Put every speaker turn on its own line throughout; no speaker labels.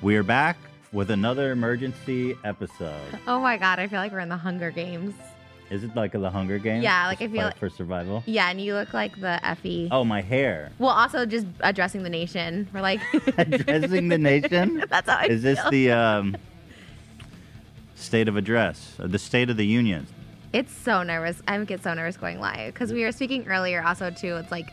We are back with another emergency episode.
Oh my god, I feel like we're in the Hunger Games.
Is it like the Hunger Games?
Yeah, like,
Just
I feel
fight
like-
for survival.
Yeah, and you look like the Effie.
Oh, my hair.
Well, also just addressing the nation. We're like
Addressing the nation?
That's how I
Is this
feel.
the um, state of address? Uh, The state of the union?
It's so nervous. I get so nervous going live because we were speaking earlier. Also, too, it's like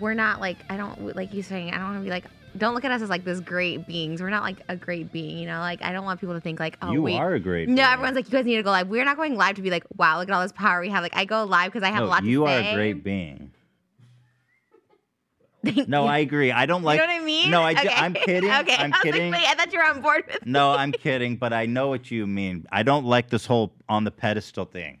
we're not like I don't like you saying I don't want to be like don't look at us as like this great beings. We're not like a great being, you know. Like I don't want people to think like oh
you
we
are a great.
No,
being.
everyone's like, you guys need to go live. We're not going live to be like, wow, look at all this power we have. Like, I go live because I have
No,
a lot to
you
say.
are a great being.
Thank
No,
you.
I agree. I don't like.
you know what I mean?
No, I
okay.
am kidding.
okay,
I'm
I was
kidding.
Like, wait, I thought you were on board with.
no, I'm kidding, but I know what you mean. I don't like this whole on the pedestal thing.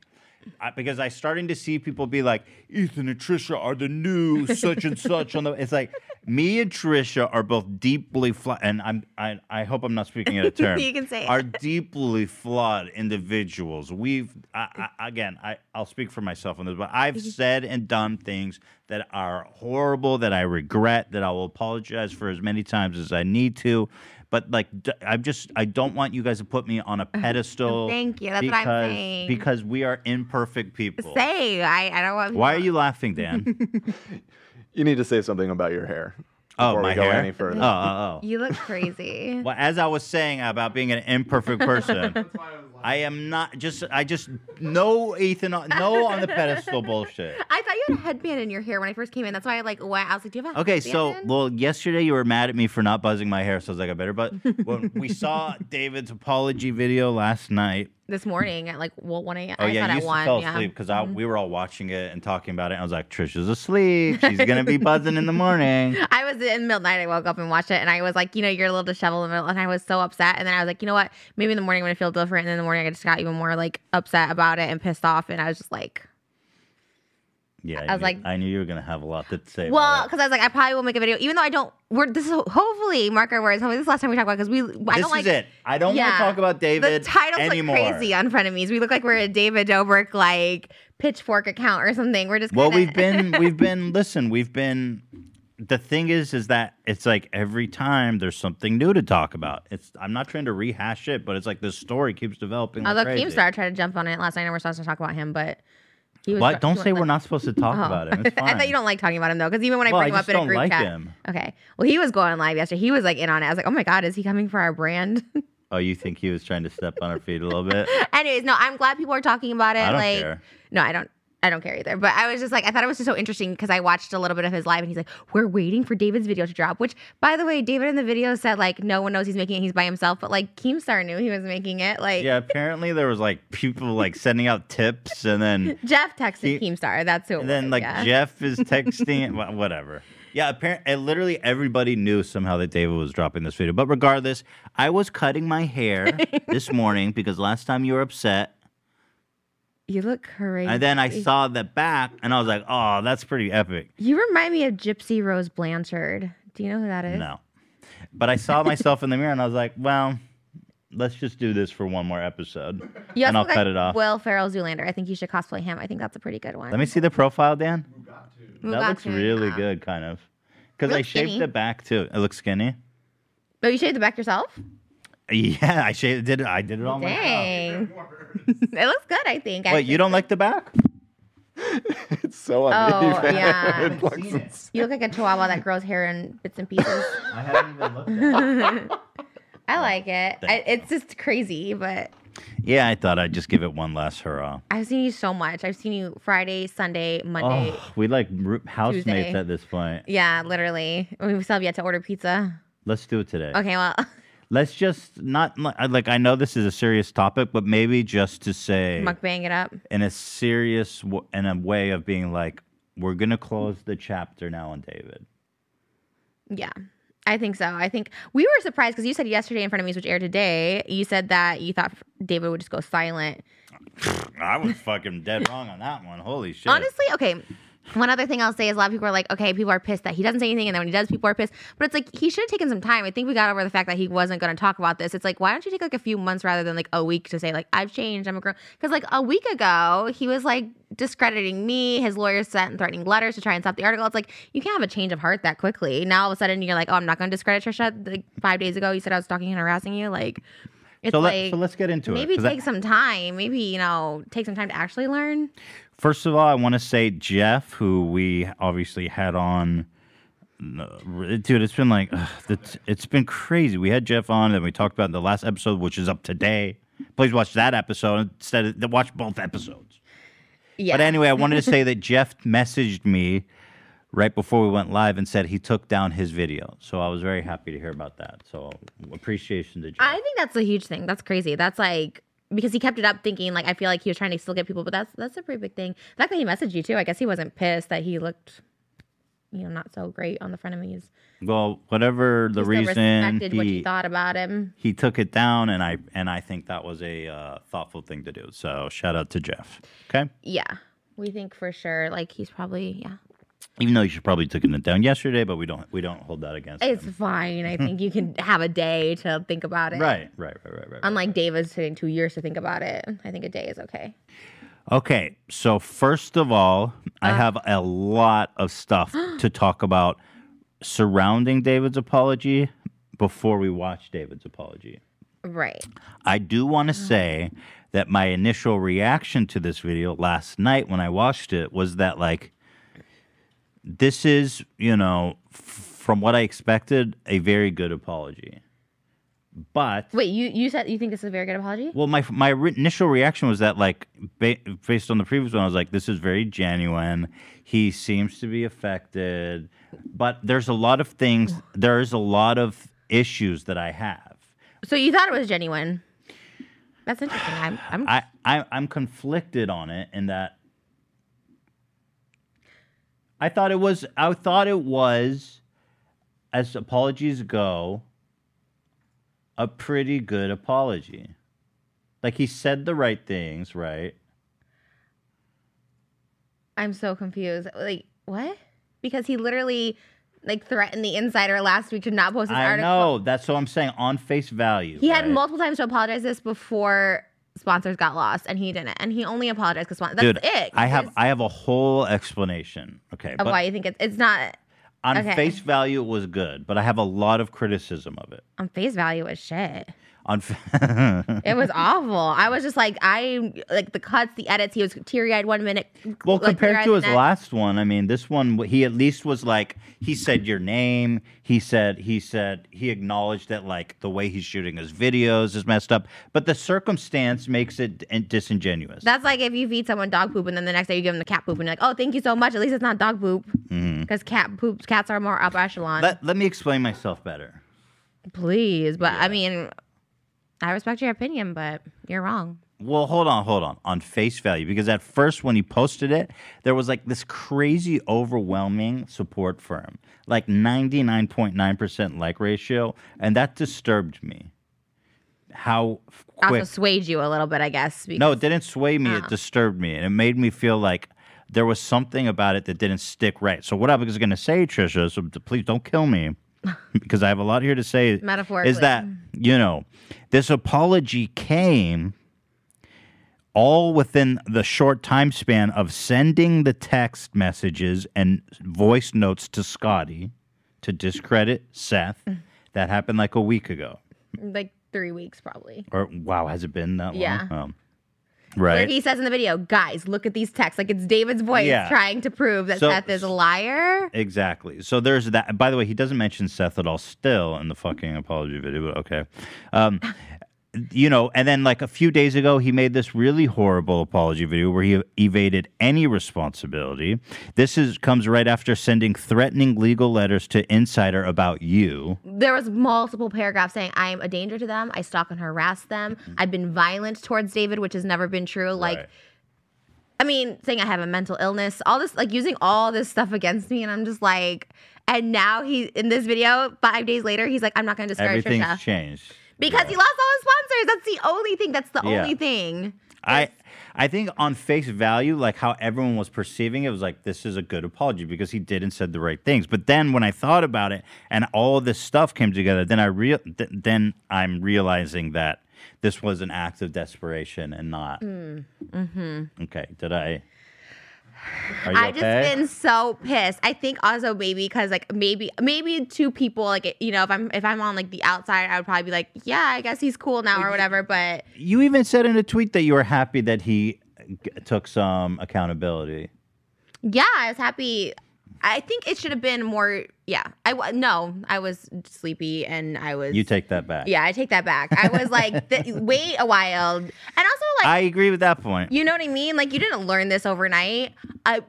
I, because I'm starting to see people be like, Ethan and Trisha are the new such and such on the. It's like me and Trisha are both deeply flawed, and I'm I, I hope I'm not speaking out of term.
You can say it.
are deeply flawed individuals. We've I, I, again, I I'll speak for myself on this, but I've said and done things that are horrible that I regret that I will apologize for as many times as I need to. But like, d- I'm just I don't want you guys to put me on a pedestal.
Thank you. That's what I'm
because,
saying.
Because we are imperfect people.
Say, I, I don't want.
Why are
people-
you laughing, Dan?
You need to say something about your hair.
oh,
before
my
we go
hair.
any further.
Oh, oh, oh.
You look crazy.
Well, as I was saying about being an imperfect person, I am not just. I just no Ethan. on- No on the pedestal bullshit.
I thought you had a headband in your hair when I first came in. That's why I like went. I was like, "Do you have a
Okay,
headband?"
so well, yesterday you were mad at me for not buzzing my hair, so I was like, I better. But when we saw David's apology video last night,
this morning at like well one a.m.
oh
I
yeah,
thought
you
at
used to
one.
fell
yeah.
asleep because we were all watching it and talking about it. And I was like, Trisha's asleep. She's gonna be buzzing in the morning.
I was in the middle of the night. I woke up and watched it, and I was like, you know, you're a little disheveled in the middle, and I was so upset. And then I was like, you know what? Maybe in the morning I'm gonna feel different. And then in the morning I just got even more like upset about it and pissed off. And I was just like,
Yeah,
I was
knew-
like-
I knew you were gonna have a lot to say. about
well,
it.
because I was like, I probably will make a video, even though I don't. We're this is hopefully mark our words. Hopefully this is the last time we talk about because we. I
this
don't like
is it. I don't want
Yeah.
to talk about David
the title's
anymore.
like crazy on frenemies. We look like we're a David Dobrik like pitchfork account or something. We're just
Well,
kinda-
we've been, we've been. Listen, we've been. The thing is, is that it's like every time there's something new to talk about. It's I'm not trying to rehash it, but it's like this story keeps developing. like
Although
crazy.
Keemstar tried to jump on it last night, and we're supposed to talk about him, but he was.
What? Don't say
he wouldn't
we're not supposed to talk
let-
about it. It's
Oh. I thought
fine.
you don't like talking about him though, because even when I
Well, I
bring him
just
up in a
don't
group
like
chat,
him.
okay. Well, he was going live yesterday. He was like in on it. I was like, oh my god, is he coming for our brand?
Oh, you think he was trying to step on our feet a little bit?
Anyways, no, I'm glad people are talking about it.
I don't
like,
care.
no, I don't. I don't care either. But I was just like, I thought it was just so interesting because I watched a little bit of his live, and he's like, "We're waiting for David's video to drop." Which, by the way, David in the video said like, "No one knows he's making it; he's by himself." But like, Keemstar knew he was making it. Like,
Yeah. Apparently, there was like people like sending out tips, and then
Jeff
He-
texted Keemstar. That's who. It
and then
was,
like
yeah.
Jeff is texting. wha- whatever. Yeah. Apparently, literally everybody knew somehow that David was dropping this video. But regardless, I was cutting my hair this morning because last time you were upset.
you look crazy.
And then I saw the back, and I was like, "Oh, that's pretty epic."
you remind me of Gypsy Rose Blanchard. Do you know who that is?
No. But I saw myself in the mirror and I was like, well, let's just do this for one more episode.
You
and
also
I'll
look like
cut it off.
Will Ferrell Zoolander. I think you should cosplay him. I think that's a pretty good one.
Let me see the profile, Dan.
Move
that
on
looks
to-
really
uh,
good, kind of. Because
Real
I shaved
skinny.
the back too. It looks skinny.
Oh, you shaved the back yourself?
Yeah, I shaved did it. I did it all myself.
Dang. it looks good, I think.
Oh Wait, you don't like the back?
It's so
Oh,
uneven.
yeah.
It looks ins-
You look like a chihuahua that grows hair in bits and pieces.
I haven't even looked at it. Oh.
I like it. I, it's just crazy, but
Yeah, I thought I'd just give it one last hurrah.
I've seen you so much. I've seen you Friday, Sunday, Monday.
Oh, we like r- housemates
Tuesday.
at this point.
Yeah, literally. I mean, we still have yet to order pizza.
Let's do it today.
Okay, well,
Let's just not like I know this is a serious topic, but maybe just to say
mukbang it up.
in a serious w- in a way of being like we're gonna close the chapter now on david
Yeah. I think so. I think we were surprised because you said yesterday in front of me, which aired today, you said that you thought David would just go silent.
i was fucking dead wrong on that one holy shit
Honestly, okay. One other thing I'll say is a lot of people are like, okay, people are pissed that he doesn't say anything, and then when he does, people are pissed. But it's like he should have taken some time. I think we got over the fact that he wasn't going to talk about this. It's like, why don't you take like a few months rather than like a week to say like I've changed, I'm a girl? Because like a week ago he was like discrediting me. His lawyers sent and threatening letters to try and stop the article. It's like you can't have a change of heart that quickly. Now all of a sudden you're like, oh, I'm not going to discredit Trisha. Like five days ago you said I was stalking and harassing you. Like it's
So,
like
let, so let's get into
maybe
it. 'cause I-
take some time. Maybe you know take some time to actually learn.
First of all, I want to say Jeff, who we obviously had on. no, re- Dude, it's been like ugh, that's- it's been crazy. We had Jeff on, and we talked about in the last episode, which is up today. Please watch that episode instead of watch both episodes.
Yeah.
But anyway, I wanted to say that Jeff messaged me right before we went live and said he took down his video. So I was very happy to hear about that. So appreciation to Jeff.
I think that's a huge thing. That's crazy. That's like because he kept it up thinking like I feel like he was trying to still get people, but that's that's a pretty big thing. The fact that he messaged you too, I guess he wasn't pissed that he looked you know not so great on the frenemies.
well, whatever the
He still
reason,
respected what
he-
you thought about him.
he took it down and i and i think that was a uh, thoughtful thing to do so shout out to jeff okay
Yeah. We think for sure like he's probably yeah.
even though you should probably taken it down yesterday but we don't we don't hold that against
It's
him
fine. I think you can have a day to think about it.
Hmm. right right right right right, right
Unlike David's taking two years to think about it. I think a day is okay.
okay so first of all i have a lot of stuff to talk about surrounding david's apology before we watch david's apology
Right.
I do want to say that my initial reaction to this video last night when I watched it was that like this is, you know, f- from what I expected, a very good apology. But
Wait, you you said you think this is a very good apology?
well, my my re- initial reaction was that like ba- based on the previous one, I was like, this is very genuine. He seems to be affected, but there's a lot of things. There's a lot of issues that I have.
So you thought it was genuine. That's interesting. I'm, I'm
I, I I'm conflicted on it in that I thought it was I thought it was as apologies go a pretty good apology. Like he said the right things, right?
I'm so confused. Like what? Because he literally like threatened the insider last week to not post his
I
article.
know. That's what I'm saying on face value.
He had
right?
multiple times to apologize this before sponsors got lost, and he didn't. And he only apologized because sponsors. That's
Dude,
it.
I have
It's-
I have a whole explanation. Okay.
of
but
why you think it's it's not
on
okay.
face value it was good, but I have a lot of criticism of it.
on face value as shit.
On fa-
It was awful. I was just like I like the cuts, the edits. He was teary eyed one minute.
Well,
like,
compared
clear-eyed
to
the
his
next.
last one, I mean, this one wh- he at least was like he said your name. He said he said he acknowledged that like the way he's shooting his videos is messed up, but the circumstance makes it d- and disingenuous.
That's like if you feed someone dog poop and then the next day you give them the cat poop and you're like, oh, thank you so much. At least it's not dog poop.
Mm-hmm.
Because cat poops, cats are more upper echelon.
let, let me explain myself better.
Please. But I mean, I respect your opinion, but you're wrong.
Well, hold on, hold on. On face value, because at first when he posted it, there was like this crazy overwhelming support for him, like 99.9% like ratio, and that disturbed me. How f-
Also
quick
swayed you a little bit, I guess. because-
No, it didn't sway me.
Uh-huh.
It disturbed me, and it made me feel like there was something about it that didn't stick right. So what I was going to say, Trisha, so d- please don't kill me, because I have a lot here to say. is
Metaphorically.
that you know this apology came all within the short time span of sending the text messages and voice notes to Scotty to discredit Seth.
Mm.
That happened like a week ago.
Like three weeks, probably.
Or wow, has it been that long?
Yeah.
Um,
Where
right.
he says in the video, guys, look at these texts. Like it's David's voice
Yeah.
trying to prove that
So-
Seth is a liar.
Exactly. So there's that. By the way, he doesn't mention Seth at all still in the fucking apology video, but okay. Um, you know, and then like a few days ago, he made this really horrible apology video where he evaded any responsibility. This is comes right after sending threatening legal letters to Insider about you.
There was multiple paragraphs saying, I am a danger to them. I stalk and harass them. I've been violent towards David, which has never been true. Like,
Mm-hmm. Right.
I mean, saying I have a mental illness, all this, like using all this stuff against me. And I'm just like, and now he, in this video, five days later, he's like, I'm not going to discourage
everything's
Trisha.
changed
Because he lost all his sponsors. That's the only thing. That's the
Yeah.
only thing.
I I think on face value, like how everyone was perceiving it was like this is a good apology because he did and said the right things. But then when I thought about it and all this stuff came together, then I real th- then I'm realizing that this was an act of desperation and not.
Hmm.
Okay, did I? Are you
I've
okay?
Mm-hmm. just been so pissed. I think also maybe because like maybe maybe two people like you know if I'm if I'm on like the outside I would probably be like yeah I guess he's cool now or whatever. But
You even said in a tweet that you were happy that he g- took some accountability.
yeah, I was happy. I think it should have been more. Yeah, I wa- no, I was sleepy and I was.
You take that back.
Yeah, I take that back. I was like, th- wait a while, and also like,
I agree with that point.
you know what I mean? Like, you didn't learn this overnight. I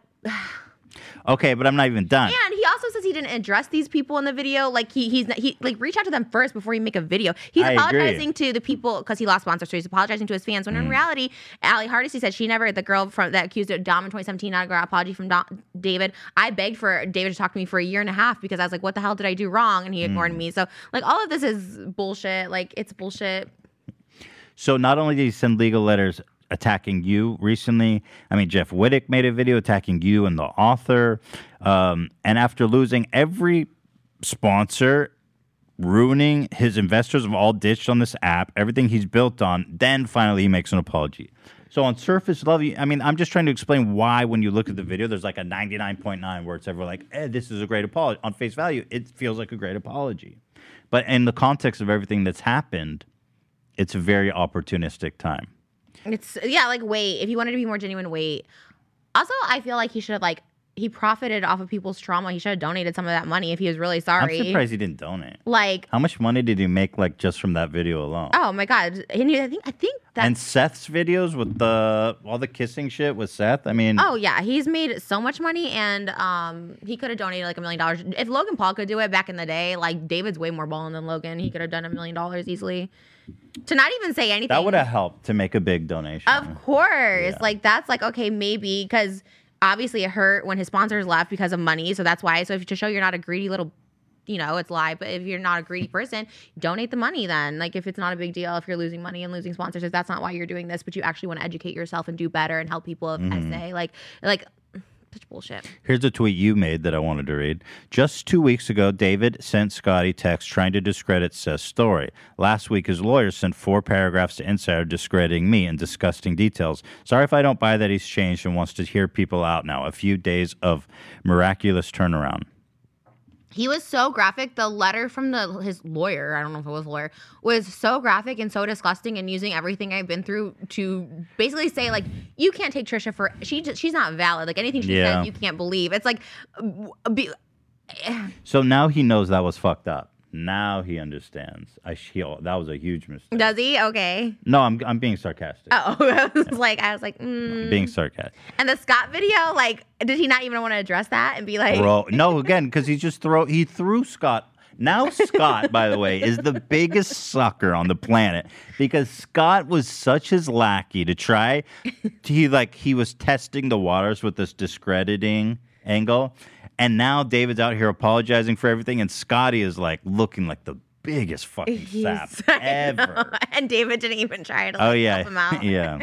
Okay, but I'm not even done.
And he also says he didn't address these people in the video. Like he he's not, he like reach out to them first before you make a video. He's
I agree.
apologizing to the people because he lost sponsors, so he's apologizing to his fans.
Mm.
When in reality, Ali Hardesty said she never the girl from that accused of Dom in 2017 not got an apology from Dom, David. I begged for David to talk to me for a year and a half because I was like, what the hell did I do wrong? And he ignored
Mm.
me. So like all of this is bullshit. Like it's bullshit.
So not only did he send legal letters attacking you recently, I mean Jeff Wittick made a video attacking you and the author, um, and after losing every sponsor, ruining his investors have all ditched on this app, everything he's built on, then finally he makes an apology. So on surface level, you- I mean, I'm just trying to explain why when you look at the video, there's like a 99.9 where it's ever like, eh, this is a great apology. On face value, it feels like a great apology. But in the context of everything that's happened, it's a very opportunistic time.
It's yeah, like wait. If you wanted to be more genuine, wait. Also, I feel like he should have like he profited off of people's trauma. He should have donated some of that money if he was really sorry.
I'm surprised he didn't donate.
Like,
How much money did he make like just from that video alone?
oh my god. And he- I think I think that
and Seth's videos with the all the kissing shit with Seth. I mean,
Oh yeah, he's made so much money, and um, he could have donated like a million dollars if Logan Paul could do it back in the day. Like David's way more balling than Logan. He could have done a million dollars easily. To not even say anything.
that would have helped to make a big donation.
Of course. Like that's like okay, maybe because obviously it hurt when his sponsors left because of money. So that's why. So if to show you're not a greedy little you know, it's lie, but if you're not a greedy person, donate the money then. Like if it's not a big deal, if you're losing money and losing sponsors, if that's not why you're doing this, but you actually want to educate yourself and do better and help people I say like like such bullshit.
Here's a tweet you made that I wanted to read. Just two weeks ago, David sent Scotty text trying to discredit Seth's story. Last week, his lawyer sent four paragraphs to Insider discrediting me in disgusting details. Sorry if I don't buy that he's changed and wants to hear people out now. A few days of miraculous turnaround.
He was so graphic. The letter from the his lawyer, I don't know if it was a lawyer, was so graphic and so disgusting and using everything I've been through to basically say like you can't take Trisha for she just, she's not valid. Like anything she
Yeah.
says you can't believe. It's like w- be,
So now he knows that was fucked up. Now he understands. I he, oh, that was a huge mistake.
does he? Okay.
No, I'm I'm being sarcastic.
Oh, I was like I was like mm.
Being sarcastic.
And the Scott video like did he not even want to address that and be like
Bro, no, again, because he just throw he threw Scott. Now Scott, by the way, is the biggest sucker on the planet because Scott was such his lackey to try. He like he was testing the waters with this discrediting angle, and now David's out here apologizing for everything, and Scotty is like looking like the biggest fucking
He's-
sap
I know.
ever.
And David didn't even try to like,
Oh yeah,
help him out.
yeah.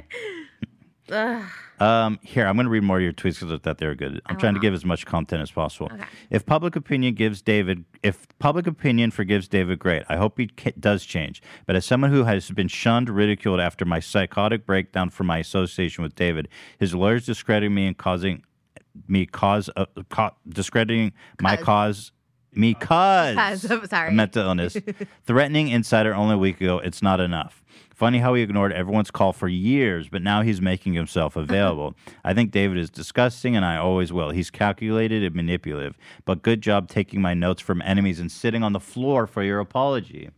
Ugh.
Um, here, I'm going to read more of your tweets because I thought they were good. I'm trying to
Oh, wow.
give as much content as possible.
Okay.
If public opinion gives David, if public opinion forgives David, great. I hope he ca- does change. But as someone who has been shunned, ridiculed after my psychotic breakdown from my association with David, his lawyers discrediting me and causing me cause uh, ca- discrediting my cause. Me cause,
Cause, I'm sorry.
I meant mental illness. Threatening Insider only a week ago, it's not enough. Funny how he ignored everyone's call for years, but now he's making himself available. I think David is disgusting, and I always will. He's calculated and manipulative, but good job taking my notes from enemies and sitting on the floor for your apology,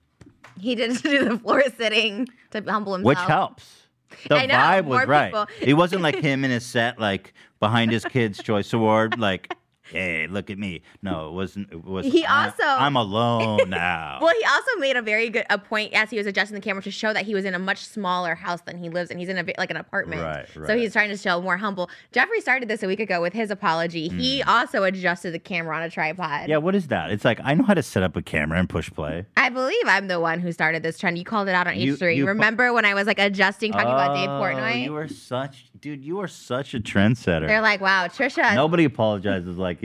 He did do the floor sitting to humble himself.
which helps. The
I know,
vibe was
more
right.
people-
It wasn't like him in his set, like behind his kids' choice award, like hey, look at me. No, it wasn't. It was.
He
I-
also-
I'm alone now.
Well, he also made a very good a point as he was adjusting the camera to show that he was in a much smaller house than he lives in. He's in a vi- like an apartment,
Right,
so
right.
he's trying to show more humble. Jeffrey started this a week ago with his apology. He also adjusted the camera on a tripod.
Mm. Yeah, what is that? It's like I know how to set up a camera and push play.
I believe I'm the one who started this trend. You called it out on
You-
H3.
you-
Remember when I was like adjusting, talking about Dave
Oh,
Portnoy?
You are such, dude. You are such a trendsetter.
They're like, wow, Trisha.
Nobody apologizes like you.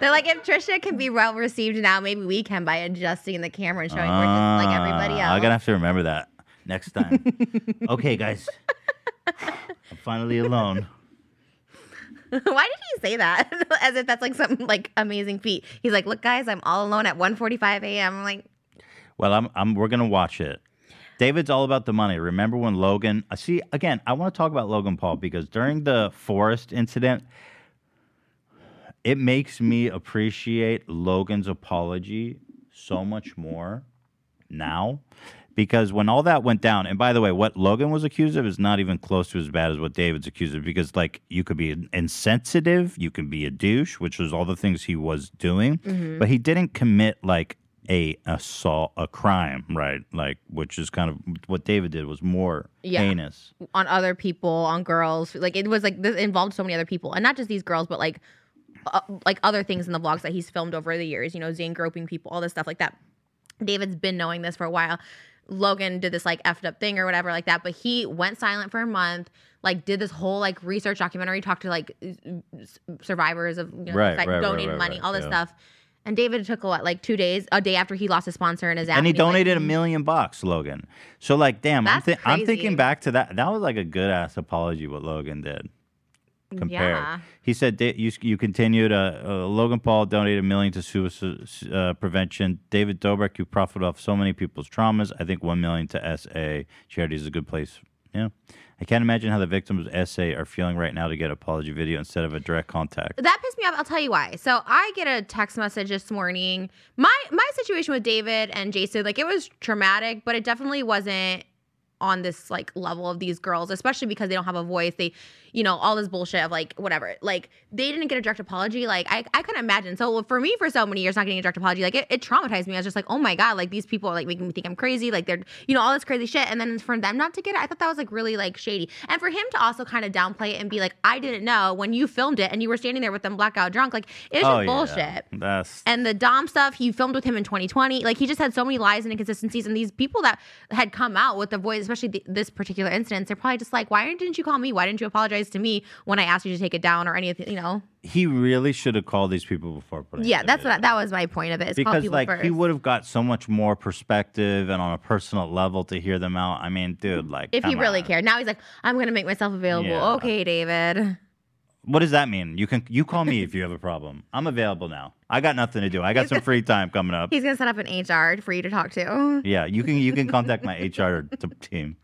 They're like, if Trisha can be well received now, maybe we can by adjusting the camera and showing we're just like everybody
Ah,
else.
I'm gonna have to remember that next time. okay, guys. I'm finally alone.
Why did he say that? As if that's like some like amazing feat. He's like, look, guys, I'm all alone at 1:45 a.m. I'm like,
Well, I'm, I'm we're gonna watch it. David's all about the money. Remember when Logan? I See, again, I want to talk about Logan Paul because during the forest incident, it makes me appreciate Logan's apology so much more now. Because when all that went down, and by the way, what Logan was accused of is not even close to as bad as what David's accused of because, like, you could be insensitive, you can be a douche, which was all the things he was doing, but he didn't commit, like, a assault, a crime, right? Like, which is kind of what David did was more
Yeah.
heinous.
on other people, on girls. Like it was like this involved so many other people, and not just these girls, but like uh, like other things in the vlogs that he's filmed over the years. You know, Zayn groping people, all this stuff like that. David's been knowing this for a while. Logan did this like effed up thing or whatever like that, but he went silent for a month. Like did this whole like research documentary, talked to like s- s- survivors of you know,
Right, right,
suicide,
right,
donated
right,
money,
right,
all this
yeah.
stuff. And David took what like two days, a day after he lost his sponsor and his
and he
acne, like,
donated a million bucks, Logan. So like, damn, I'm,
That's
thi- I'm
crazy.
thinking back to that. That was like a good ass apology what Logan did. Compared,
Yeah.
he said da- you you continued. Uh, uh, Logan Paul donated a million to suicide uh, prevention. David Dobrik, you profit off so many people's traumas. I think one million to SA charity is a good place. Yeah, I can't imagine how the victims of SA are feeling right now to get apology video instead of a direct contact.
that pissed me off. I'll tell you why. So I get a text message this morning. My my situation with David and Jason, like it was traumatic, but it definitely wasn't on this like level of these girls, especially because they don't have a voice. They, you know, all this bullshit of like whatever. Like they didn't get a direct apology. Like I, I couldn't imagine. So for me, for so many years, not getting a direct apology, like it, it traumatized me. I was just like, oh my god, like these people are like making me think I'm crazy. Like they're, you know, all this crazy shit. And then for them not to get it, I thought that was like really like shady. And for him to also kind of downplay it and be like, I didn't know when you filmed it and you were standing there with them blackout drunk. Like it's just bullshit.
Oh, That's
And the Dom stuff, he filmed with him in 2020. Like he just had so many lies and inconsistencies. And these people that had come out with the voice, especially th this particular incident, they're probably just like, why didn't you call me? Why didn't you apologize to me when I asked you to take it down or anything? You know?
he really should have called these people before putting.
Yeah,
the
that's
video.
what I, that was my point of it. It's called
because
people
like
first.
he would have got so much more perspective and on a personal level to hear them out. I mean, dude, like
Mm, if he
come
really
on.
cared. Now he's like, I'm gonna make myself available.
Yeah.
Okay, David.
what does that mean? You can you call me if you have a problem. I'm available now. I got nothing to do. I got some free time coming up.
He's gonna set up an HR for you to talk to.
Yeah, you can you can contact my HR t- team.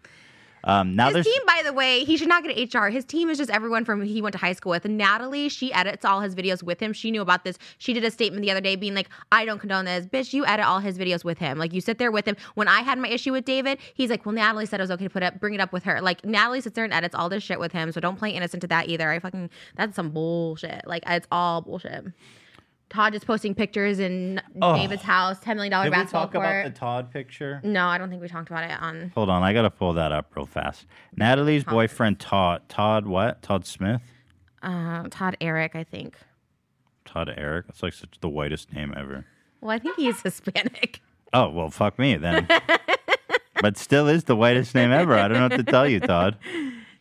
Um, now
His
there's
team, by the way, he should not get an HR. His team is just everyone from he went to high school with. And Natalie, she edits all his videos with him. She knew about this. She did a statement the other day being like, I don't condone this. Bitch, you edit all his videos with him. Like, you sit there with him. When I had my issue with David, he's like, Well, Natalie said it was okay to put up, bring it up with her. Like, Natalie sits there and edits all this shit with him. So don't play innocent to that either. I fucking, that's some bullshit. Like, it's all bullshit. Todd is posting pictures in
Oh.
David's house, $10 million
did we
basketball
talk
court. Mm.
about the Todd picture?
no, I don't think we talked about it on.
Hold on, I gotta pull that up real fast. Natalie's boyfriend Todd Todd what? Todd Smith?
Uh, Todd Eric, I think.
Todd Eric? That's like such the whitest name ever.
Well, I think he's Hispanic.
Oh, well, fuck me then. but still is the whitest name ever. I don't know what to tell you, Todd.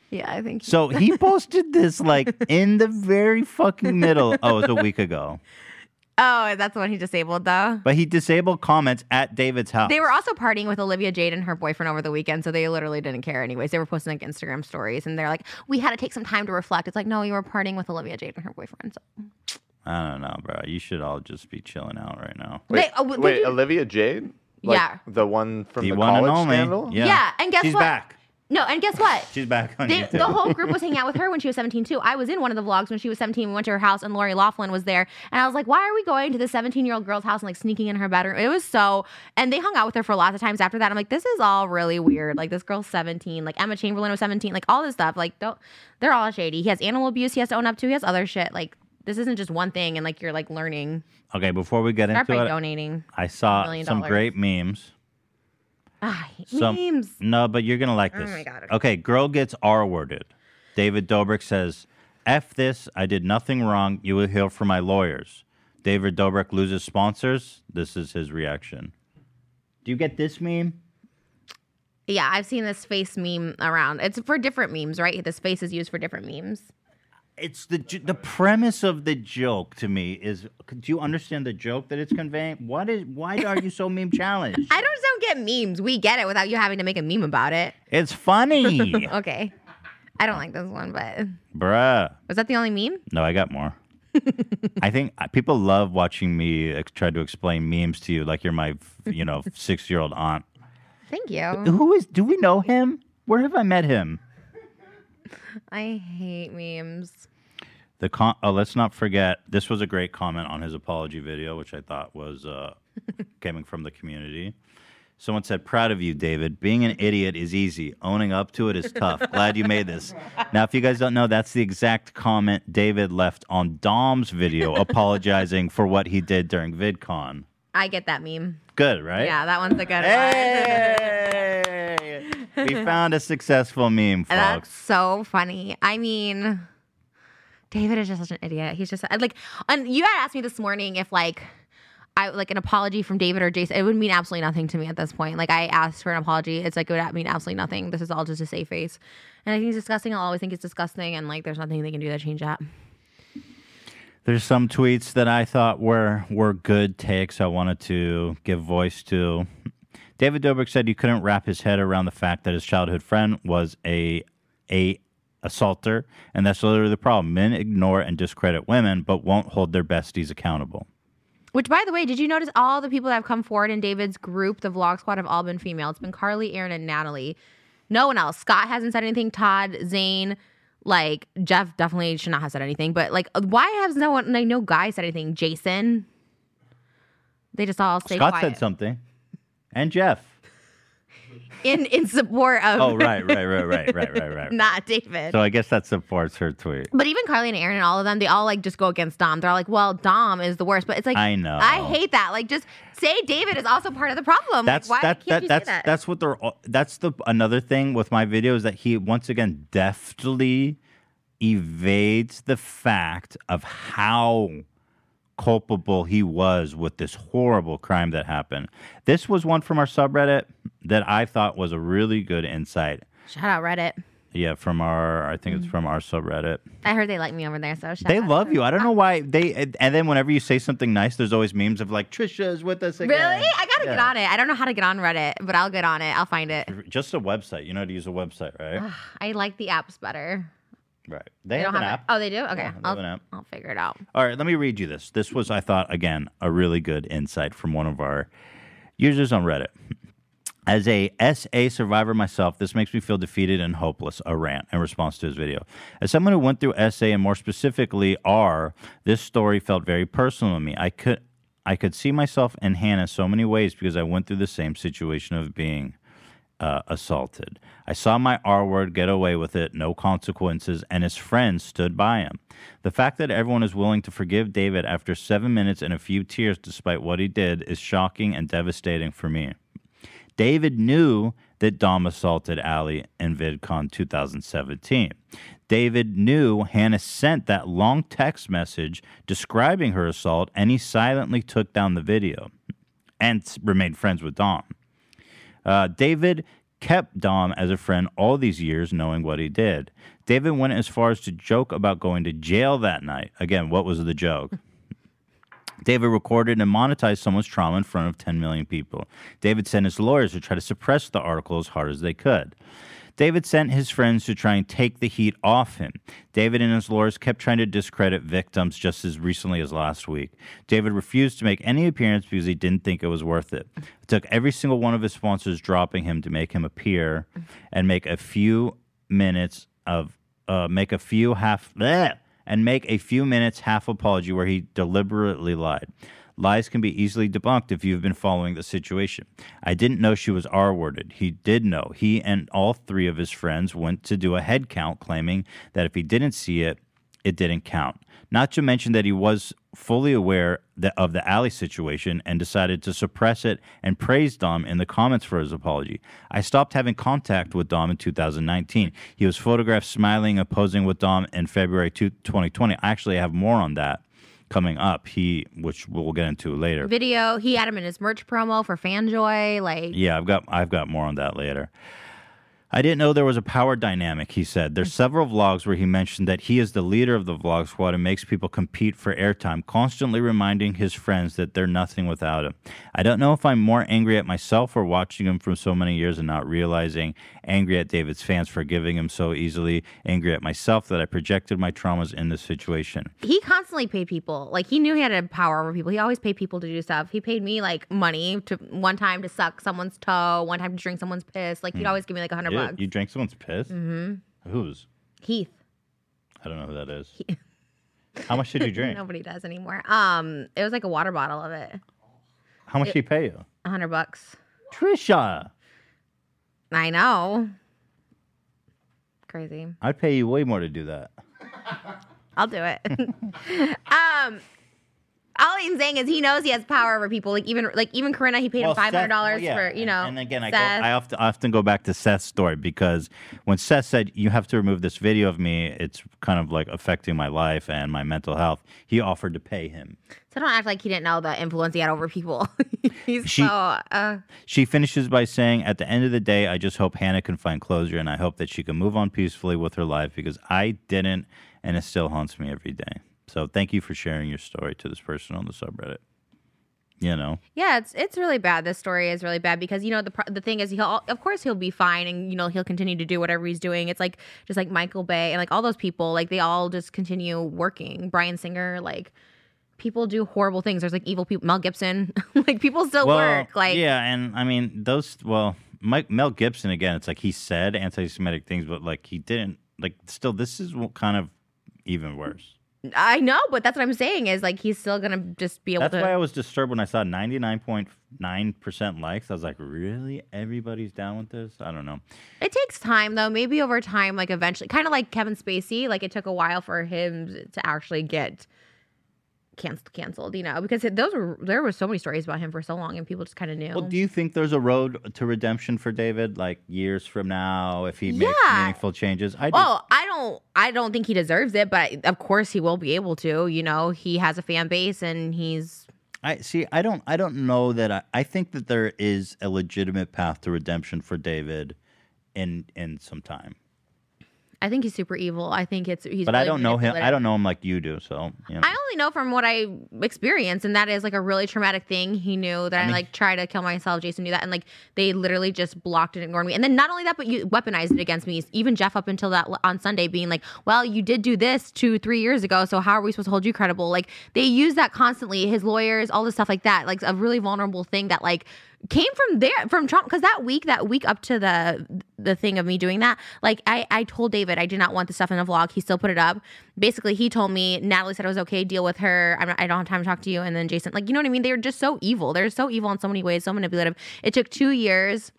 Yeah, I think.
So he posted this like in the very fucking middle. Oh, it was a week ago.
oh, that's the one he disabled, though.
But he disabled comments at David's house.
They were also partying with Olivia Jade and her boyfriend over the weekend, so they literally didn't care anyways. They were posting like Instagram stories, and they're like, "We had to take some time to reflect." It's like, no, you were partying with Olivia Jade and her boyfriend. So.
I don't know, bro. You should all just be chilling out right now.
Wait,
They- oh, w- did
wait
you-
Olivia Jade?
Yeah.
The one from
The
the,
one and
college
only.
scandal?
Yeah.
Yeah, and guess
She's
what?
back.
no, and guess what?
She's back on
They,
YouTube.
the whole group was hanging out with her when she was 17 too. I was in one of the vlogs when she was 17. We went to her house and Lori Laughlin was there, and I was like, "Why are we going to the 17 year old girl's house and like sneaking in her bedroom?" It was so. And they hung out with her for lots of times after that. I'm like, this is all really weird. Like this girl's 17. Like Emma Chamberlain was 17. Like all this stuff. Like don't. They're all shady. He has animal abuse. He has to own up to. He has other shit. Like this isn't just one thing and like you're like learning.
Okay, before we get
Start by
into it,
donating.
I saw
million
some
dollars.
great memes.
Ah,
Some-
memes.
No, but you're gonna like this.
Oh my God, okay.
Okay, girl gets R worded. David Dobrik says, "F this. I did nothing wrong. You will hear from my lawyers." David Dobrik loses sponsors. This is his reaction. Do you get this meme?
Yeah, I've seen this face meme around. It's for different memes, right? This face is used for different memes.
It's the j- the premise of the joke to me is. Do you understand the joke that it's conveying? What is? Why are you so meme challenged?
I don't don't get memes. We get it without you having to make a meme about it.
It's funny,
Okay. I don't like this one, but
bruh.
was that the only meme?
No, I got more. I think uh, people love watching me ex- try to explain memes to you like you're my, f- you know, six-year-old aunt.
Thank you.
Who is? Do we know him? Where have I met him?
I hate memes.
The con- oh, let's not forget. This was a great comment on his apology video, which I thought was uh, coming from the community. Someone said, "Proud of you, David. Being an idiot is easy. Owning up to it is tough. Glad you made this." Now, if you guys don't know, that's the exact comment David left on Dom's video apologizing for what he did during VidCon.
I get that meme.
Good, right?
Yeah, that one's a good one.
Hey! we found a successful meme,
That's
folks.
so funny. I mean, David is just such an idiot. He's just I- like, and you had asked me this morning if like, I like an apology from David or Jason. It would mean absolutely nothing to me at this point. Like I asked for an apology, it's like it would mean absolutely nothing. This is all just a safe face, and I think it's disgusting. I'll always think it's disgusting, and like there's nothing they can do to change that.
There's some tweets that I thought were were good takes. I wanted to give voice to. David Dobrik said you couldn't wrap his head around the fact that his childhood friend was a a assaulter, and that's literally the problem. Men ignore and discredit women, but won't hold their besties accountable.
Which, by the way, did you notice all the people that have come forward in David's group, the vlog squad, have all been female? It's been Carly, Aaron, and Natalie. No one else. Scott hasn't said anything. Todd, Zane, like Jeff definitely should not have said anything. But like, why has no one, like, no guy said anything? Jason, they just all stay
Scott
quiet
said something, and Jeff.
in in support of
Oh, right, right, right, right, right, right, right.
not David.
So I guess that supports her tweet.
but even Carly and Aaron and all of them, they all like just go against Dom. They're all like, "Well, Dom is the worst." But it's like
I know.
I hate that. Like, just say David is also part of the problem.
That's
like, why
that,
can't
that
you
that's
say that?
that's what they're all- that's the another thing with my video is that he once again deftly evades the fact of how culpable he was with this horrible crime that happened. This was one from our subreddit that I thought was a really good insight.
Shout out Reddit.
Yeah, from our I
Mm.
think it's from our subreddit.
I heard they like me over there, so shout
They
out.
love you. I don't know why they and and then whenever you say something nice, there's always memes of like Trisha is with us
Really?
again.
I gotta get
Yeah.
on it. I don't know how to get on Reddit, but I'll get on it. I'll find it.
Just a website. You know how to use a website, right?
I like the apps better.
Right. They,
They
have
don't
an
have
app.
it. Oh, they do.
Yeah,
Okay,
they have an
I'll
app.
I'll figure it out.
All right, let me read you this. This was, I thought, again, a really good insight from one of our users on Reddit. As a SA survivor myself, this makes me feel defeated and hopeless, a rant in response to his video. As someone who went through SA and more specifically R, this story felt very personal to me. I could I could see myself and Hannah so many ways because I went through the same situation of being uh, assaulted. I saw my R word get away with it, no consequences, and his friends stood by him. The fact that everyone is willing to forgive David after seven minutes and a few tears despite what he did is shocking and devastating for me. David knew that Dom assaulted Ali in VidCon 2017. David knew Hannah sent that long text message describing her assault, and he silently took down the video and s- remained friends with Dom. Uh, David kept Dom as a friend all these years, knowing what he did. David went as far as to joke about going to jail that night. Again, what was the joke? David recorded and monetized someone's trauma in front of 10 million people. David sent his lawyers to try to suppress the article as hard as they could. David sent his friends to try and take the heat off him. David and his lawyers kept trying to discredit victims just as recently as last week. David refused to make any appearance because he didn't think it was worth it. It took every single one of his sponsors dropping him to make him appear and make a few minutes of uh, make a few half bleh, and make a few minutes half apology where he deliberately lied. Lies can be easily debunked if you've been following the situation. I didn't know she was R worded. He did know. He and all three of his friends went to do a head count, claiming that if he didn't see it, it didn't count. Not to mention that he was fully aware that of the alley situation and decided to suppress it and praised Dom in the comments for his apology. I stopped having contact with Dom in 2019. He was photographed smiling and posing with Dom in February 2- 2020. I actually have more on that coming up. He, which we'll get into later.
Video. He had him in his merch promo for Fanjoy. Like,
Yeah, I've got I've got more on that later. I didn't know there was a power dynamic, he said. There's several vlogs where he mentioned that he is the leader of the vlog squad and makes people compete for airtime, constantly reminding his friends that they're nothing without him. I don't know if I'm more angry at myself for watching him from so many years and not realizing, angry at David's fans for giving him so easily, angry at myself that I projected my traumas in this situation.
he constantly paid people. Like he knew he had a power over people. He always paid people to do stuff. He paid me like money to one time to suck someone's toe, one time to drink someone's piss. Like he'd always give me like a hundred
Ew,
bucks.
Mm. you drank someone's piss? Mm-hmm. Whose?
Heath.
I don't know who that is. How much did you drink?
Nobody does anymore. Um, it was like a water bottle of it.
How much did he pay you?
A hundred bucks.
Trisha,
I know. Crazy.
I'd pay you way more to do that.
I'll do it. um all I'm saying is he knows he has power over people. Like even like even Corinna, he paid him five hundred dollars for you know.
And, again, I, go,
Seth.
I often often go back to Seth's story because when Seth said you have to remove this video of me, it's kind of like affecting my life and my mental health. He offered to pay him.
so don't act like he didn't know the influence he had over people. He's
She-
so uh,
She finishes by saying, At the end of the day, I just hope Hannah can find closure and I hope that she can move on peacefully with her life because I didn't and it still haunts me every day. So thank you for sharing your story to this person on the subreddit. You know,
Yeah, it's it's really bad. This story is really bad because you know the pro- the thing is he'll of course he'll be fine and you know he'll continue to do whatever he's doing. It's like just like Michael Bay and like all those people like they all just continue working. Brian Singer like people do horrible things. There's like evil people. Mel Gibson like people still work. Like
yeah, and I mean those. Well, Mike Mel Gibson again. It's like he said anti-Semitic things, but like he didn't. Like still, this is what kind of even worse.
I know, but that's what I'm saying is like he's still gonna just be able
That's
to.
why I was disturbed when I saw ninety-nine point nine percent likes. I was like, really? Everybody's down with this? I don't know.
It takes time though. Maybe over time, like eventually, kind of like Kevin Spacey. Like it took a while for him to actually get canceled, canceled. You know, because it- those were there were so many stories about him for so long, and people just kind of knew.
Well, do you think there's a road to redemption for David? Like years from now, if he makes
Yeah.
meaningful changes, I do.
Oh, I don't. I don't think he deserves it, but of course he will be able to. You know, he has a fan base, and he's
I see. I don't. I don't know that. I, I think that there is a legitimate path to redemption for David, in in some time.
I think he's super evil. I think it's. He's
But I
really
don't know him.
manipulative.
I don't know him like you do. So you know.
I only know from what I experienced, and that is like a really traumatic thing. He knew that I,
mean-
like tried to kill myself. Jason knew that, and like they literally just blocked and ignored me. And then not only that, but you weaponized it against me. Even Jeff up until that on Sunday, being like, "Well, you did do this two, three years ago, so how are we supposed to hold you credible?" Like they use that constantly. His lawyers, all this stuff like that, like a really vulnerable thing that like came from there from Trump because that week that week up to the the thing of me doing that like I I told David I did not want the stuff in the vlog he still put it up basically he told me Natalie said it was okay deal with her I'm not, I don't have time to talk to you and then Jason like you know what I mean they were just so evil they're so evil in so many ways so manipulative it took two years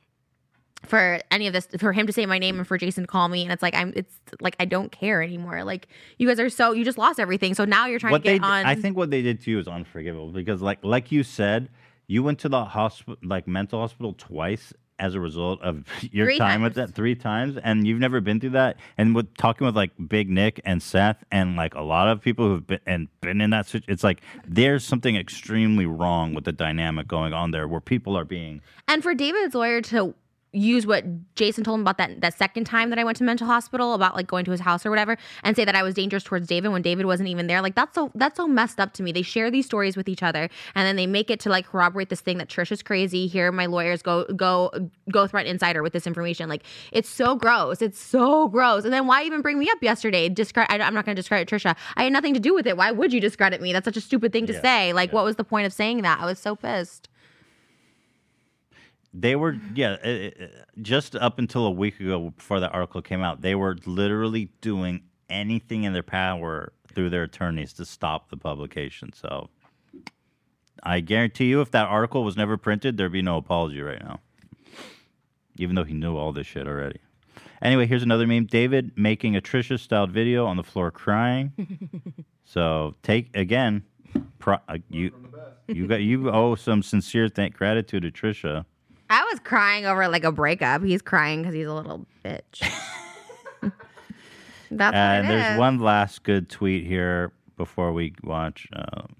for any of this for him to say my name and for Jason to call me and it's like I'm it's like I don't care anymore like you guys are so you just lost everything so now you're trying
what
to
they.
get
d-
on
I think what they did to you is unforgivable because, like, like you said, you went to the hospital, like mental hospital, twice as a result of your
Three
time with
times.
that three times, and you've never been through that. And with talking with like Big Nick and Seth and like a lot of people who've been and been in that situation, it's like there's something extremely wrong with the dynamic going on there where people are being.
And for David's lawyer to use what Jason told him about that that second time that I went to mental hospital about like going to his house or whatever and say that I was dangerous towards David when David wasn't even there. Like that's so that's so messed up to me. They share these stories with each other and then they make it to like corroborate this thing that Trish is crazy. Here my lawyers go go go threat insider with this information. Like it's so gross. It's so gross. And then why even bring me up yesterday? Discredit I, am not going to discredit Trisha. I had nothing to do with it. Why would you discredit me? That's such a stupid thing to
Yeah,
say. Like what was the point of saying that? I was so pissed.
They were, yeah, i- i- i- just up until a week ago before that article came out, they were literally doing anything in their power through their attorneys to stop the publication. So I guarantee you, if that article was never printed, there'd be no apology right now, even though he knew all this shit already. Anyway, here's another meme: David making a Trisha styled video on the floor crying. so take again, pro, uh, you you got you owe some sincere thank gratitude to Trisha.
I was crying over like a breakup. He's crying because he's a little bitch. That's what
And
it
there's
is.
one last good tweet here before we watch. Um,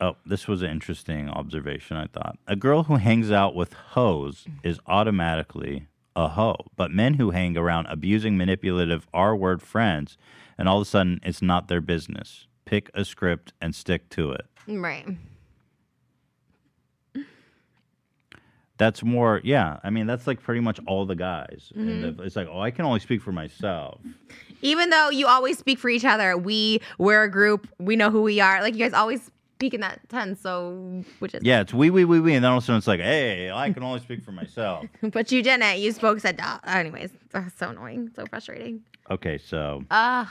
oh, this was an interesting observation, I thought. A girl who hangs out with hoes is automatically a hoe, but men who hang around abusing, manipulative, R word friends, and all of a sudden it's not their business. Pick a script and stick to it.
right.
That's more, yeah. I mean, that's like pretty much all the guys.
Mm-hmm.
And it's like, oh, I can only speak for myself.
Even though you always speak for each other, we we're a group. We know who we are. Like you guys always speak in that tense. So which is
Yeah, it's we, we, we, we. And then all of a sudden it's like, hey, I can only speak for myself.
But you didn't. You spoke said duh. Anyways, ugh, so annoying. So frustrating.
Okay, so
Ugh.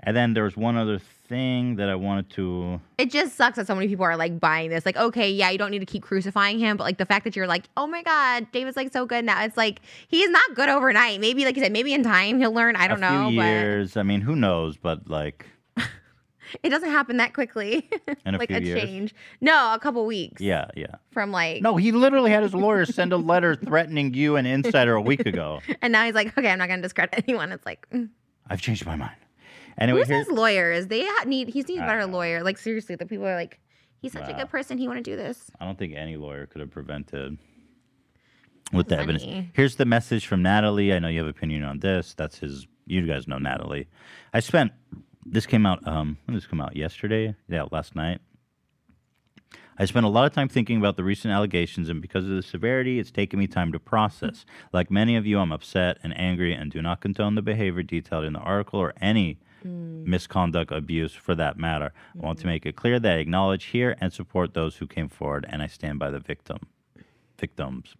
and then there's one other thing that I wanted to.
It just sucks that so many people are like buying this. Like, okay, yeah, you don't need to keep crucifying him, but like the fact that you're like, oh my God, David's like so good now. It's like he's not good overnight. Maybe like you said, maybe in time he'll learn. I don't
a
know,
few years. I mean, who knows? But like,
but it doesn't happen that quickly.
In a
like
few
a
years.
change. No, a couple weeks
yeah, yeah.
from like.
No, he literally had his lawyer send a letter threatening you and insider a week ago.
And now he's like, okay, I'm not gonna discredit anyone. It's like, mm.
I've changed my mind. Anyway,
who's
here's
his lawyers? They ha- need. He needs a
I
better
don't know.
lawyer. Like seriously, the people are like, he's such a
Wow.
good person. He want to do this.
I don't think any lawyer could have prevented with the evidence.
Funny.
Here's the message from Natalie. I know you have opinion on this. That's his. You guys know Natalie. I spent. This came out. Um, when did this come out? Yesterday? Yeah, last night. I spent a lot of time thinking about the recent allegations, and because of the severity, it's taken me time to process. Like many of you, I'm upset and angry and do not condone the behavior detailed in the article or any
Mm.
misconduct, abuse for that matter. I want to
Mm-hmm.
make it clear that I acknowledge here and support those who came forward, and I stand by the victim. Victims.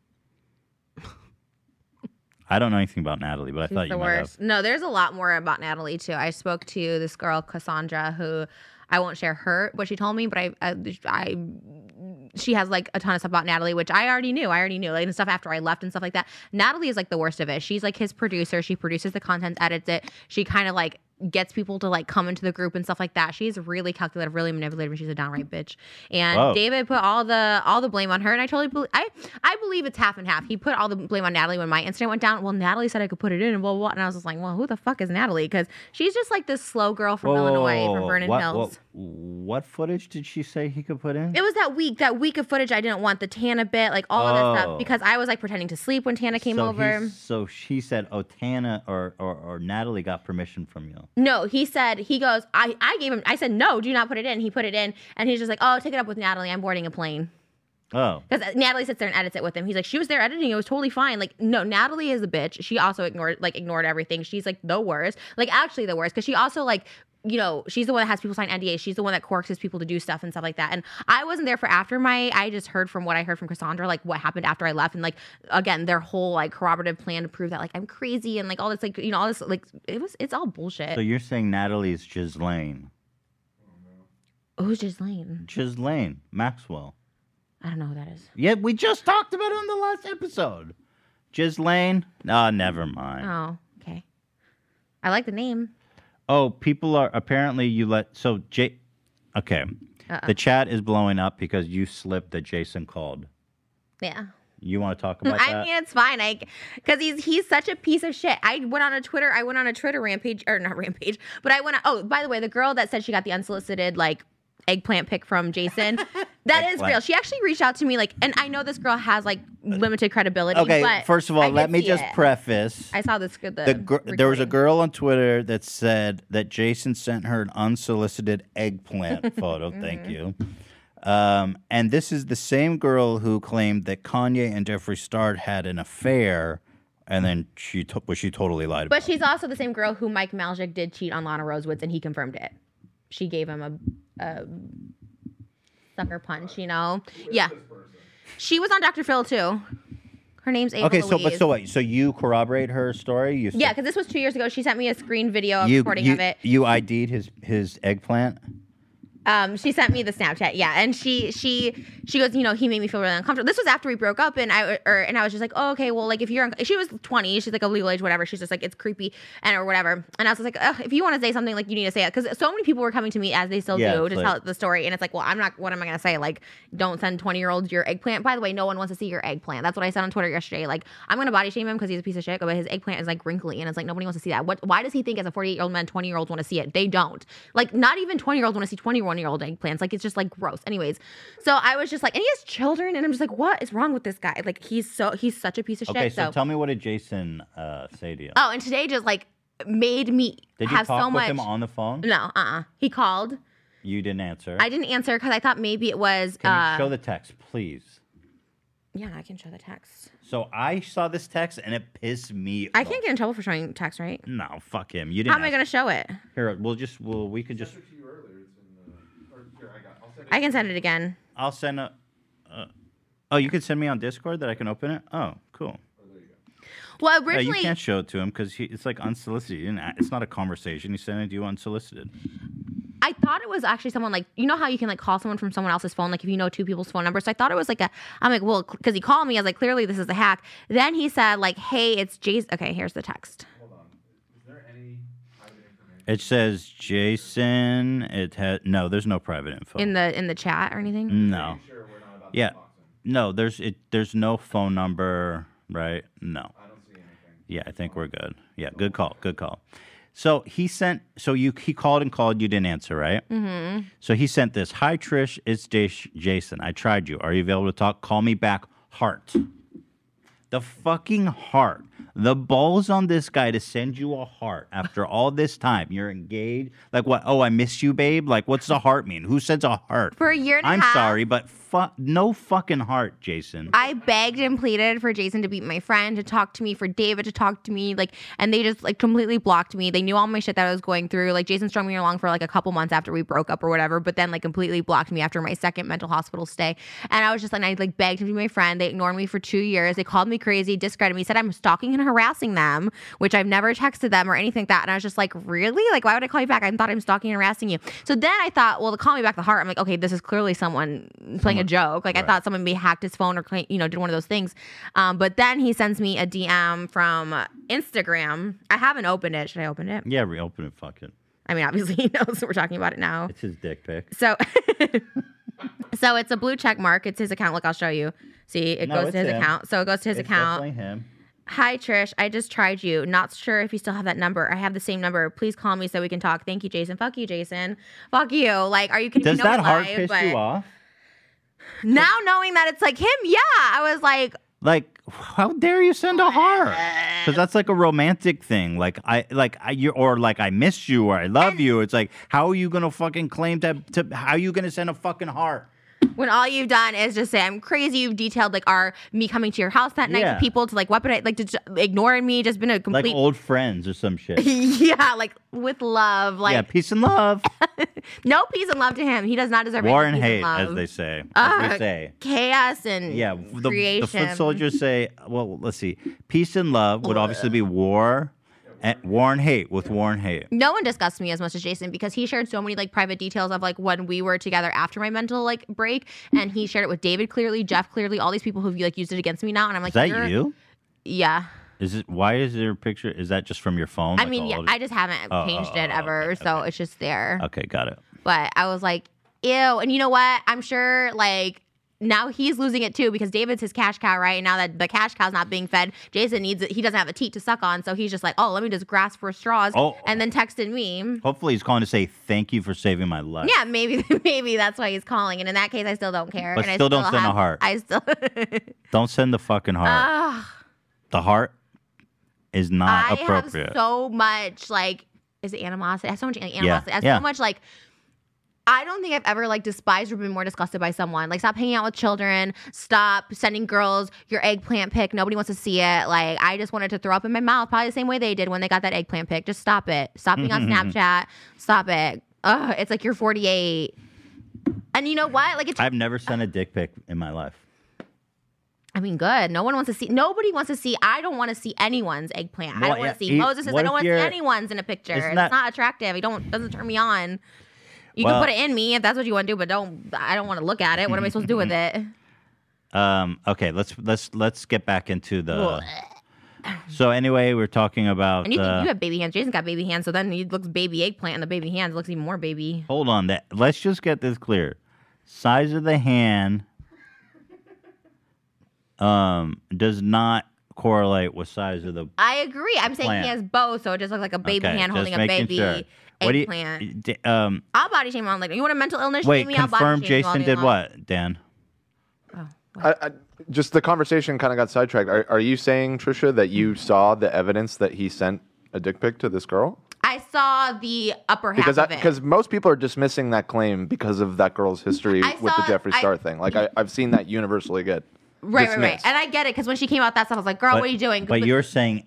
I don't know anything about Natalie, but I thought
She's the
you might have.
worst. No, there's a lot more about Natalie too. I spoke to this girl Cassandra, who I won't share her what she told me, but I, I, I she has like a ton of stuff about Natalie, which I already knew. I already knew like and stuff after I left and stuff like that. Natalie is like the worst of it. She's like his producer. She produces the content, edits it. She kind of like gets people to like come into the group and stuff like that. She's really calculative, really manipulative, and she's a downright bitch. And
Whoa.
David put all the all the blame on her, and I totally believe I I believe it's half and half. He put all the blame on Natalie when my incident went down. Well, Natalie said I could put it in, and blah blah. blah. And I was just like, well, who the fuck is Natalie? Because she's just like this slow girl from Illinois, from Vernon
what,
Hills.
What, what footage did she say he could put in?
It was that week, that week of footage I didn't want, the Tana bit, like all of that
Oh.
stuff, because I was like pretending to sleep when Tana came
so
over.
he's- So she said, "Oh, Tana or, or or Natalie got permission from you."
No, he said, he goes, I, I gave him, I said, no, do not put it in. He put it in, and he's just like, oh, take it up with Natalie. I'm boarding a plane.
Oh,
Because Natalie sits there and edits it with him. He's like, she was there editing. It was totally fine. Like, no, Natalie is a bitch. She also ignored, like, ignored everything. She's like the worst. Like, actually the worst. Because she also like, you know, she's the one that has people sign NDAs. She's the one that coerces people to do stuff and stuff like that. And I wasn't there for after my. I just heard from what I heard from Cassandra, like what happened after I left, and like again their whole like corroborative plan to prove that like I'm crazy and like all this like you know all this like it was it's all bullshit.
so you're saying Natalie's Ghislaine,
Who's Ghislaine?
Ghislaine Maxwell?
I don't know who that is.
Yeah, we just talked about it on the last episode. Ghislaine? Ah, never mind.
Oh, okay. I like the name.
Oh, people are apparently you let so J. Okay,
Uh-uh.
the chat is blowing up because you slipped that Jason called.
Yeah.
You want to talk about
I
that?
mean, it's fine. I, because he's he's such a piece of shit. I went on a Twitter. I went on a Twitter rampage, or not rampage, but I went. On, oh, by the way, the girl that said she got the unsolicited like eggplant pic from Jason, that is
Eggplant. Uh,
real. She actually reached out to me like, and I know this girl has like limited credibility.
okay,
but
first of all,
I could
let me
see
just
it.
preface.
I saw this. The,
the gr- there was a
recording.
girl on Twitter that said that Jason sent her an unsolicited eggplant photo. Thank
Mm-hmm.
you. Um, and this is the same girl who claimed that Kanye and Jeffree Star had an affair, and then she to- was she totally lied about.
But she's also the same girl who Mike Maljic did cheat on Lana Rosewoods, and he confirmed it. She gave him a, a sucker punch, you know. Yeah, she was on Dr. Phil too. Her name's Ava
okay, so
Louise.
but so what? So you corroborate her story? You
yeah, because this was two years ago. She sent me a screen video of
you
recording
you,
of it.
you ID'd his his eggplant.
Um, she sent me the Snapchat, yeah, and she she she goes, you know, he made me feel really uncomfortable. This was after we broke up, and I or and I was just like, oh, okay, well, like if you're un-, she was 20, she's like a legal age, whatever. She's just like it's creepy and or whatever. And I was just like, Ugh, if you want to say something, like you need to say it, because so many people were coming to me as they still
Yeah,
do
it's
to
like-
tell the story, and it's like, well, I'm not. What am I gonna say? Like, don't send 20 year olds your eggplant. By the way, no one wants to see your eggplant. That's what I said on Twitter yesterday. Like, I'm gonna body shame him because he's a piece of shit, but his eggplant is like wrinkly, and it's like nobody wants to see that. What? Why does he think as a 48 year old man, 20 year olds want to see it? They don't. Like, not even 20 year olds want to see 21 year old eggplants. Like, it's just like gross. Anyways, so I was just like, and he has children, and I'm just like, what is wrong with this guy? Like, he's so he's such a piece of
Okay,
shit.
so, tell me what did Jason uh, say to you?
oh, and today just like made me
Did you
have
talk
so
with
much.
him on the phone?
no, uh, uh he called.
You didn't answer.
I didn't answer because I thought maybe it was.
Can
uh,
you show the text, please?
Yeah, I can show the text.
So I saw this text and it pissed me.
I
off.
can't get in trouble for showing text, right?
No, fuck him. You didn't.
How am I gonna show it?
ask- Here, we'll just. We'll. We could just.
to you earlier. It's in the. Or here, I got. I'll send it.
I can send it again.
I'll send a. Uh, oh, you could send me on Discord that I can open it. Oh, cool.
Well,
Yeah, you
originally,
can't show it to him because it's like unsolicited. You didn't a- It's not a conversation. He's sending it to you unsolicited.
I thought it was actually someone like you know how you can like call someone from someone else's phone, like if you know two people's phone number. So I thought it was like a. I'm like, well, because he called me, I was like, clearly this is a hack. Then he said like, hey, it's Jason. Okay, here's the text.
Hold on. Is there any private information?
It says Jason. It had no. There's no private info.
In the in the chat or anything?
no.
Are you sure we're not about
Yeah.
to box him?
No. There's it. There's no phone number. Right. No.
I don't see anything.
Yeah. I think we're good. Yeah. Good call. Good call. So he sent. So you he called and called. You didn't answer. Right. Mm-hmm. So he sent this. Hi Trish. It's Jash- Jason. I tried you. Are you available to talk? Call me back. Heart. The fucking heart. The balls on this guy to send you a heart after all this time. You're engaged. Like what? Oh, I miss you, babe. Like what's the heart mean? Who sends a heart?
For a year and a
I'm
half.
sorry, but fuck no fucking heart, Jason.
I begged and pleaded for Jason to be my friend, to talk to me, for David to talk to me, like, and they just like completely blocked me. They knew all my shit that I was going through. Like, Jason strung me along for like a couple months after we broke up or whatever, but then like completely blocked me after my second mental hospital stay. And I was just like, I like begged him to be my friend. They ignored me for two years. They called me crazy, discredited me, said I'm stalking and harassing them, which I've never texted them or anything like that. And I was just like, really? Like, why would I call you back? I thought I'm stalking and harassing you. So then I thought, well, to call me back the heart, I'm like, okay, this is clearly someone playing a joke. Like, I thought someone maybe hacked his phone or, cl- you know, did one of those things. Um, but then he sends me a DM from uh, Instagram. I haven't opened it. Should I open it?
yeah, reopen it. Fuck it.
I mean, obviously he knows we're talking about it now.
It's his dick pic.
So, so it's a blue check mark. It's his account. Look, I'll show you. See, it
No,
goes
it's
to his
him.
account. So it goes to his
It's
account.
definitely him.
Hi, Trish. I just tried you. Not sure if you still have that number. I have the same number. Please call me so we can talk. Thank you, Jason. Fuck you, Jason. Fuck you. Like, are you kidding
Does
me? No,
that
it's
heart
live,
piss
but
you off?
Now knowing that it's like him, yeah. I was like,
Like, how dare you send a heart? Because that's like a romantic thing. Like I, like I, you, or like I miss you, or I love you. It's like, how are you gonna fucking claim to? to how are you gonna send a fucking heart?
when all you've done is just say I'm crazy. You've detailed like our me coming to your house that night,
Yeah.
with people to like weaponize, like to just ignoring me, just been a
Like
complete.
old friends or some shit.
yeah, like with love, like
yeah, peace and love.
no peace and love to him. He does not deserve
War and
any peace
hate, as
love.
they say. as
Ah,
they say.
chaos and
Yeah, the, the
creation.
foot soldiers say, well, let's see. Peace and love would obviously be war, and, war and hate with war and hate.
no one disgusts me as much as Jason because he shared so many like private details of like when we were together after my mental like break, and he shared it with David clearly, Jeff clearly, all these people who've like used it against me now, and I'm like,
Is that
"You're-"
you?
Yeah,
Is it? Why is there a picture? Is that just from your phone?
I
Like,
mean,
all
yeah,
of-
I just haven't
Oh,
changed
oh,
it
oh,
ever,
okay,
so
okay.
it's just there.
Okay, got it.
But I was like, ew, and you know what? I'm sure like. Now he's losing it too because David's his cash cow, right? And now that the cash cow's not being fed, Jason needs it. He doesn't have a teat to suck on, so he's just like, "Oh, let me just grasp for straws,"
Oh.
and then texted me.
Hopefully, he's calling to say thank you for saving my life.
Yeah, maybe maybe that's why he's calling. And in that case, I still don't care.
But
and
still
I
don't send a
have-
heart.
I still.
Don't send the fucking heart.
Ugh,
the heart is not
Uh, I have
appropriate.
so much like is it animosity? I have so much like, animosity. I have
yeah.
so much like. I don't think I've ever like despised or been more disgusted by someone. Like, stop hanging out with children. Stop sending girls your eggplant pic. Nobody wants to see it. Like, I just wanted to throw up in my mouth, probably the same way they did when they got that eggplant pic. Just stop it. Stop being
Mm-hmm,
on Snapchat. Stop it. Ugh, it's like you're 48. And you know what? Like, it
I've never sent a dick pic in my life.
I mean, good. No one wants to see. Nobody wants to see. I don't want to see anyone's eggplant. I
Well,
don't want to
yeah,
see
e-
Moses. I
what
don't
if
want to see
you're-
anyone's in a picture.
Isn't
It's
that-
not attractive. It don't doesn't turn me on. You You
Well-
can put it in me if that's what you want to do, but don't. I don't want to look at it. What am I supposed to do with it?
Um, okay, let's let's let's get back into the. So anyway, we're talking about.
And you,
uh,
you have baby hands. Jason's got baby hands, so then he looks baby eggplant, and the baby hands looks even more baby.
hold on, that let's just get this clear. Size of the hand um, does not correlate with size of the
I agree. I'm saying
Plant.
he has both, so it just looks like a baby
Okay,
hand
just
holding a
making
baby
sure. What do you-
eggplant.
d- um,
I'll body shame on like you want a mental illness?
wait,
shame me, I'll body
confirm
shame you all
Jason
day
did
long.
what, Dan?
Oh, what?
I, I, just the conversation kind of got sidetracked. Are, are you saying, Trisha, that you saw the evidence that he sent a dick pic to this girl?
I saw the upper half
Because
of it.
because most people are dismissing that claim because of that girl's history
I
with the
saw-
Jeffree
I-
Star thing. Like I, I've seen that universally good.
right, right, right.
dismissed.
And I get it because when she came out that stuff, I was like, "Girl,
But-
Oh, what are you doing?" 'Cause
But
the-
you're saying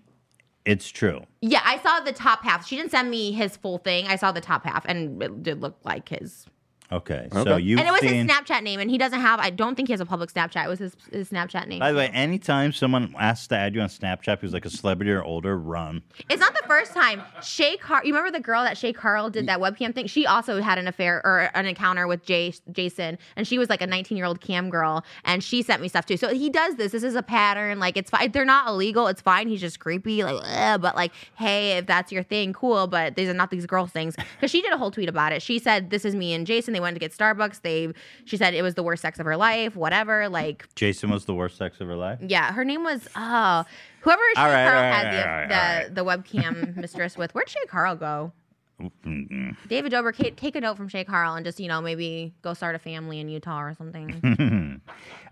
it's true.
yeah, I saw the top half. She didn't send me his full thing. I saw the top half, and it did look like his.
Okay, so
Okay.
you've
and it was
seen.
his Snapchat name, and he doesn't have. I don't think he has a public Snapchat. It was his, his Snapchat name.
by the way, anytime someone asks to add you on Snapchat who's like a celebrity or older, run.
It's not the first time. Shay Car, you remember the girl that Shay Carl did that webcam thing? She also had an affair or an encounter with Jay- Jason, and she was like a 19 year old cam girl, and she sent me stuff too. So he does this. This is a pattern. Like it's fine. They're not illegal. It's fine. He's just creepy. Like, ugh, but like, hey, if that's your thing, cool. But these are not these girl things. Because she did a whole tweet about it. She said, "This is me and Jason. They went to get Starbucks. They," she said, "It was the worst sex of her life. Whatever." Like,
Jason was the worst sex of her life.
yeah, her name was oh, whoever Shay
All right,
Carl
all right,
had
all right,
the,
all
the, the webcam mistress with. Where'd Shay Carl go?
Mm-mm.
David Dobrik, ca- take a note from Shay Carl and just you know maybe go start a family in Utah or something.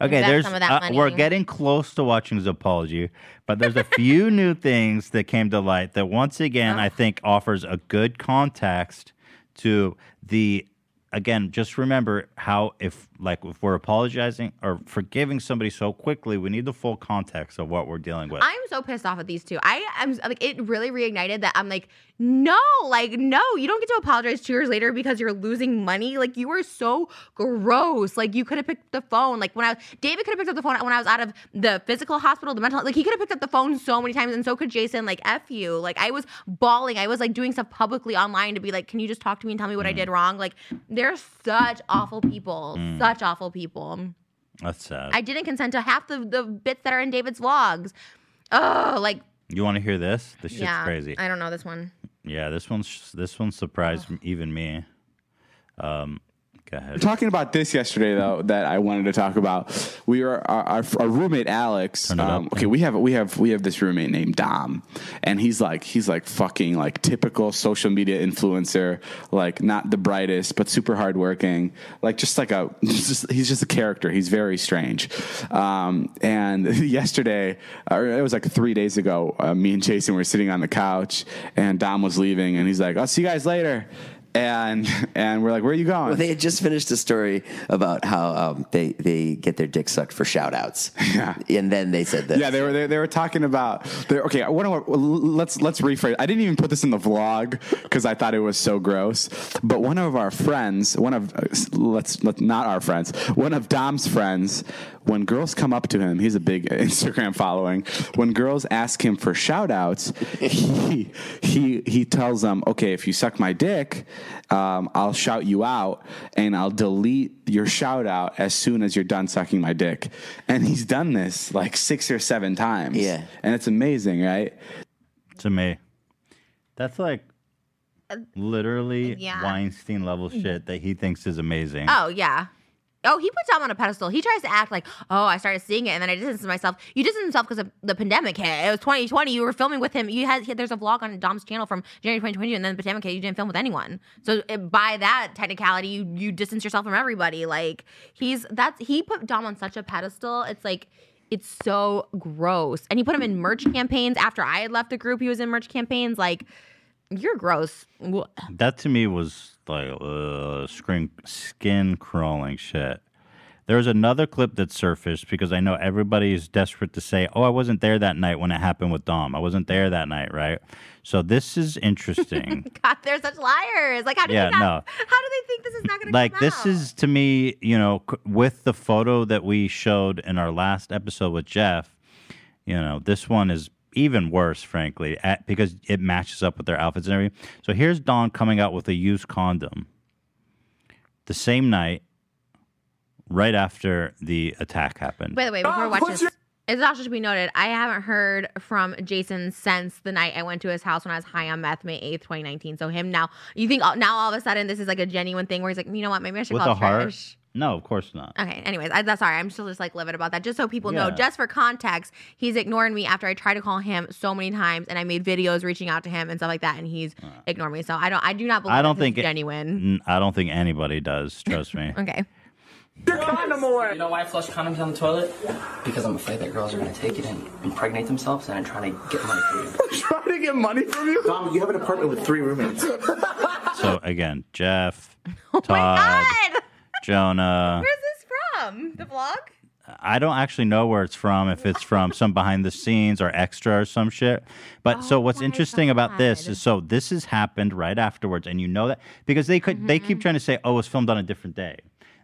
Okay,
Invest
there's
some of that
uh, we're
money.
getting close to watching his apology, but there's a few new things that came to light that once again
Oh.
I think offers a good context to the again, just remember how if like if we're apologizing or forgiving somebody so quickly, we need the full context of what we're dealing with.
I'm so pissed off at these two. I am like it really reignited that I'm like no, like no, you don't get to apologize two years later because you're losing money. Like you are so gross. Like you could have picked the phone. Like when I David could have picked up the phone when I was out of the physical hospital, the mental like he could have picked up the phone so many times, and so could Jason. Like f you. Like I was bawling. I was like doing stuff publicly online to be like, can you just talk to me and tell me what I did wrong? Like they're such awful people. Such awful people.
That's sad.
I didn't consent to half the, the bits that are in David's vlogs. Oh, like
you want to hear this? This shit's
yeah,
crazy.
I don't know this one.
yeah, this one's this one surprised m even me. Um, go ahead.
talking about this yesterday though that I wanted to talk about. We were our, our, our roommate Alex.
it
Um,
up.
okay, we have we have we have this roommate named Dom, and he's like he's like fucking like typical social media influencer, like not the brightest but super hardworking, like just like a just, he's just a character. He's very strange. Um, and yesterday, or it was like three days ago, uh, me and Jason were sitting on the couch, and Dom was leaving, and he's like, "I'll see you guys later." And and we're like, where are you going?
Well, they had just finished a story about how um, they they get their dick sucked for shout outs.
Yeah.
And then they said this.
Yeah, they were they, they were talking about. They, okay, I want to let's let's rephrase. I didn't even put this in the vlog because I thought it was so gross. But one of our friends, one of uh, let's let not our friends, one of Dom's friends, when girls come up to him, he's a big Instagram following. When girls ask him for shout outs, he he he tells them, okay, if you suck my dick, um, I'll shout you out and I'll delete your shout out as soon as you're done sucking my dick. And he's done this like six or seven times.
Yeah.
And it's amazing, right?
to me. That's like literally
Uh, yeah. Mm-hmm.
Weinstein level shit that he thinks is amazing.
Oh yeah. Oh, he puts Tom on a pedestal. He tries to act like, oh, I started seeing it, and then I distanced myself. You distanced yourself because the pandemic hit. It was 2020. You were filming with him. You had there's a vlog on Dom's channel from January 2020, and then the pandemic hit. You didn't film with anyone. So it, by that technicality, you you distance yourself from everybody. Like he's that's he put Dom on such a pedestal. It's like it's so gross. And he put him in merch campaigns after I had left the group. He was in merch campaigns. Like you're gross. Wha-
That to me was like uh, screen, skin crawling shit. There was another clip that surfaced because I know everybody is desperate to say, "Oh, I wasn't there that night when it happened with Dom. I wasn't there that night, right?" So this is interesting.
God, they're such liars. Like, how do
Yeah,
they
no.
not, How do they think this is not going to
like
come
this
out?
is to me you know c- with the photo that we showed in our last episode with jeff you know this one is even worse frankly at, because it matches up with their outfits and everything so here's don coming out with a used condom the same night, right after the attack happened.
By the way, before watching this, it also should be noted I haven't heard from Jason since the night I went to his house when I was high on meth, May eighth, twenty nineteen. So him now, you think all- now all of a sudden this is like a genuine thing where he's like, you know what, maybe I should
With
call
a heart?
Trish.
no, of course not.
Okay. Anyways, I, that's sorry. I'm still just like livid about that. Just so people know,
Yeah.
just for context, he's ignoring me after I tried to call him so many times, and I made videos reaching out to him and stuff like that, and he's ignored me. So I don't. I do not believe.
I don't
this is
think it- Mm.
genuine.
N- I don't think anybody does. Trust me.
okay.
You know why I flush condoms down the toilet? Because I'm afraid that girls are gonna take it and impregnate themselves and I'm trying to get money from you.
Trying to get money from you? Mom, you have an apartment with three roommates.
So again, Jeff, Todd,
Oh my God.
Jonah.
Where's this from? The vlog?
I don't actually know where it's from, if it's from some behind the scenes or extra or some shit. But so what's
my
interesting about this
God.
is so this has happened right afterwards, and you know that because they could they keep trying to say, oh, it was filmed on a different day.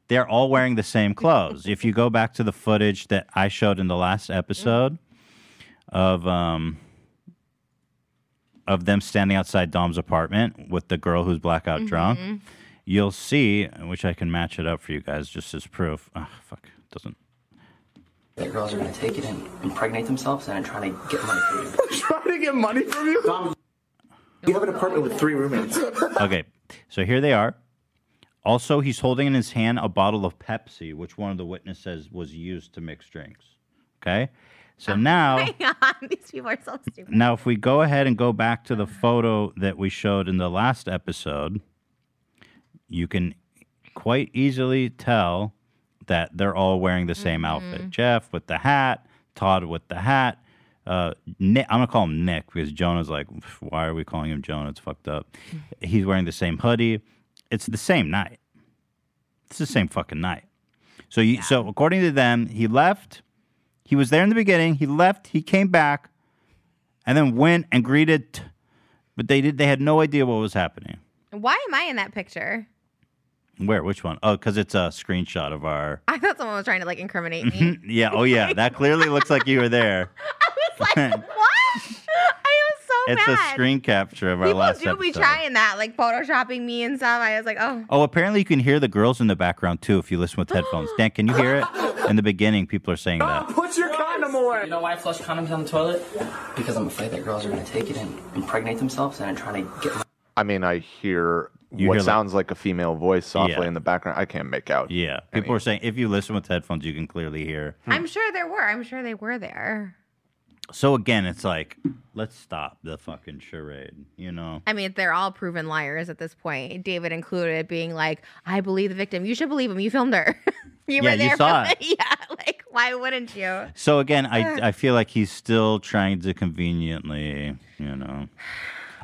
They're all wearing the same clothes. if you go back to the footage that I showed in the last episode of um of them standing outside Dom's apartment with the girl who's blackout drunk, you'll see, which I can match it up for you guys just as proof. Ah, fuck, doesn't
That girls are gonna take it and impregnate themselves and I'm trying to get money from you.
Trying to get money from you? Mom, you have an apartment with three roommates.
Okay, so here they are. Also, he's holding in his hand a bottle of Pepsi, which one of the witnesses says was used to mix drinks. Okay, so now,
Hang on. These people are so stupid.
now if we go ahead and go back to the photo that we showed in the last episode, you can quite easily tell that they're all wearing the same outfit. Jeff with the hat, Todd with the hat. Uh, Nick, I'm gonna call him Nick because Jonah's like, "Pff, why are we calling him Jonah? It's fucked up. He's wearing the same hoodie. It's the same night. It's the same fucking night. So, you, so according to them, he left. He was there in the beginning. He left. He came back, and then went and greeted. t- but they did. They had no idea what was happening.
Why am I in that picture?
Where? Which one? Oh, because it's a screenshot of our.
I thought someone was trying to like incriminate me.
Yeah. Oh, yeah. That clearly looks like you were there.
I was like, what? I was so
It's a
mad.
screen capture of our
People
last
do be
episode.
trying that, like photoshopping me and stuff. I was like, oh,
Oh, apparently you can hear the girls in the background too if you listen with headphones. Dan, can you hear it? In the beginning, people are saying that.
Put your condom away.
You know why I flush condoms down the toilet? Because I'm afraid that girls are gonna take it and impregnate themselves and I'm trying to get money
I mean, I hear
You
what
hear, like-
sounds like a female voice softly
Yeah.
in the background. I can't make out.
Yeah.
I
People
mean-
are saying if you listen with headphones, you can clearly hear.
I'm sure there were. I'm sure they were there.
So again, it's like, let's stop the fucking charade, you know?
I mean, they're all proven liars at this point. David included, being like, "I believe the victim. You should believe him. You filmed her. you
Yeah,
were
you
there.
saw
for
it.
the- yeah, like why wouldn't you?
So again, I, I feel like he's still trying to conveniently, you know.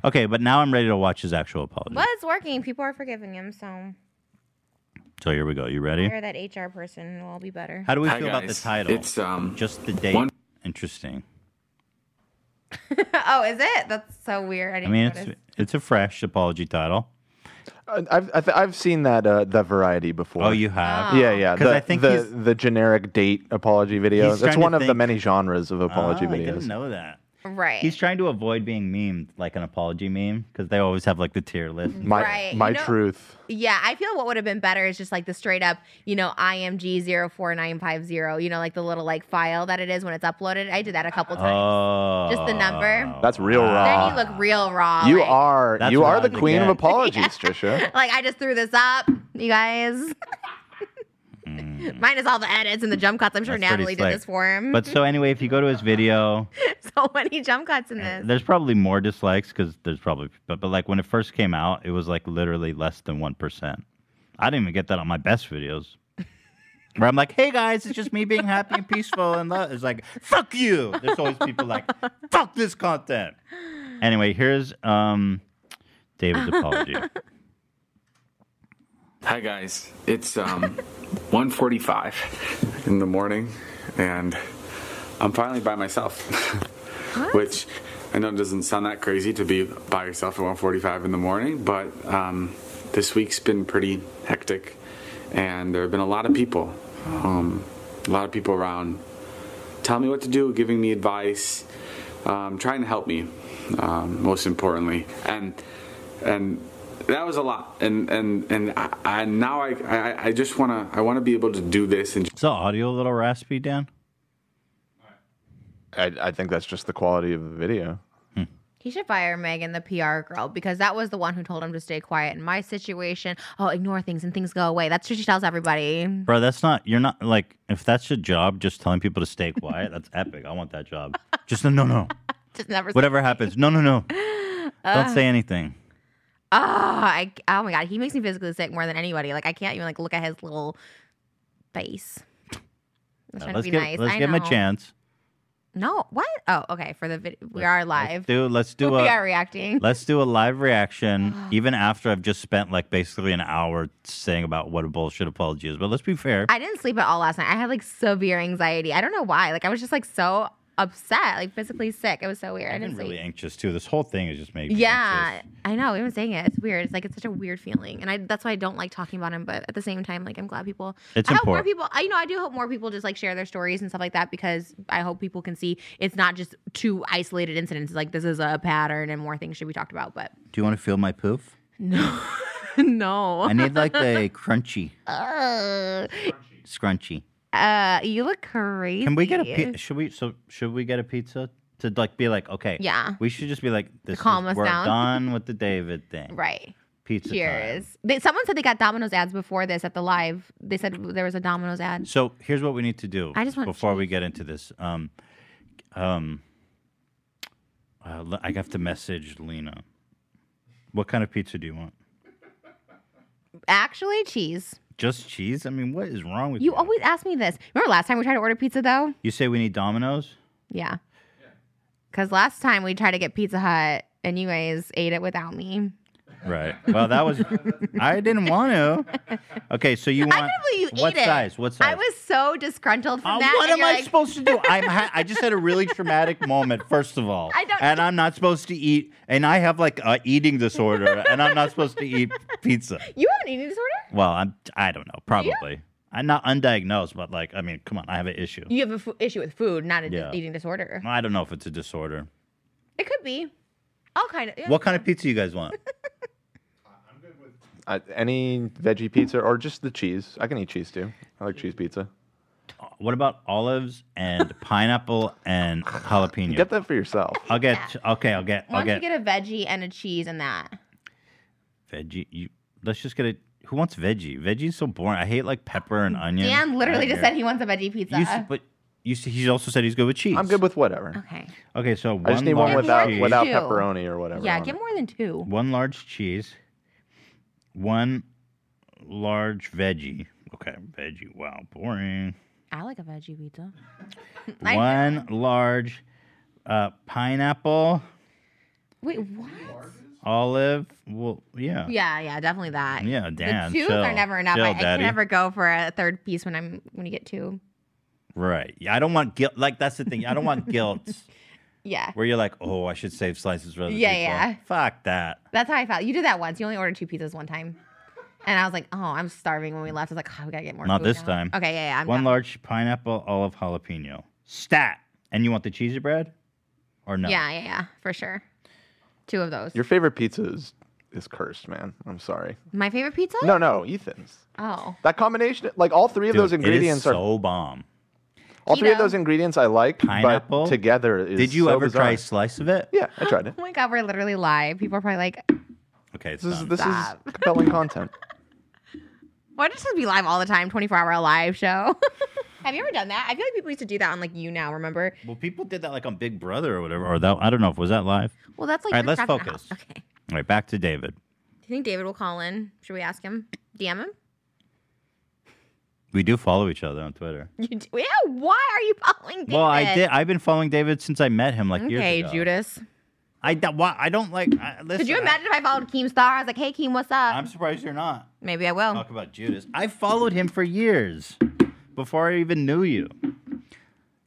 Okay, but now I'm ready to watch his actual apology.
Well, it's working. People are forgiving him, so
So here we go. You ready?
they're that HR person will all be better.
How do we
Hi,
feel about the
guys.
title?
It's, um,
just the date.
one-
Interesting.
oh, is it? That's so weird. I
I
didn't.
mean,
notice.
it's it's a fresh apology title.
I- I've I've, I've seen that uh, that variety before.
Oh, you have.
Yeah, yeah.
'Cause
The,
I think
the,
he's-
the generic date apology
He's
videos. That's
trying to
one of the
think-
many genres of apology
Ah, I
videos.
didn't know that.
right.
He's trying to avoid being memed like an apology meme because they always have like the tier list.
Mm-hmm.
My
Right,
my
you know-
truth.
Yeah, I feel what would have been better is just like the straight up, you know, IMG 04950, you know, like the little like file that it is when it's uploaded. I did that a couple times.
Oh,
Just the number.
That's real
then
raw.
you look real raw.
You
like,
are
That's
you
what I
are the
was
queen of
again.
apologies, Trisha.
Like I just threw this up, you guys. Minus all the edits and the jump cuts. I'm sure
Mm. That's pretty
Natalie did
slick.
this for him.
But so anyway, if you go to his video,
so many jump cuts in this.
there's probably more dislikes because there's probably but but like when it first came out, it was like literally less than one percent. I didn't even get that on my best videos. Where I'm like, hey guys, it's just me being happy and peaceful and love. It's like, fuck you. There's always people like, fuck this content. Anyway, here's um, David's apology.
Hi guys, it's um, 1:45 in the morning, and I'm finally by myself. Which I know doesn't sound that crazy to be by yourself at 1:45 in the morning, but um, this week's been pretty hectic, and there have been a lot of people, um, a lot of people around, telling me what to do, giving me advice, um, trying to help me, um, most importantly, and and that was a lot, and and and I, I now I, I I just wanna I wanna be able to do this and
Is the audio a little raspy, Dan?
I, I think that's just the quality of the video.
He should fire Megan, the PR girl, because that was the one who told him to stay quiet. In my situation, oh, ignore things and things go away. That's what she tells everybody.
Bro, that's not, you're not like, if that's your job, just telling people to stay quiet, that's epic. I want that job. Just no, no, no.
Just never. say-
Whatever happens, no, no, no. Don't say anything.
Oh, I, oh my god, he makes me physically sick more than anybody. Like I can't even like look at his little face. I'm
Yeah,
trying
Uh, let's
to be
give,
nice.
let's
I
give him
know.
a chance.
No, what? Oh, okay. For the video, we
Let's-
are live.
Dude, let's do
we
a,
are reacting.
Let's do a live reaction, even after I've just spent like basically an hour saying about what a bullshit apology is. But let's be fair.
I didn't sleep at all last night. I had like severe anxiety. I don't know why. Like I was just like so upset, like physically sick. It was so weird. I
I've been
didn't
really
sleep.
anxious too. This whole thing is just making me
Yeah,
anxious.
I know. Even saying it, it's weird. It's like it's such a weird feeling, and I, that's why I don't like talking about him. But at the same time, like I'm glad people.
It's
I hope more
important.
people. I you know I do hope more people just like share their stories and stuff like that because I hope people can see it's not just two isolated incidents. Like this is a pattern, and more things should be talked about. But
Do you want to feel my poof?
no, no.
I need like the crunchy,
Ugh.
scrunchy.
Uh, you look crazy.
Can we get a pi- should we so should we get a pizza to like be like okay
Yeah.
we should just be like this
calm
is-
us
we're
down.
done with the David thing
Right.
pizza time.
Cheers. They, someone said they got Domino's ads before this at the live. They said there was a Domino's ad.
So here's what we need to do.
I just want
before we get into this. Um, um, uh, le- I have to message Lena. What kind of pizza do you want?
Actually, cheese.
Just cheese? I mean, what is wrong with you?
You always ask me this. Remember last time we tried to order pizza though?
You say we need Domino's.
Yeah. Because last time we tried to get Pizza Hut and you guys ate it without me.
Right. Well, that was. I didn't want to. Okay, so you want.
I can't believe you
what
ate
size?
it.
What size?
I was so disgruntled from
Uh,
that.
what
and
am
you're
I
like,
supposed to do? I'm ha- I just had a really traumatic moment, first of all,
I don't-
and I'm not supposed to eat, and I have like a eating disorder, and I'm not supposed to eat pizza.
You have an eating disorder?
Well, I'm I don't know, probably. I'm not undiagnosed, but like I mean, come on, I have an issue.
You have an issue with food, not an
Yeah.
eating disorder.
I don't know if it's a disorder.
It could be. All kind of.
What kind of pizza you guys want?
Uh, any veggie pizza or just the cheese. I can eat cheese too. I like cheese pizza.
What about olives and pineapple and jalapeno?
Get that for yourself.
I'll get okay. I'll get.
Why
I'll
don't you
get,
get a veggie and a cheese and that?
veggie. You, let's just get a. Who wants veggie? Veggie's so boring. I hate like pepper and onion.
Dan literally
Right
just
here.
said he wants a veggie pizza.
You, s- but you. s- He also said he's good with cheese.
I'm good with whatever.
okay.
Okay, so one
I just need one
large
without
cheese,
without
Two.
pepperoni or whatever.
Yeah,
on
get
it.
more than two.
one large cheese, one large veggie. Okay, veggie. Wow, boring.
I like a veggie pizza. I-
One large uh, pineapple,
Wait, what?
olive. Well, yeah,
Yeah, yeah, definitely that.
yeah. Dan,
the two
chill.
are never enough.
Chill,
I, I can
Daddy.
never go for a third piece when I'm when you get two.
Right. Yeah, I don't want guilt. Like that's the thing. I don't want guilt
Yeah,
where you're like, oh, I should save slices for other
Yeah,
people.
yeah.
Fuck that.
that's how I felt. You did that once. You only ordered two pizzas one time, and I was like, oh, I'm starving. When we left, I was like, oh, we gotta get more.
Not
food
this
now.
time.
Okay, yeah, yeah. I'm
One
down.
large pineapple, olive, jalapeno. Stat. And you want the cheesy bread, or no?
Yeah, yeah, yeah, for sure. Two of those.
Your favorite pizza is is cursed, man. I'm sorry.
My favorite pizza?
No, no, Ethan's.
Oh,
That combination, like all three of
Dude,
those
it is
ingredients are
so bomb.
all three of
Keto.
those ingredients I like,
Pineapple?
but together is.
Did you
so
ever try
bizarre.
a slice of it?
Yeah, I tried it.
oh my God, we're literally live. People are probably like,
Okay, it's
This is
done.
this is
Stop.
compelling content.
Why does it be live all the time? 24 hour live show. Have you ever done that? I feel like people used to do that on like you now, remember?
well, people did that like on Big Brother or whatever, or that I don't know if was that live.
Well, that's like.
All right,
your
let's
crap in the
focus.
house. Okay. Do
All right, back to David.
you think David will call in? Should we ask him? DM him?
We do follow each other on Twitter.
You do- yeah, why are you following David?
Well, I did. I've been following David since I met him like years
Okay,
ago.
Judas.
I don't, why, I don't like. I, listen,
Could you
I-
imagine if I followed Keem Star? I was like, hey, Keem, what's up?
I'm surprised you're not.
Maybe I will.
Talk about Judas. I followed him for years before I even knew you.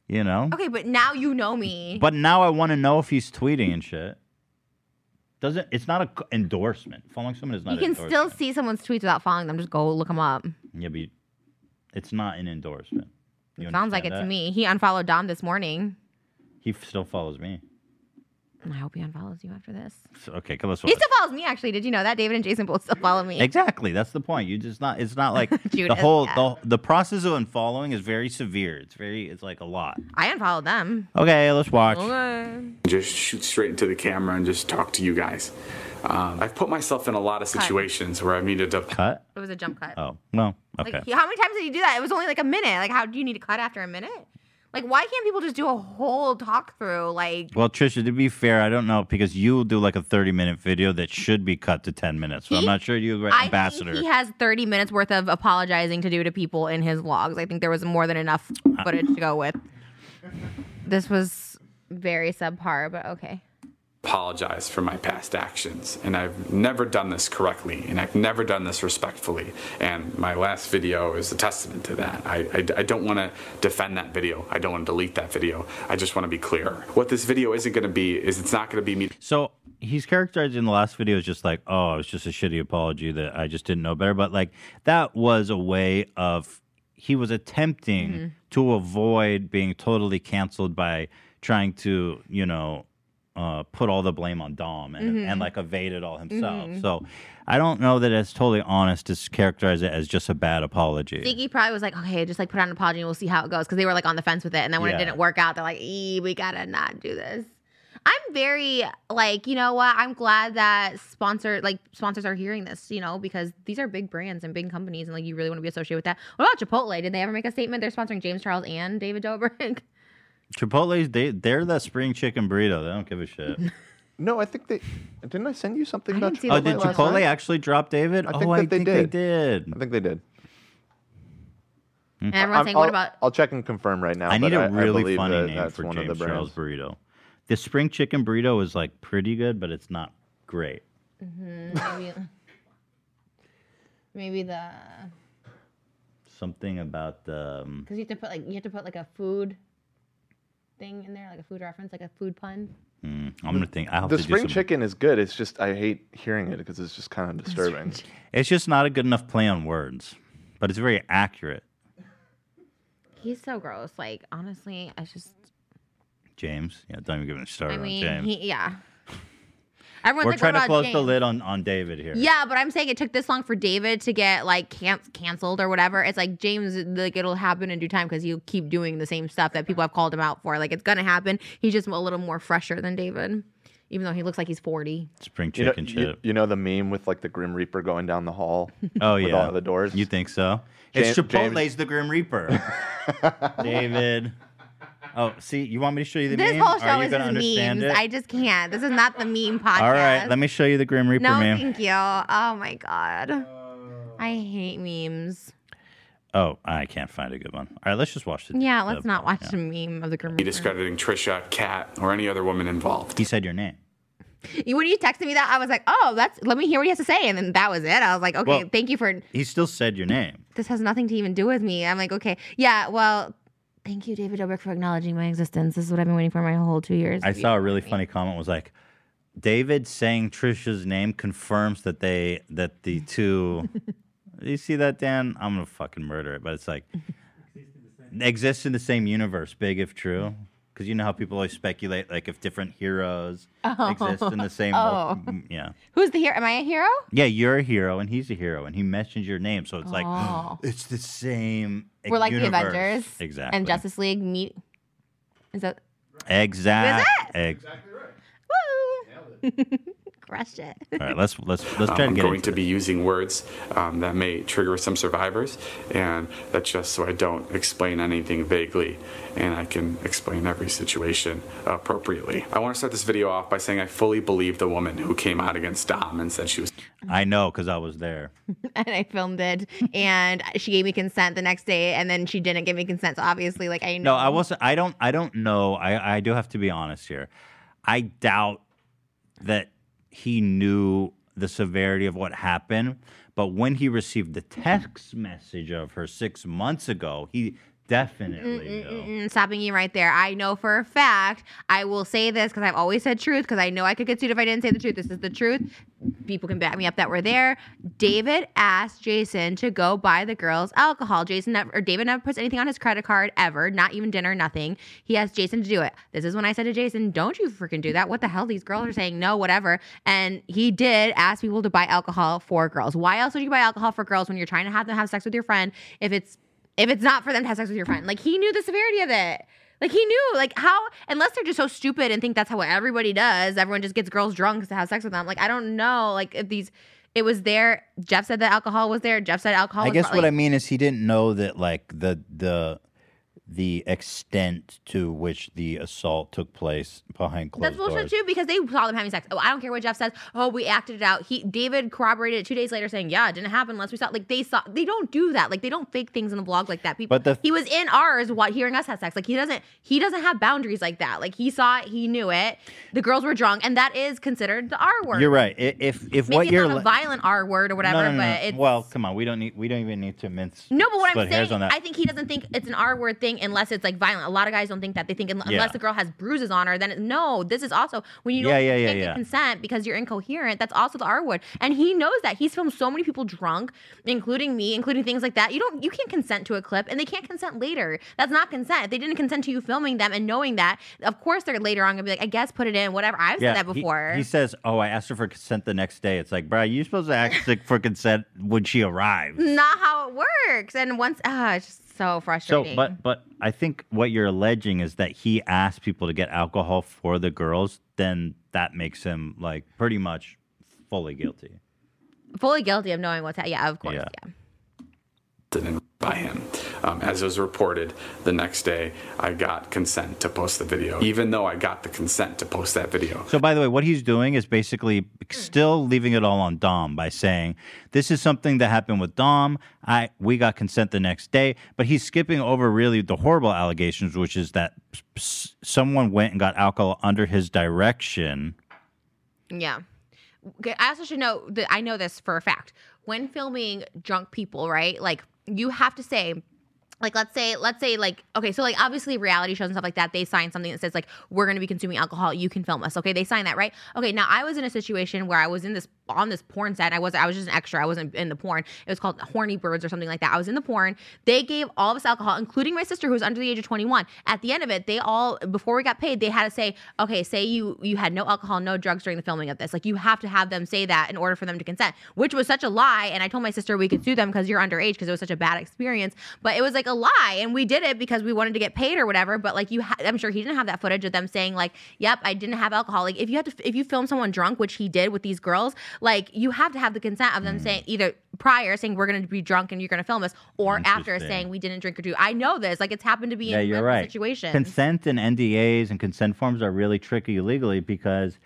You know?
Okay, but now you know me.
But now I want to know if he's tweeting and shit. Doesn't it's not a c- endorsement. Following someone is not
you
an
can still
endorsement.
see someone's tweets without following them. Just go look them up.
Yeah, but you- it's not an endorsement. You
Sounds like
understand
it to
that?
me. He unfollowed Dom this morning.
He f- still follows me.
I hope he unfollows you after this.
So, okay, let's.
He still follows me, actually. Did you know that? David and Jason both still follow me.
Exactly. That's the point. You just not. It's not like the
Judas,
whole
yeah.
the, the process of unfollowing is very severe. It's very. It's like a lot.
I unfollowed them.
Okay, let's watch.
Okay.
just shoot straight into the camera and just talk to you guys. Um, I've put myself in a lot of situations where I've needed to
Cut.
It was a jump cut.
Oh well.
Like,
Okay.
how many times did you do that? It was only like a minute. Like, how do you need to cut after a minute? Like, why can't people just do a whole talk through? Like,
Well, Trisha, to be fair, I don't know because you will do like a thirty-minute video that should be cut to ten minutes. So I'm
He-
not sure you're the
I
right ambassador.
think he has 30 minutes worth of apologizing to do to people in his vlogs. I think there was more than enough footage to go with. This was very subpar, but okay.
apologize for my past actions. And I've never done this correctly, and I've never done this respectfully. And my last video is a testament to that. I, I, I don't want to defend that video, I don't want to delete that video. I just want to be clear. What this video isn't going to be is it's not going to be me
So he's characterized in the last video as just like, oh, it was just a shitty apology that I just didn't know better. But like that was a way of he was attempting to avoid being totally canceled by trying to, you know, uh, put all the blame on Dom and, and like evade it all himself. So I don't know that it's totally honest to s- characterize it as just a bad apology.
Ziggy probably was like, okay, just like put out an apology and we'll see how it goes. Cause they were like on the fence with it. And then when it
Yeah.
didn't work out, they're like, ee, we gotta not do this. I'm very like, you know what? I'm glad that sponsor like sponsors are hearing this, you know, because these are big brands and big companies and like you really want to be associated with that. What about Chipotle? Did they ever make a statement? They're sponsoring James Charles and David Dobrik.
Chipotle's they they're that spring chicken burrito. They don't give a shit.
No, I think they didn't. I send you something
I
about
didn't see
oh,
that
did
last
Chipotle
night?
actually drop David?
I
oh,
think
I
that they
think
did.
they did.
I think they did.
and everyone's saying,
I'll,
What about
I'll check and confirm right now.
I need
a
a really
believe
funny
that
name
that's
for
one
James
of the
Charles
brands.
burrito. The spring chicken burrito is like pretty good, but it's not great.
maybe, maybe the
Something about the um,
because you have to put like you have to put like a food thing in there, like a food reference, like a food pun.
mm, I'm gonna think. I have
The
to
spring
do some,
chicken is good. It's just I hate hearing it because it's just kind of disturbing.
It's just not a good enough play on words, but it's very accurate.
He's so gross. Like honestly, I just
James, yeah, don't even give it a start
I mean,
on James.
he yeah. Everyone's
We're
like,
trying
what
to
about
close the
James?
lid on on David here.
Yeah, but I'm saying it took this long for David to get like can- canceled or whatever. It's like James, like it'll happen in due time because you keep doing the same stuff that people have called him out for. Like it's gonna happen. He's just a little more fresher than David, even though he looks like he's 40.
Spring
You know,
chicken
you,
chip.
you know the meme with like the Grim Reaper going down the hall
oh
with
yeah,
all the doors.
You think so? it's
Jam- James-
Chipotle's the Grim Reaper. David. Oh, see, you want me to show you the
This
meme?
whole show
Are you
is
gonna
just
understand
memes.
it?
I just can't. This is not the meme podcast.
All right, let me show you the Grim Reaper
No,
meme.
thank you. Oh my god, I hate memes.
Oh, I can't find a good one. All right, let's just watch the.
Yeah, let's
the-
not watch the meme of the Grim
be
Reaper.
discrediting Trisha, Kat, or any other woman involved.
He said your name.
You- When you texted me that, I was like, "Oh, that's let me hear what he has to say," and then that was it. I was like, "Okay,
Well-
thank you for
He still said your name.
this has nothing to even do with me." I'm like, "Okay, yeah, well, thank you, David Dobrik, for acknowledging my existence. This is what I've been waiting for my whole two years."
I saw a really funny comment was like, David saying Trisha's name confirms that they that the two. you see that, Dan? I'm gonna fucking murder it. But it's like exist in the same universe. Big if true. Because you know how people always speculate, like if different heroes exist in the same, mul- m- yeah,
Who's the hero? Am I a hero?
yeah, you're a hero and he's a hero, and he mentions your name, so it's
Oh.
like it's the same.
We're like the
universe.
Avengers,
exactly,
and Justice League meet. Is that
Exact.
Is
ex-
woo? Crushed it.
All right, let's let's let's try
Um, I'm
to get
going
into
to be using words um, that may trigger some survivors, and that's just so I don't explain anything vaguely, and I can explain every situation appropriately. I want to start this video off by saying I fully believe the woman who came out against Dom and said she was
it. I know because I was there.
and I filmed it, and she gave me consent the next day, and then she didn't give me consent. So obviously, like I know.
No, I wasn't. I don't. I don't know. I I do have to be honest here. I doubt that he knew the severity of what happened. But when he received the text message of her six months ago, he Definitely. though.
Mm-mm-mm, Mm, stopping you right there. I know for a fact. I will say this because I've always said truth because I know I could get sued if I didn't say the truth. This is the truth. People can back me up that we're there. David asked Jason to go buy the girls alcohol. Jason never, or David never puts anything on his credit card ever, not even dinner, nothing. He asked Jason to do it. This is when I said to Jason, "Don't you freaking do that? What the hell? These girls are saying no, whatever." And he did ask people to buy alcohol for girls. Why else would you buy alcohol for girls when you're trying to have them have sex with your friend if it's if it's not for them to have sex with your friend. Like he knew the severity of it. Like he knew, like how unless they're just so stupid and think that's how everybody does. Everyone just gets girls drunk to have sex with them. Like I don't know, like if these, it was there. Jeff said that alcohol was there. Jeff said alcohol.
I
was
guess
brought,
what I
like,
mean is he didn't know that like the the the extent to which the assault took place behind closed
That's bullshit
doors.
too because they saw them having sex. Oh, I don't care what Jeff says. Oh, we acted it out. He David corroborated it two days later, saying, "Yeah, it didn't happen unless we saw." Like they saw. They don't do that. Like they don't fake things in the blog like that. People.
But the-
he was in ours, what hearing us have sex. Like he doesn't. He doesn't have boundaries like that. Like he saw it. He knew it. The girls were drunk, and that is considered the R word.
You're right. I- If if
Maybe
what
it's
you're
not a
li-
violent R word or whatever,
no, no, no,
but
no.
it's
well, come on, we don't need we don't even need to mince.
no, but what
split
I'm
hairs
saying,
on that.
I think he doesn't think it's an R word thing unless it's like violent. A lot of guys don't think that. They think un-
Yeah.
unless the girl has bruises on her, then it, no. This is also when you don't
Yeah, yeah, yeah,
can't get
yeah.
consent because you're incoherent. That's also the R word, and he knows that. He's filmed so many people drunk, including me, including things like that. You don't, you can't consent to a clip, and they can't consent later. That's not consent. If they didn't consent to you filming them and knowing that, of course they're later on gonna be like, I guess put it in, whatever. I've said that
he-
before.
He, says, "Oh, I asked her for consent the next day." It's like, "Bruh, you supposed to ask for consent when she arrives."
not how it works. And once, ah, it's just so
So,
frustrating.
but but I think what you're alleging is that he asked people to get alcohol for the girls. Then that makes him like pretty much fully guilty.
fully guilty of knowing what's ha- yeah, of course,
Yeah.
yeah.
and by him. Um, as was reported, the next day I got consent to post the video, even though I got the consent to post that video.
So, by the way, what he's doing is basically still leaving it all on Dom by saying this is something that happened with Dom. I we got consent the next day, but he's skipping over really the horrible allegations, which is that s- s- someone went and got alcohol under his direction.
Yeah. Okay, I also should know that I know this for a fact. When filming drunk people, right? Like you have to say like let's say let's say like okay so like obviously reality shows and stuff like that they sign something that says like we're going to be consuming alcohol you can film us okay they sign that right okay now i was in a situation where i was in this on this porn set i was i was just an extra i wasn't in the porn it was called horny birds or something like that i was in the porn they gave all of us alcohol including my sister who was under the age of 21 at the end of it they all before we got paid they had to say okay say you you had no alcohol no drugs during the filming of this like you have to have them say that in order for them to consent which was such a lie and i told my sister we could sue them because you're underage because it was such a bad experience but it was like a lie and we did it because we wanted to get paid or whatever but like you ha- i'm sure he didn't have that footage of them saying like yep i didn't have alcohol like if you had to if you film someone drunk which he did with these girls like you have to have the consent of them saying either prior saying we're going to be drunk and you're going to film us or after
Interesting.
saying we didn't drink or do i know this like it's happened to be
Yeah,
in
you're
multiple
right.
situations
Consent and NDAs and consent forms are really tricky legally because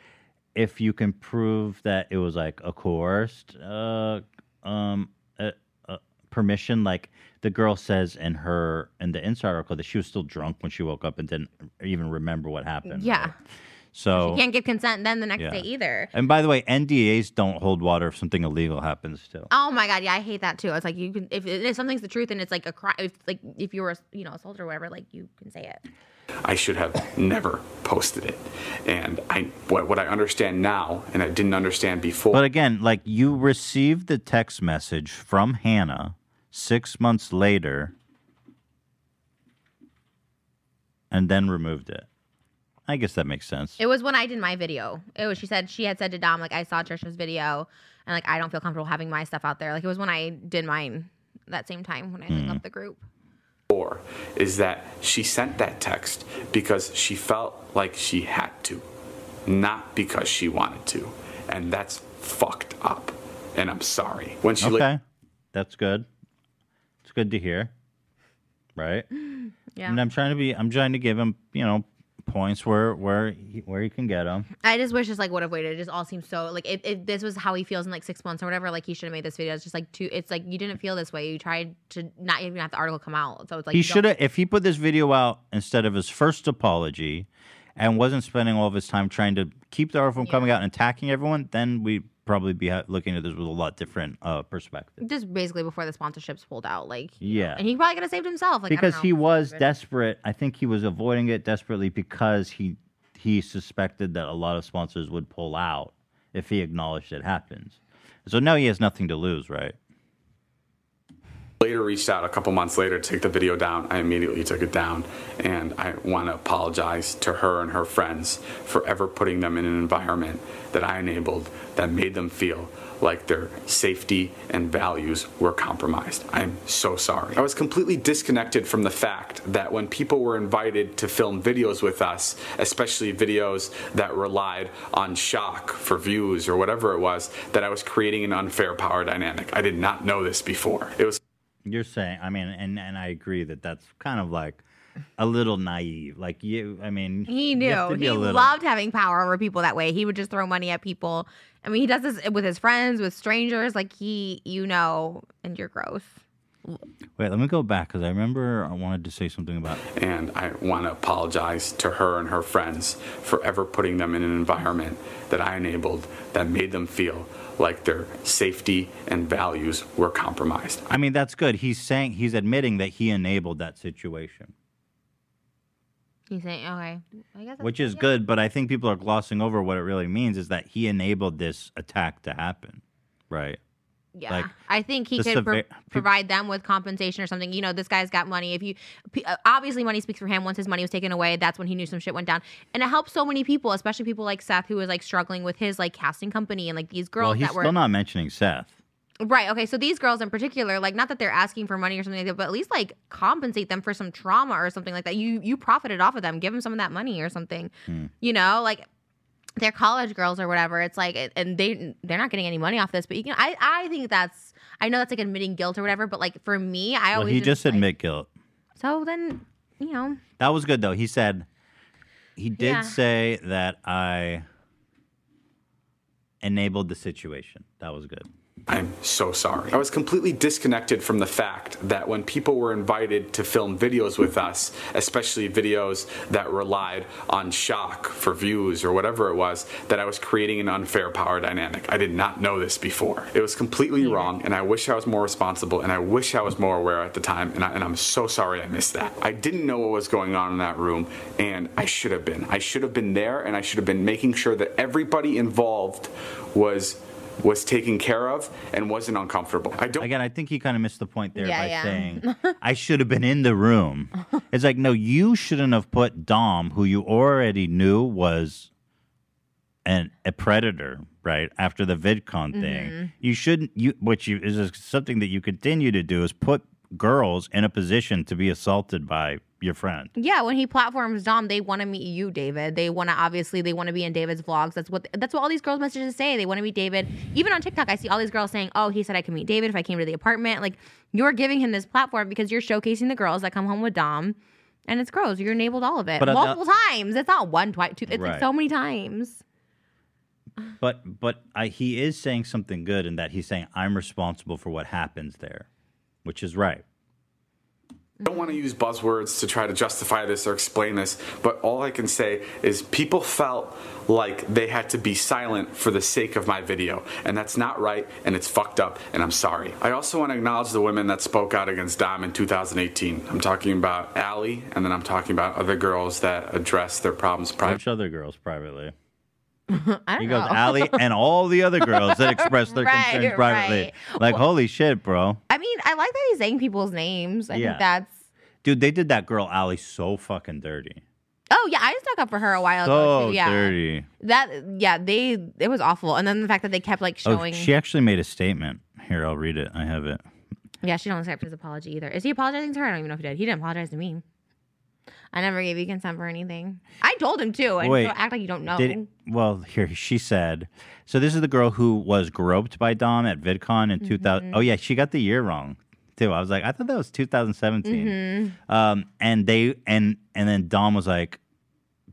if you can prove that it was like a coerced uh, um, uh, uh, permission, like the girl says in her in the inside article that she was still drunk when she woke up and didn't even remember what happened.
Yeah.
right? So
you can't get consent then the next
Yeah.
day either
and by the way, NDAs don't hold water if something illegal happens too.
Oh my god, yeah, I hate that too. It's like you can if, if something's the truth and it's like a crime, if like if you were you know assaulted or whatever, like you can say it.
I should have never posted it. And I, what, what I understand now, and I didn't understand before.
But again, like you received the text message from Hannah six months later and then removed it. I guess that makes sense.
It was when I did my video. It was she said she had said to Dom like I saw Trisha's video and like I don't feel comfortable having my stuff out there. Like it was when I did mine that same time when I hung up the group.
for is that she sent that text because she felt like she had to, not because she wanted to. And that's fucked up. And I'm sorry. When she
Okay. That's good. It's good to hear. Right?
Yeah,
And I'm trying to be I'm trying to give him, you know, points where where he, where you can get them.
I just wish this like would have waited. It just all seems so like if, if this was how he feels in like six months or whatever, like he should have made this video. It's just like too. It's like you didn't feel this way. You tried to not even have the article come out. So it's like
he
you don't-
should have if he put this video out instead of his first apology and wasn't spending all of his time trying to keep the arrow from
Yeah.
coming out and attacking everyone, then we'd probably be ha- looking at this with a lot different uh, perspective.
Just basically before the sponsorships pulled out, like
Yeah.
and he probably could have saved himself, like I don't
because
know.
he was
But-
desperate. I think he was avoiding it desperately because he he suspected that a lot of sponsors would pull out if he acknowledged it happens. So now he has nothing to lose, right?
later reached out a couple months later to take the video down. I immediately took it down, and I want to apologize to her and her friends for ever putting them in an environment that I enabled that made them feel like their safety and values were compromised. I'm so sorry. I was completely disconnected from the fact that when people were invited to film videos with us, especially videos that relied on shock for views or whatever it was, that I was creating an unfair power dynamic. I did not know this before. It was
You're saying, I mean, and and I agree that that's kind of like a little naive. Like you, I mean,
He
you have
knew.
to be
He
a little-
loved having power over people that way. He would just throw money at people. I mean, he does this with his friends, with strangers. Like he, you know, and you're gross.
Wait, let me go back because I remember I wanted to say something about.
and I want to apologize to her and her friends for ever putting them in an environment that I enabled that made them feel like their safety and values were compromised.
I mean, that's good. He's saying he's admitting that he enabled that situation.
He's saying, okay, I guess.
which is good but i think people are glossing over what it really means is that he enabled this attack to happen right
Yeah,
like,
I think he
the
could pro-
severe- peop-
provide them with compensation or something. You know, this guy's got money. If you p- uh, obviously money speaks for him. Once his money was taken away, that's when he knew some shit went down, and it helped so many people, especially people like Seth, who was like struggling with his like casting company and like these girls
well he's
that were
still not mentioning seth
Right. Okay. So these girls in particular, like, not that they're asking for money or something like that, but at least like compensate them for some trauma or something like that. You you profited off of them. Give them some of that money or something.
Hmm.
You know, like they're college girls or whatever. It's like, it- and they they're not getting any money off this. But you can, I I think that's I know that's like admitting guilt or whatever. But like for me, I
well
always
he just
Oh, like-
admit guilt
So then, you know,
that was good though he said he did
Yeah.
say that i enabled the situation that was good
I'm so sorry. I was completely disconnected from the fact that when people were invited to film videos with us, especially videos that relied on shock for views or whatever it was, that I was creating an unfair power dynamic. I did not know this before. It was completely wrong, and I wish I was more responsible, and I wish I was more aware at the time, and, I, and I'm so sorry I missed that. I didn't know what was going on in that room, and I should have been. I should have been there, and I should have been making sure that everybody involved was was taken care of and wasn't uncomfortable. I don't
again i think he kind of missed the point there
Yeah,
by
yeah.
saying i should have been in the room it's like no you shouldn't have put dom who you already knew was an a predator, right? After the VidCon
Mm-hmm.
thing, you shouldn't. You what you is something that you continue to do is put girls in a position to be assaulted by your friend.
yeah. When he platforms Dom, they want to meet you, David. They want to obviously they want to be in David's vlogs. That's what that's what all these girls' messages say. They want to meet David. Even on TikTok, I see all these girls saying, "Oh, he said I could meet David if I came to the apartment." Like you're giving him this platform because you're showcasing the girls that come home with Dom, and it's gross. You enabled all of it
But at the-
multiple times. It's not one, twice, two. It's like
Right.
so many times.
But but I, he is saying something good in that he's saying I'm responsible for what happens there, which is right.
I don't want to use buzzwords to try to justify this or explain this, but all I can say is people felt like they had to be silent for the sake of my video, and that's not right, and it's fucked up, and I'm sorry. I also want to acknowledge the women that spoke out against Dom in 2018. I'm talking about Allie, and then I'm talking about other girls that addressed their problems privately.
Which other girls privately?
I don't
He
know.
goes Allie and all the other girls that expressed their
Right,
concerns privately. Like holy shit, bro.
I mean, I like that he's saying people's names. I
Yeah.
think that's.
Dude, they did that girl Allie so fucking dirty.
Oh yeah, I stuck up for her a while ago.
So
too. Yeah.
dirty.
That yeah, they it was awful. And then the fact that they kept like showing
Oh, she actually made a statement. Here, I'll read it. I have it.
Yeah, she don't accept his apology either. Is he apologizing to her? I don't even know if he did. He didn't apologize to me. I never gave you consent for anything. I told him too, and
Wait,
don't act like you don't know.
Did well, here she said. So this is the girl who was groped by Dom at VidCon in
Mm-hmm.
2000. Oh yeah, she got the year wrong too. I was like, I thought that
Mm-hmm.
was 2017. Um, and they and and then Dom was like,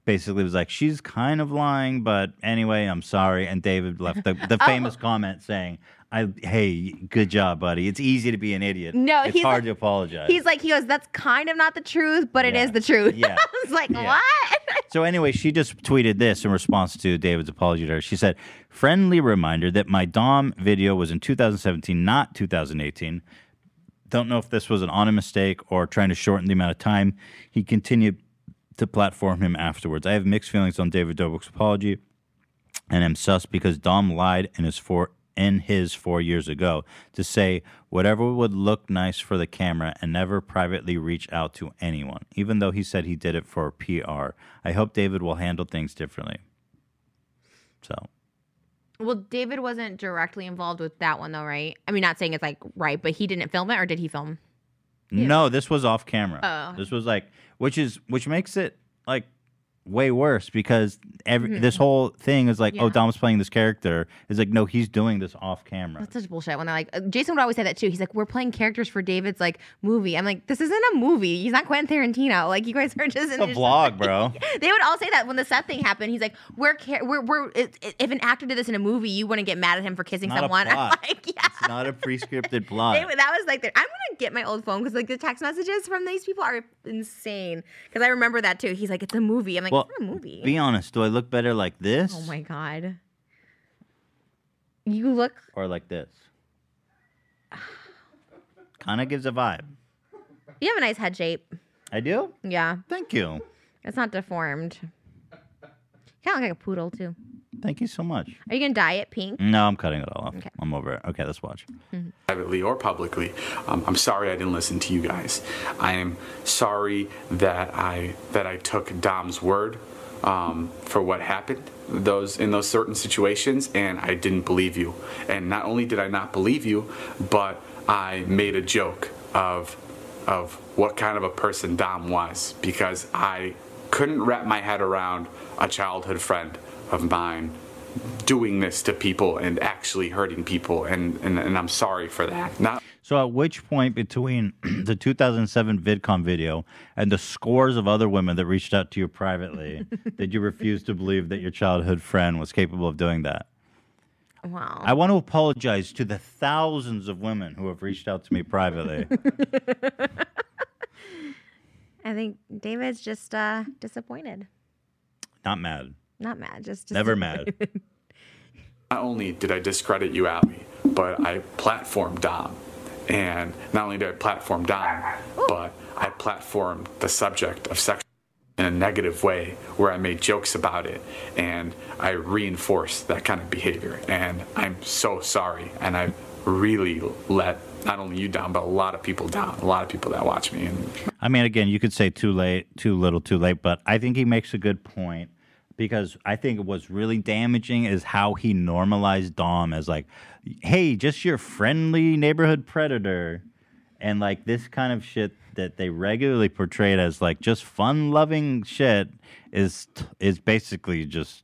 basically was like, she's kind of lying, but anyway, I'm sorry. And David left the,
Oh.
the famous comment saying, I, hey, good job, buddy. It's easy to be an idiot.
No,
it's
he's
hard
like-
to apologize.
He's like, he goes, that's kind of not the truth, but it
Yeah.
is the truth.
Yeah.
I was like,
Yeah.
what?
So anyway, she just tweeted this in response to David's apology to her. She said, "Friendly reminder that my Dom video was in 2017, not 2018. Don't know if this was an honest mistake or trying to shorten the amount of time he continued to platform him afterwards. I have mixed feelings on David Dobrik's apology." and am sus because Dom lied in his four in his four years ago to say whatever would look nice for the camera and never privately reach out to anyone, even though he said he did it for PR. I hope David will handle things differently. So
Well, David wasn't directly involved with that one, though, right? I mean, not saying it's like right, but he didn't film it, or did he film?
no, this was off camera.
Oh.
This was like which is which makes it like way worse because every this whole thing is like, oh,
Mm-hmm. Yeah.
Dom's playing this character. It's like, no, he's doing this off camera.
That's such bullshit. When they're like, uh, Jason would always say that too. He's like, we're playing characters for David's like movie. I'm like, this isn't a movie. He's not Quentin Tarantino. Like, you guys are just in
It's a
this-
vlog, bro.
They would all say that when the set thing happened. He's like, we're, char- we're, we're i- i- if an actor did this in a movie, you wouldn't get mad at him for kissing
Not a
someone. I'm
plot.
like, yeah.
It's not a pre-scripted plot.
They, that was like, their, I'm gonna get my old phone because like the text messages from these people are insane. Because I remember that too. He's like, it's a movie. I'm like,
Well,
it's not a movie.
Be honest. Do I look better like this?
oh my god. You look.
Or like this? kind of gives a vibe.
You have a nice head shape.
I do.
Yeah,
Thank you.
it's not deformed. Kind of like a poodle too.
Thank you so much.
Are you gonna dye it pink?
No, I'm cutting it all off. I'm over it. Okay, let's watch.
privately or publicly. Um, I'm sorry I didn't listen to you guys. I am sorry that I that I took Dom's word um, for what happened those in those certain situations, and I didn't believe you. And not only did I not believe you, but I made a joke of of what kind of a person Dom was because I couldn't wrap my head around a childhood friend of mine doing this to people and actually hurting people and, and, and I'm sorry for that. Not
So, at which point between the 2007 VidCon video and the scores of other women that reached out to you privately did you refuse to believe that your childhood friend was capable of doing that?
Wow.
Mm. I want to apologize to the thousands of women who have reached out to me privately.
I think David's just uh disappointed.
Not mad.
Not mad. Just, just
Never mad.
not only did I discredit you, Abby, but I platformed Dom. And not only did I platform Dom, but I platformed the subject of sex in a negative way where I made jokes about it and I reinforced that kind of behavior. And I'm so sorry. And I really let not only you down, but a lot of people down, a lot of people that watch me. And
I mean, again, you could say too late, too little, too late, but I think he makes a good point because I think what's really damaging is how he normalized Dom as like, hey, just your friendly neighborhood predator, and like this kind of shit that they regularly portrayed as like just fun-loving shit is is basically just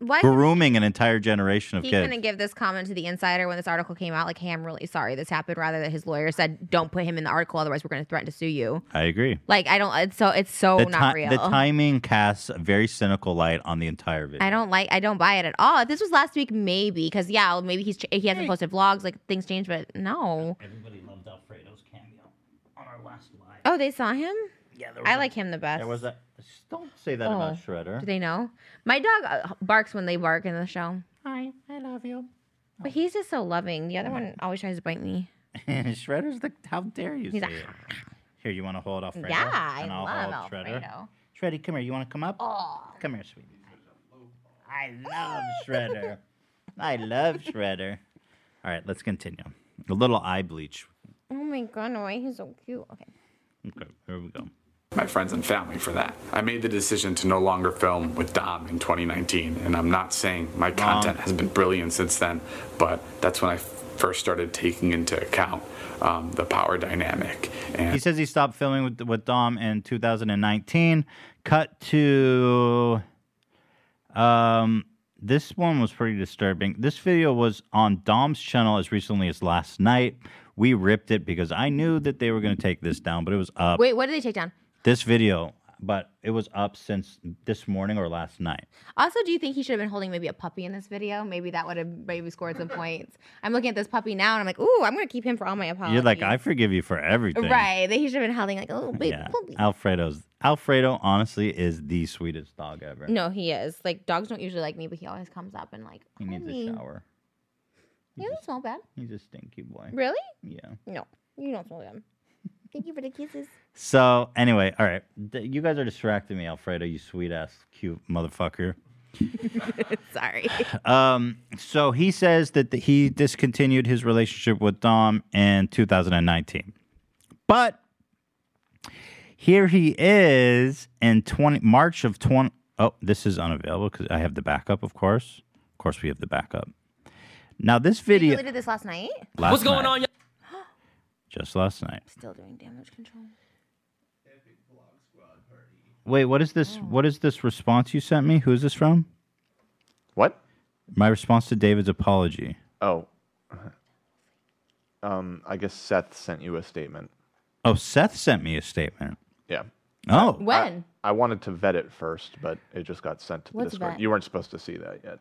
Why
grooming an entire generation of
he
kids.
gonna give this comment to the insider when this article came out? Like, hey, I'm really sorry this happened. Rather that his lawyer said, don't put him in the article, otherwise we're gonna threaten to sue you.
I agree.
Like, I don't. It's so it's so
the,
Oh, not
ti-
real.
the timing casts a very cynical light on the entire video.
I don't like. I don't buy it at all. If this was last week, maybe because yeah, maybe he's ch- he hasn't posted vlogs. Like things change, but no.
Everybody loved Alfredo's cameo on our last live.
Oh, they saw him.
Yeah, there
I like him the best.
There was a. Don't say that
Oh.
about
Do
Shredder.
they know? My dog uh, barks when they bark in the show,
Hi, I love you.
but he's just so loving. The other one always tries to bite me.
Shredder's the. How dare you?
He's
say
like,
it. Here, you want to hold Alfredo?
yeah, I
And I'll
love
hold Shredder.
Alfredo.
Shreddy, come here. You want to come up?
Oh,
Come here, sweetie. I love Shredder. I love Shredder. All right, let's continue. A little eye bleach.
oh my god, why he's so cute? Okay.
Okay, here we go.
my friends and family for that. I made the decision to no longer film with Dom in 2019, and I'm not saying my content has been brilliant since then, but that's when I f- first started taking into account um, the power dynamic. And
He says he stopped filming with with Dom in 2019. Cut to um this one was pretty disturbing. This video was on Dom's channel as recently as last night. We ripped it because I knew that they were going to take this down, but it was up.
Wait, what did they take down?
This video but it was up since this morning or last night.
Also, do you think he should have been holding maybe a puppy in this video? Maybe that would have maybe scored some points. I'm looking at this puppy now, and I'm like, ooh, I'm gonna keep him for all my apologies.
You're like, I forgive you for everything.
Oh, right. That he should have been holding like a little baby
Yeah.
puppy.
Alfredo's Alfredo honestly is the sweetest dog ever.
No, he is. Like dogs don't usually like me, but he always comes up and like.
He needs
"Honey,
a shower.
You don't smell bad.
He's a stinky boy.
Really?
Yeah.
No, you don't smell bad. Thank you for the kisses.
So anyway, all right, Th- you guys are distracting me, Alfredo. You sweet ass cute motherfucker.
Sorry.
Um, so he says that the, he discontinued his relationship with Dom in 2019, but here he is in 20 March of 20. Oh, this is unavailable because I have the backup, of course. Of course, we have the backup. Now this
You
video.
deleted this last night.
What's going on? Just last night.
Still doing damage control.
Wait, what is this? What is this response you sent me? Who is this from?
What?
My response to David's apology.
Oh. Um, I guess Seth sent you a statement.
Oh, Seth sent me a statement.
Yeah.
Oh,
When?
I wanted to vet it first, but it just got sent to the
What's
Discord.
vet?
You weren't supposed to see that yet.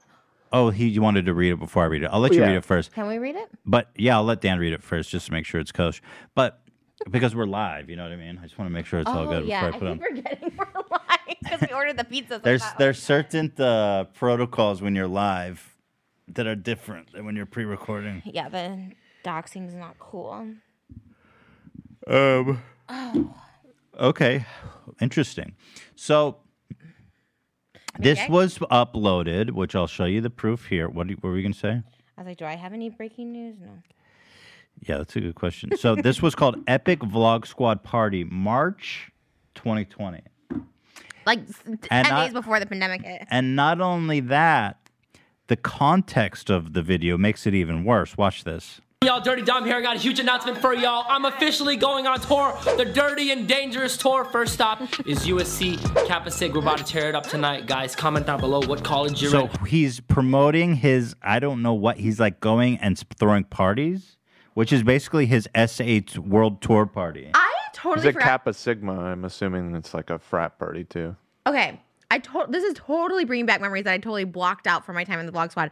oh, he you wanted to read it before I read it. I'll let you
Yeah.
read it first.
Can we read it?
But yeah, I'll let Dan read it first just to make sure it's kosher. But because we're live, you know what I mean. I just want to make sure it's all
oh
good
yeah,
before I
I
put on.
keep forgetting we're lying because we ordered the pizza. so I
There's
thought-
there's certain uh, protocols when you're live that are different than when you're pre-recording.
Yeah, the doxing's not cool.
Um.
Oh.
Okay. Interesting. So this
I-
was uploaded, which I'll show you the proof here. What do you- were we gonna say?
I was like, do I have any breaking news? No.
Yeah, that's a good question. So this was called Epic Vlog Squad Party, March 2020.
Like s- t- ten
I-
days before the pandemic hit.
And not only that, the context of the video makes it even worse. Watch this.
Y'all, Dirty Dom here. I got a huge announcement for y'all. I'm officially going on tour, the Dirty and Dangerous Tour. First stop is USC Kappa Sig. We're about to tear it up tonight, guys. Comment down below what college you're
So
in.
he's promoting his I don't know what he's like going and sp- throwing parties, which is basically his S8 World Tour party.
I
Is
totally
it Kappa Sigma? I'm assuming it's like a frat party too.
Okay. I to- this is totally bringing back memories that I totally blocked out from my time in the blog squad.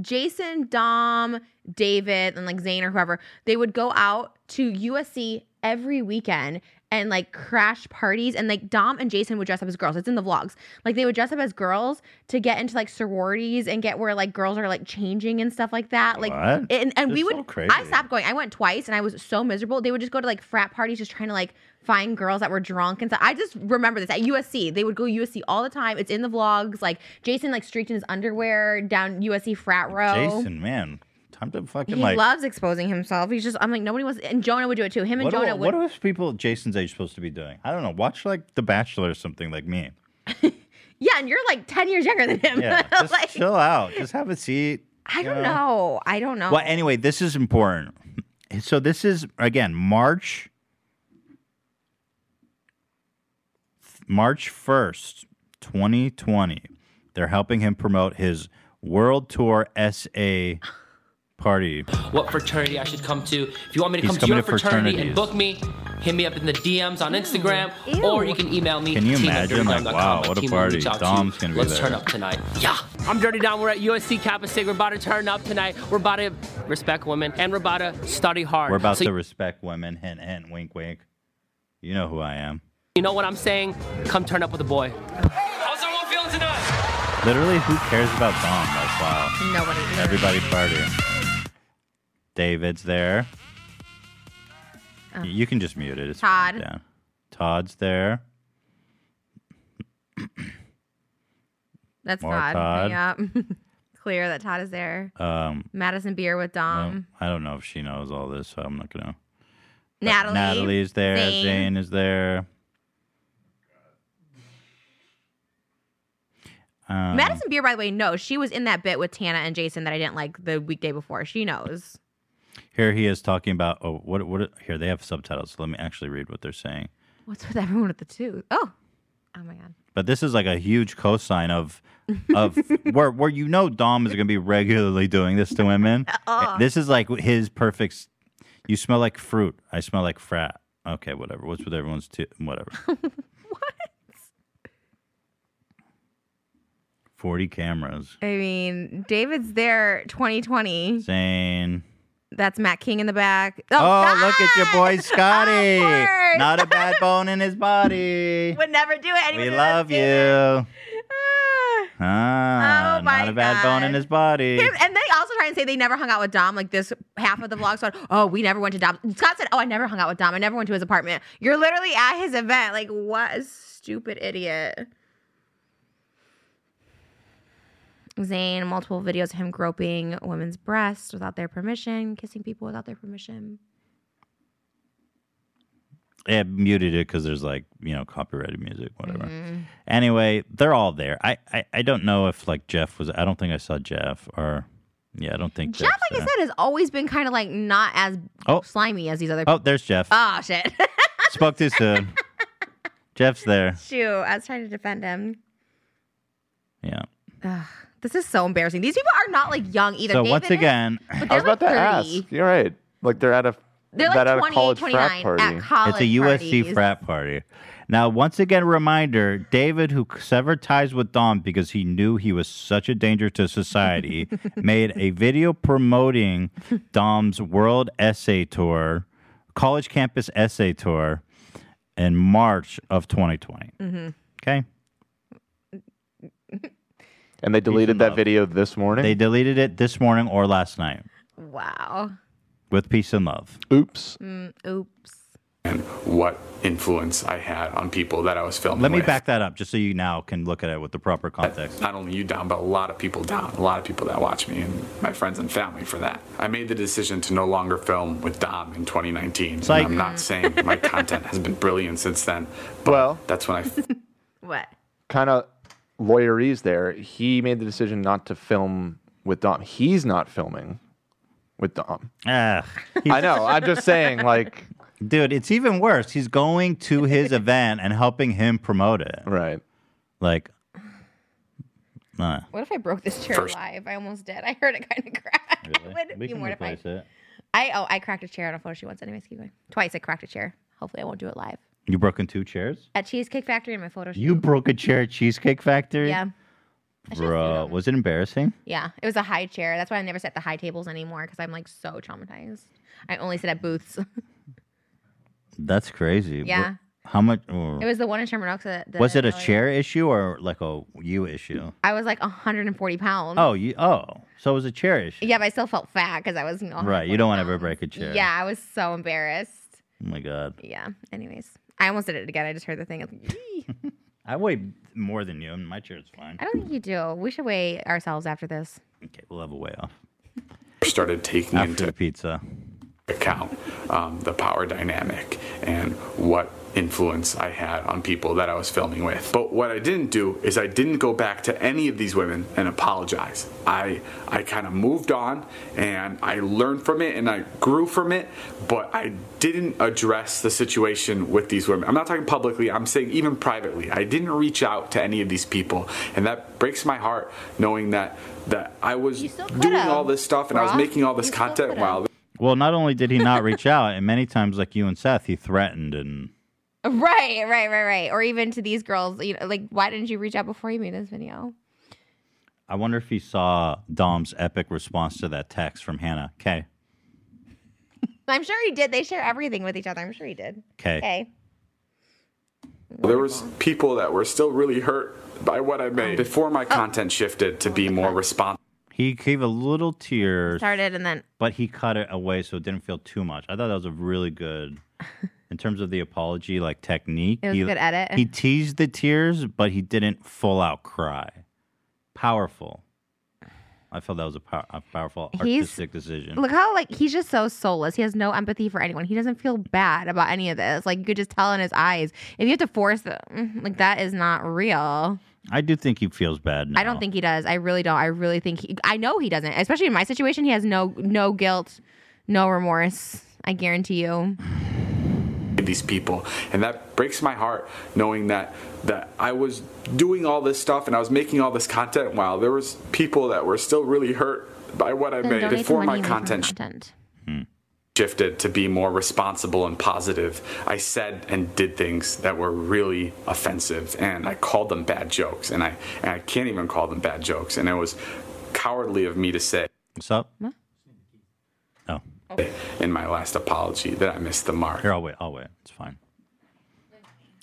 Jason, Dom, David, and like Zane or whoever, they would go out to USC every weekend and like crash parties. And like Dom and Jason would dress up as girls. It's in the vlogs. Like they would dress up as girls to get into like sororities and get where like girls are like changing and stuff like that. Like
What?
and, and we
That's
would
so crazy.
I stopped going. I went twice and I was so miserable. They would just go to like frat parties just trying to like find girls that were drunk and stuff. I just remember this at USC. They would go USC all the time. It's in the vlogs. Like Jason like streaked in his underwear down USC frat row.
Jason, man, time to fucking
He
like.
loves exposing himself. He's just I'm like nobody wants and Jonah would do it too. Him and
what, do-
Jonah
what
would
are people Jason's age supposed to be doing? I don't know. Watch like The Bachelor or something like me.
Yeah, and you're like 10 years younger than him.
Yeah, just
like
chill out. Just have a seat.
I
you
don't know. I don't know.
Well, anyway, this is important. So this is again March March 1st, 2020. They're helping him promote his World Tour SA party.
What fraternity I should come to. If you want me to
He's
come to your
coming to
fraternity
fraternities.
and book me, hit me up in the DMs on Instagram, or you can email me.
Can you
team at
imagine? Like,
dirtydom.com.
wow,
My
what a
team will
party.
reach out to
Dom's
you.
gonna be
Let's
there.
turn up tonight. Yeah, I'm Dirty Dom. We're at USC Kappa Sig. We're about to turn up tonight. We're about to respect women and we're about to study hard.
We're about
So
to respect women. Hint, hint, wink, wink. You know who I am.
You know what I'm saying? Come turn up with a boy. How's everyone feeling tonight?
Literally, who cares about Dom? Like, wow.
nobody.
Everybody party. David's there. You can just mute it. It's fine,
Oh. Todd.
Dan. Todd's there.
That's
More
Todd.
Todd.
Yeah. Clear that Todd is there.
Um,
Madison Beer with
well,
Dom.
Um, I don't know if she knows all this, so I'm not gonna. but
Natalie.
Natalie's there. Zane.
Zane.
is there. Um,
Madison Beer, by the way, knows she was in that bit with Tana and Jason that I didn't like the weekday before. She knows.
Here he is talking about. Oh, what? What? Here they have subtitles. So let me actually read what they're saying.
What's with everyone with the tooth? Oh, oh my god.
But this is like a huge cosign of of where where you know Dom is going to be regularly doing this to women.
Uh-uh.
This is like his perfect. s- You smell like fruit. I smell like frat. Okay, whatever. What's with everyone's t- whatever.
What?
Forty cameras.
I mean, David's there 2020.
Saying,
That's Matt King in the back.
"Oh,
God!
look at your boy Scotty!
Awkward.
Not a bad bone in his body.
Would never do it.
we
Anyone
love you." Ah,
Oh my
not a bad bone in
God.
his body.
And they also try and say they never hung out with Dom. Like this half of the vlog said, "Oh, we never went to Dom." Scott said, "Oh, I never hung out with Dom. I never went to his apartment." You're literally at his event. Like, what a stupid idiot. Zayn, multiple videos of him groping women's breasts without their permission, kissing people without their permission.
I muted it because there's like you know copyrighted music, whatever.
Mm-hmm.
Anyway, they're all there. I, I I don't know if like Jeff was. I don't think I saw Jeff or yeah, I don't think
Jeff,
Jeff's
like I
there.
said, has always been kind of like not as
Oh.
slimy as these other.
Oh, there's Jeff.
oh shit!
Spoke too soon. Jeff's there.
Shoot, I was trying to defend him.
Yeah.
Ugh, this is so embarrassing. These people are not like young either.
so
David
once
is-
again,
but
I
they're
was about
like
to
30.
ask. You're right. Like they're at a
They're like
that at a
28,
college
29
frat party.
at college
it's a USC
parties.
frat party. Now, once again, reminder David, who severed ties with Dom because he knew he was such a danger to society, made a video promoting Dom's World Essay Tour, college campus essay tour in March of 2020. Okay.
and they deleted that video this morning.
They deleted it this morning or last night
Wow.
with peace and love.
Oops.
Mm, oops.
and what influence I had on people that I was filming.
Let me
with.
back that up just so you now can look at it with the proper context.
Not only you down, but a lot of people down. A lot of people that watch me and my friends and family for that. I made the decision to no longer film with Dom in 2019. and
Psych.
I'm not saying my content has been brilliant since then, but
Well-
that's when I
What?
kind of lawyerese there. He made the decision not to film with Dom. He's not filming with Dom.
Ah, he's
I know. I'm just saying, like,
Dude, it's even worse. He's going to his event and helping him promote it.
right.
Like, nah.
What if I broke this chair
First-
live? I almost did. I heard it kind of crack. I would be mortified.
it.
I oh, I cracked a chair on a photo shoot once. Anyways, keep going. Twice I cracked a chair. Hopefully, I won't do it live
You broke in two chairs?
at Cheesecake Factory in my photo shoot.
You broke a chair at Cheesecake Factory?
Yeah. I should've stood
Bro,
on it.
was it embarrassing?
Yeah, it was a high chair. That's why I never sit at the high tables anymore because I'm like so traumatized. I only sit at booths.
That's crazy. Wh-
yeah,
How much? oh.
it was the one in Sherman Oaks. That, that
was it a
really-
chair issue or like a you issue?
I was like 140 pounds.
Oh, you. Oh, so it was a chair issue.
Yeah, but I still felt fat because I was, you know,
Right, you don't wanna
140
ever break a
pounds.
chair.
Yeah, I was so embarrassed.
Oh my God.
Yeah. Anyways, I almost did it again. I just heard the thing. I was like, "Yee."
I weigh more than you, and my chair's fine.
I don't think you do. We should weigh ourselves after this.
Okay, we'll have a way off.
started taking
After
into
the pizza.
account um, the power dynamic and what influence I had on people that I was filming with. But what I didn't do is I didn't go back to any of these women and apologize. I I kind of moved on and I learned from it and I grew from it, but I didn't address the situation with these women. I'm not talking publicly, I'm saying even privately. I didn't reach out to any of these people and that breaks my heart knowing that that I was
You still
doing
could've,
all this stuff and I was
Ross.
making all this
You still
content
could've.
while
Well, not only did he not reach out, and many times, like you and Seth, he threatened and
Right, right, right, right. Or even to these girls, you know, like, why didn't you reach out before you made this video?
I wonder if he saw Dom's epic response to that text from Hannah. K.
I'm sure he did. They share everything with each other. I'm sure he did.
K.
Okay.
There was people that were still really hurt by what I made before my
Oh.
content shifted to be more responsive
He gave a little tear,
Started and then
but he cut it away so it didn't feel too much. I thought that was a really good, in terms of the apology like technique.
it was
he,
a good edit.
he teased the tears, but he didn't full out cry. Powerful. I felt that was a, pow- a powerful
He's-
artistic decision.
Look how like he's just so soulless. He has no empathy for anyone. He doesn't feel bad about any of this. Like you could just tell in his eyes. If you have to force them, like that is not real.
I do think he feels bad now.
I don't think he does. I really don't. I really think he, I know he doesn't. Especially in my situation, he has no no guilt, no remorse. I guarantee you.
to these people. And that breaks my heart knowing that that I was doing all this stuff and I was making all this content while there was people that were still really hurt by what I
Then
made
donate the
before
money
my
and make more
content
content.
shifted to be more responsible and positive. I said and did things that were really offensive, and I called them bad jokes, and I and I can't even call them bad jokes, and it was cowardly of me to say.
What's up?
Oh. In my last apology, that I missed the mark.
Here, I'll wait. I'll wait. It's fine.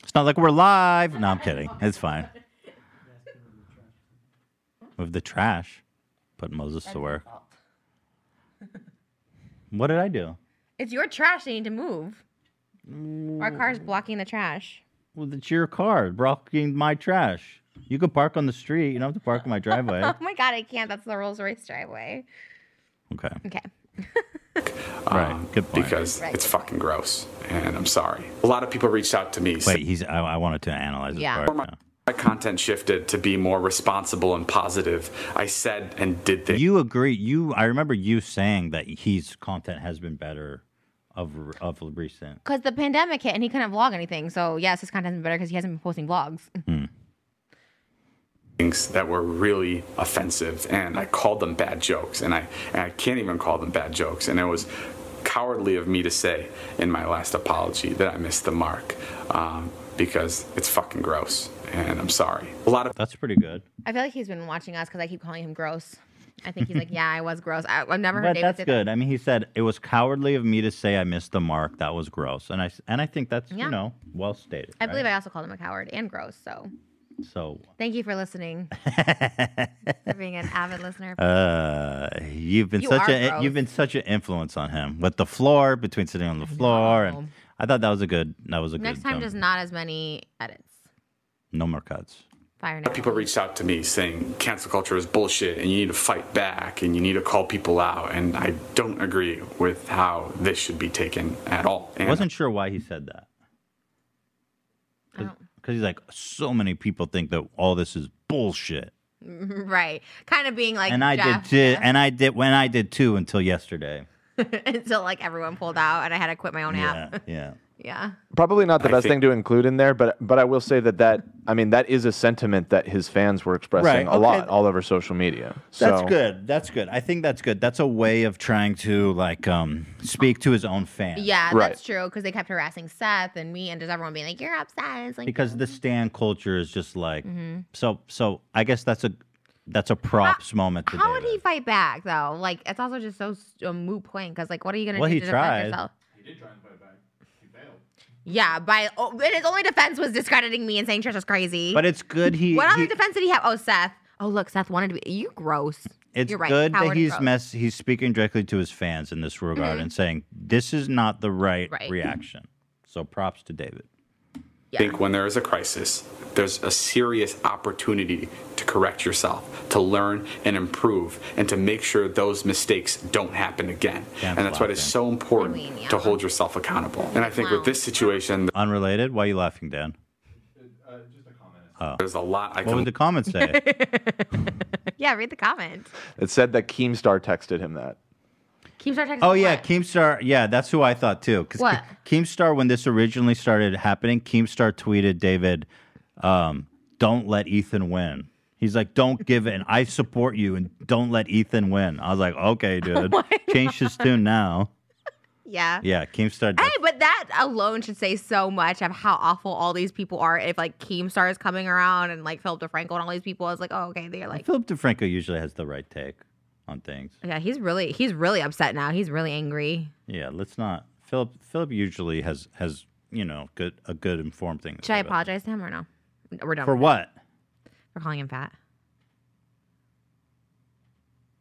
It's not like we're live. No, I'm kidding. It's fine. Move the trash. Put Moses to work. What did I do?
It's your trash. They need to move. Our car's blocking the trash.
Well, it's your car blocking my trash. You could park on the street. You don't have to park in my driveway.
Oh my god, I can't. That's the Rolls Royce driveway.
Okay.
Okay.
right. Good point. Because
Right,
it's fucking gross, and I'm sorry. A lot of people reached out to me.
Wait, he's. I, I wanted to analyze this
Yeah.
part. now.
My content shifted to be more responsible and positive. I said and did things.
You agree. You. I remember you saying that his content has been better of of recent.
Because the pandemic hit and he couldn't vlog anything. So yes, his content's been better because he hasn't been posting vlogs.
things that were really offensive and I called them bad jokes and I and I can't even call them bad jokes and it was cowardly of me to say in my last apology that I missed the mark um, because it's fucking gross and I'm sorry a lot of
that's pretty good
I feel like he's been watching us because I keep calling him gross. I think he's like, yeah, I was gross. I, I've never heard
But
David
that's
say
good. I mean, he said it was cowardly of me to say I missed the mark. That was gross, and I s- and I think that's
Yeah.
you know well stated.
that. I believe I also called him a coward and gross. So
So
thank you for listening, for being an avid listener.
uh, you've been
You
such
are
a
gross.
you've been such an influence on him with the floor between sitting on the floor and I thought that was a good that was a
Next
good
time,
um,
just not as many edits.
no more cuts.
Fire
A lot
now.
of people reached out to me saying cancel culture is bullshit and you need to fight back and you need to call people out and I don't agree with how this should be taken at all.
I
And
wasn't sure why he said that. Because he's like, so many people think that all this is bullshit,
right. Kind of being like,
and I
Jeff,
did, too, and I did when I did too until yesterday.
until like everyone pulled out and I had to quit my own app.
Yeah.
yeah.
Probably not the
I
best
think-
thing to include in there, but but I will say that that I mean that is a sentiment that his fans were expressing
Right,
a
okay.
lot all over social media.
That's
So-
good. That's good. I think that's good. That's a way of trying to like um speak to his own fans.
Yeah, that's true because they kept harassing Seth and me, and just everyone being like, "You're upset." It's like
Because the stand culture is just like
Mhm.
so so I guess that's a that's a props moment today.
How would he fight back though? Like it's also just so s- a moot point because like what are you gonna
Well,
do
he
to
tried.
defend yourself? He did try and fight back. He failed. Yeah, by oh, and his only defense was discrediting me and saying Trish is crazy.
But it's good he-
What other
he-
defense did he have? Oh, Seth. Oh, look, Seth wanted to be. You gross.
It's
You're right.
good
Howard
that
and
he's
gross.
mess he's speaking directly to his fans in this regard
Mhm.
and saying this is not the right,
Right.
reaction. So props to David.
I think when there is a crisis, there's a serious opportunity to correct yourself, to learn and improve, and to make sure those mistakes don't happen again. and that's why it is so important to hold yourself accountable. And I think with this situation,
Unrelated, why are you laughing, Dan? Oh.
There's a lot I
What would the comments say?
yeah, read the comment.
It said that Keemstar texted him that.
Keeps our text.
Oh yeah, Keemstar. Yeah, that's who I thought too. Because
What?
Keemstar, when this originally started happening, Keemstar tweeted David, um, "Don't let Ethan win." He's like, "Don't give in. I support you, and don't let Ethan win." I was like, "Okay, dude, change his tune now."
Yeah.
Yeah, Keemstar.
Hey, but that alone should say so much of how awful all these people are. If like Keemstar is coming around and like Philip DeFranco and all these people, I was like, oh okay, they're like,
Philip DeFranco usually has the right take on things.
yeah, he's really he's really upset now. He's really angry.
Yeah, let's not. Philip Philip usually has has you know good a good informed thing. to
Should I
say about-
apologize to him or no? We're done
for
with it.
what?
For calling him fat.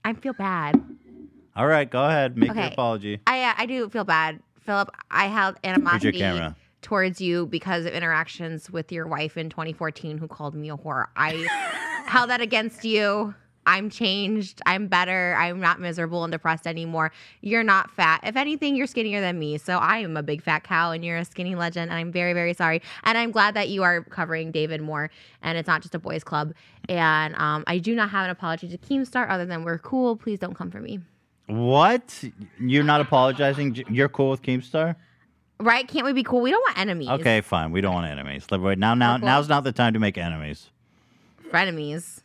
I feel bad.
All right, go ahead, make your
Okay.
apology.
I uh, I do feel bad, Philip. I held
Where's your
animosity
camera?
towards you because of interactions with your wife in 2014, who called me a whore. I held that against you. I'm changed. I'm better. I'm not miserable and depressed anymore. You're not fat. If anything, you're skinnier than me. So I am a big fat cow and you're a skinny legend. And I'm very, very sorry. And I'm glad that you are covering David more and it's not just a boys club. And um, I do not have an apology to Keemstar other than we're cool. Please don't come for me.
What? You're not apologizing? J- You're cool with Keemstar?
Right? Can't we be cool? We don't want enemies.
Okay, fine. We don't want enemies. Like, right Now, now,
We're cool.
now's not the time to make enemies.
Frenemies.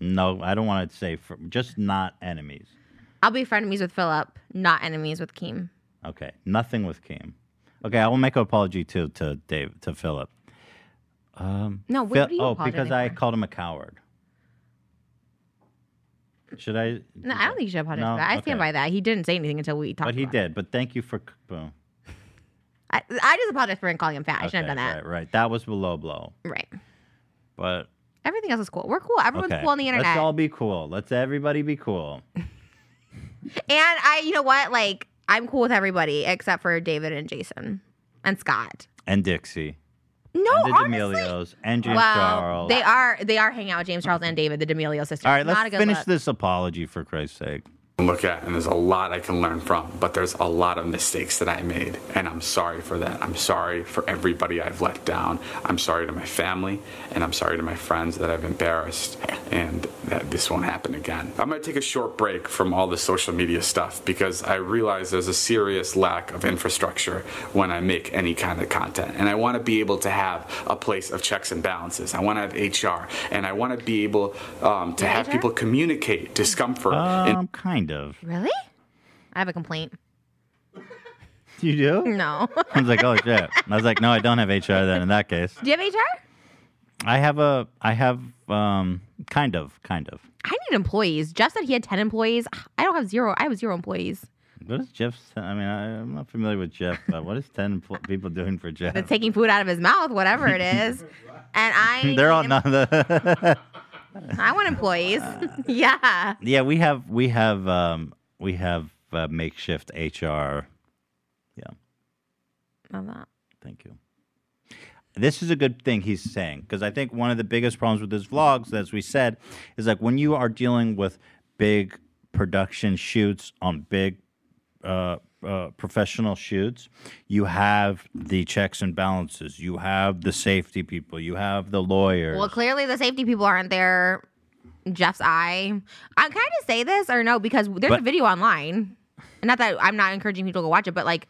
No, I don't want to say fr- just not enemies.
I'll be frenemies with Philip, not enemies with Keem.
Okay, nothing with Keem. Okay, I will make an apology to to Dave to Philip. Um,
No, what- what are you
oh, because
apologizing
I
for?
called him a coward. Should I?
No, I don't think you should apologize
No?
for that. I
Okay.
stand by that. He didn't say anything until we talked.
But he
about
did. But thank you for boom.
It. I, I just apologize for calling him fat. I shouldn't have done
Right, right. That was below blow.
that. Right.
But
Everything else is cool. We're cool. Everyone's
okay.
cool on the internet.
Let's all be cool. Let's everybody be cool.
and I, you know what? Like, I'm cool with everybody except for David and Jason and Scott.
And Dixie.
No,
and the D'Amelios. And James
well,
Charles.
Oh, they are they are hanging out with James Charles and David, the D'Amelio sisters.
all right,
Not a
let's
good
finish
look.
this apology for Christ's sake.
look at and there's a lot I can learn from, but there's a lot of mistakes that I made and I'm sorry for that. I'm sorry for everybody I've let down. I'm sorry to my family and I'm sorry to my friends that I've embarrassed and that this won't happen again. I'm going to take a short break from all the social media stuff because I realize there's a serious lack of infrastructure when I make any kind of content and I want to be able to have a place of checks and balances. I want to have HR and I want to be able um, to have people communicate discomfort and
Um, kind of.
Really? I have a complaint.
You do?
No.
I was like, oh shit. I was like, no, I don't have HR then in that case.
Do you have HR?
I have a I have um kind of, kind of.
I need employees. Jeff said he had ten employees. I don't have zero. I have zero employees.
What is Jeff's? I mean, I, I'm not familiar with Jeff, but what is ten pl- people doing for Jeff?
They're taking food out of his mouth, whatever it is. and I,
They're all not. The
I want employees. yeah.
yeah, we have we have um we have uh, makeshift HR. Yeah,
Love that.
thank you. This is a good thing he's saying because I think one of the biggest problems with his vlogs, as we said, is like when you are dealing with big production shoots on big uh, uh, professional shoots, you have the checks and balances, you have the safety people, you have the lawyers.
Well, clearly the safety people aren't there. Jeff's eye. I can I just say this or no? Because there's
But-
a video online. And not that I'm not encouraging people to go watch it, but like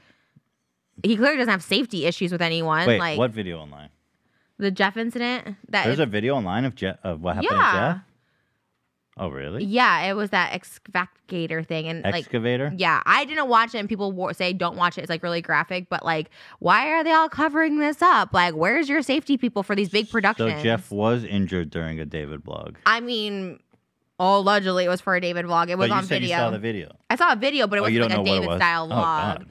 he clearly doesn't have safety issues with anyone.
Wait,
like
what video online?
the Jeff incident. That
There's a video online of Jeff of what happened
Yeah.
to Jeff. Oh really?
yeah, it was that excavator thing, and like
Excavator.
Yeah, I didn't watch it, and people wa- say don't watch it. It's like really graphic, but like, why are they all covering this up? Like, where's your safety people for these big
So
productions?
Jeff was injured during a David blog.
I mean, allegedly it was for a David vlog. It was
but you
on
said
video.
you saw the video.
I saw a video, but it
Oh,
was
you
like
don't
a
know what it
David
was?
style
Oh,
vlog.
God.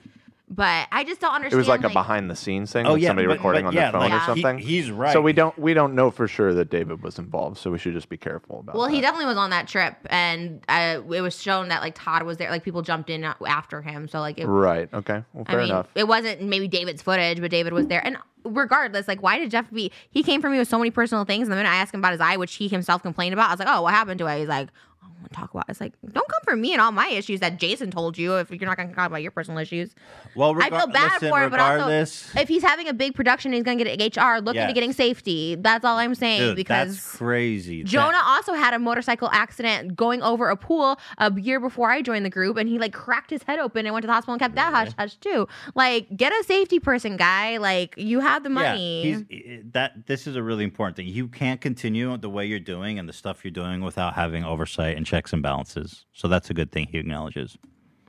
but I just don't understand.
It was like a behind the scenes thing,
Oh,
like
yeah,
somebody
but-
recording
but
on
yeah,
their phone
like,
or
he-
something.
he's right.
So we don't we don't know for sure that David was involved, so we should just be careful about.
Well,
that.
he definitely was on that trip, and uh, it was shown that like Todd was there. Like people jumped in after him, so like it,
right. Okay. Well, fair
I mean,
enough.
it wasn't maybe David's footage, but David was there. And regardless, like, why did Jeff be? He came for me with so many personal things. And the minute I asked him about his eye, which he himself complained about, I was like, oh, what happened to it? He's like, I don't want to talk about. It. It's like, don't come for me and all my issues that Jason told you if you're not going to talk about your personal issues.
Well,
I feel
regar-
bad
listen,
for it, but also
regardless,
if he's having a big production, he's going to get an HR. Look
Yes.
into getting safety. That's all I'm saying
dude,
because.
that's crazy. That-
Jonah also had a motorcycle accident going over a pool a year before I joined the group, and he like cracked his head open and went to the hospital and kept that hush hush too. Like, get a safety person, guy. Like, you have the money.
Yeah, he's, that this is a really important thing. You can't continue the way you're doing and the stuff you're doing without having oversight and checks and balances. So that's a good thing he acknowledges.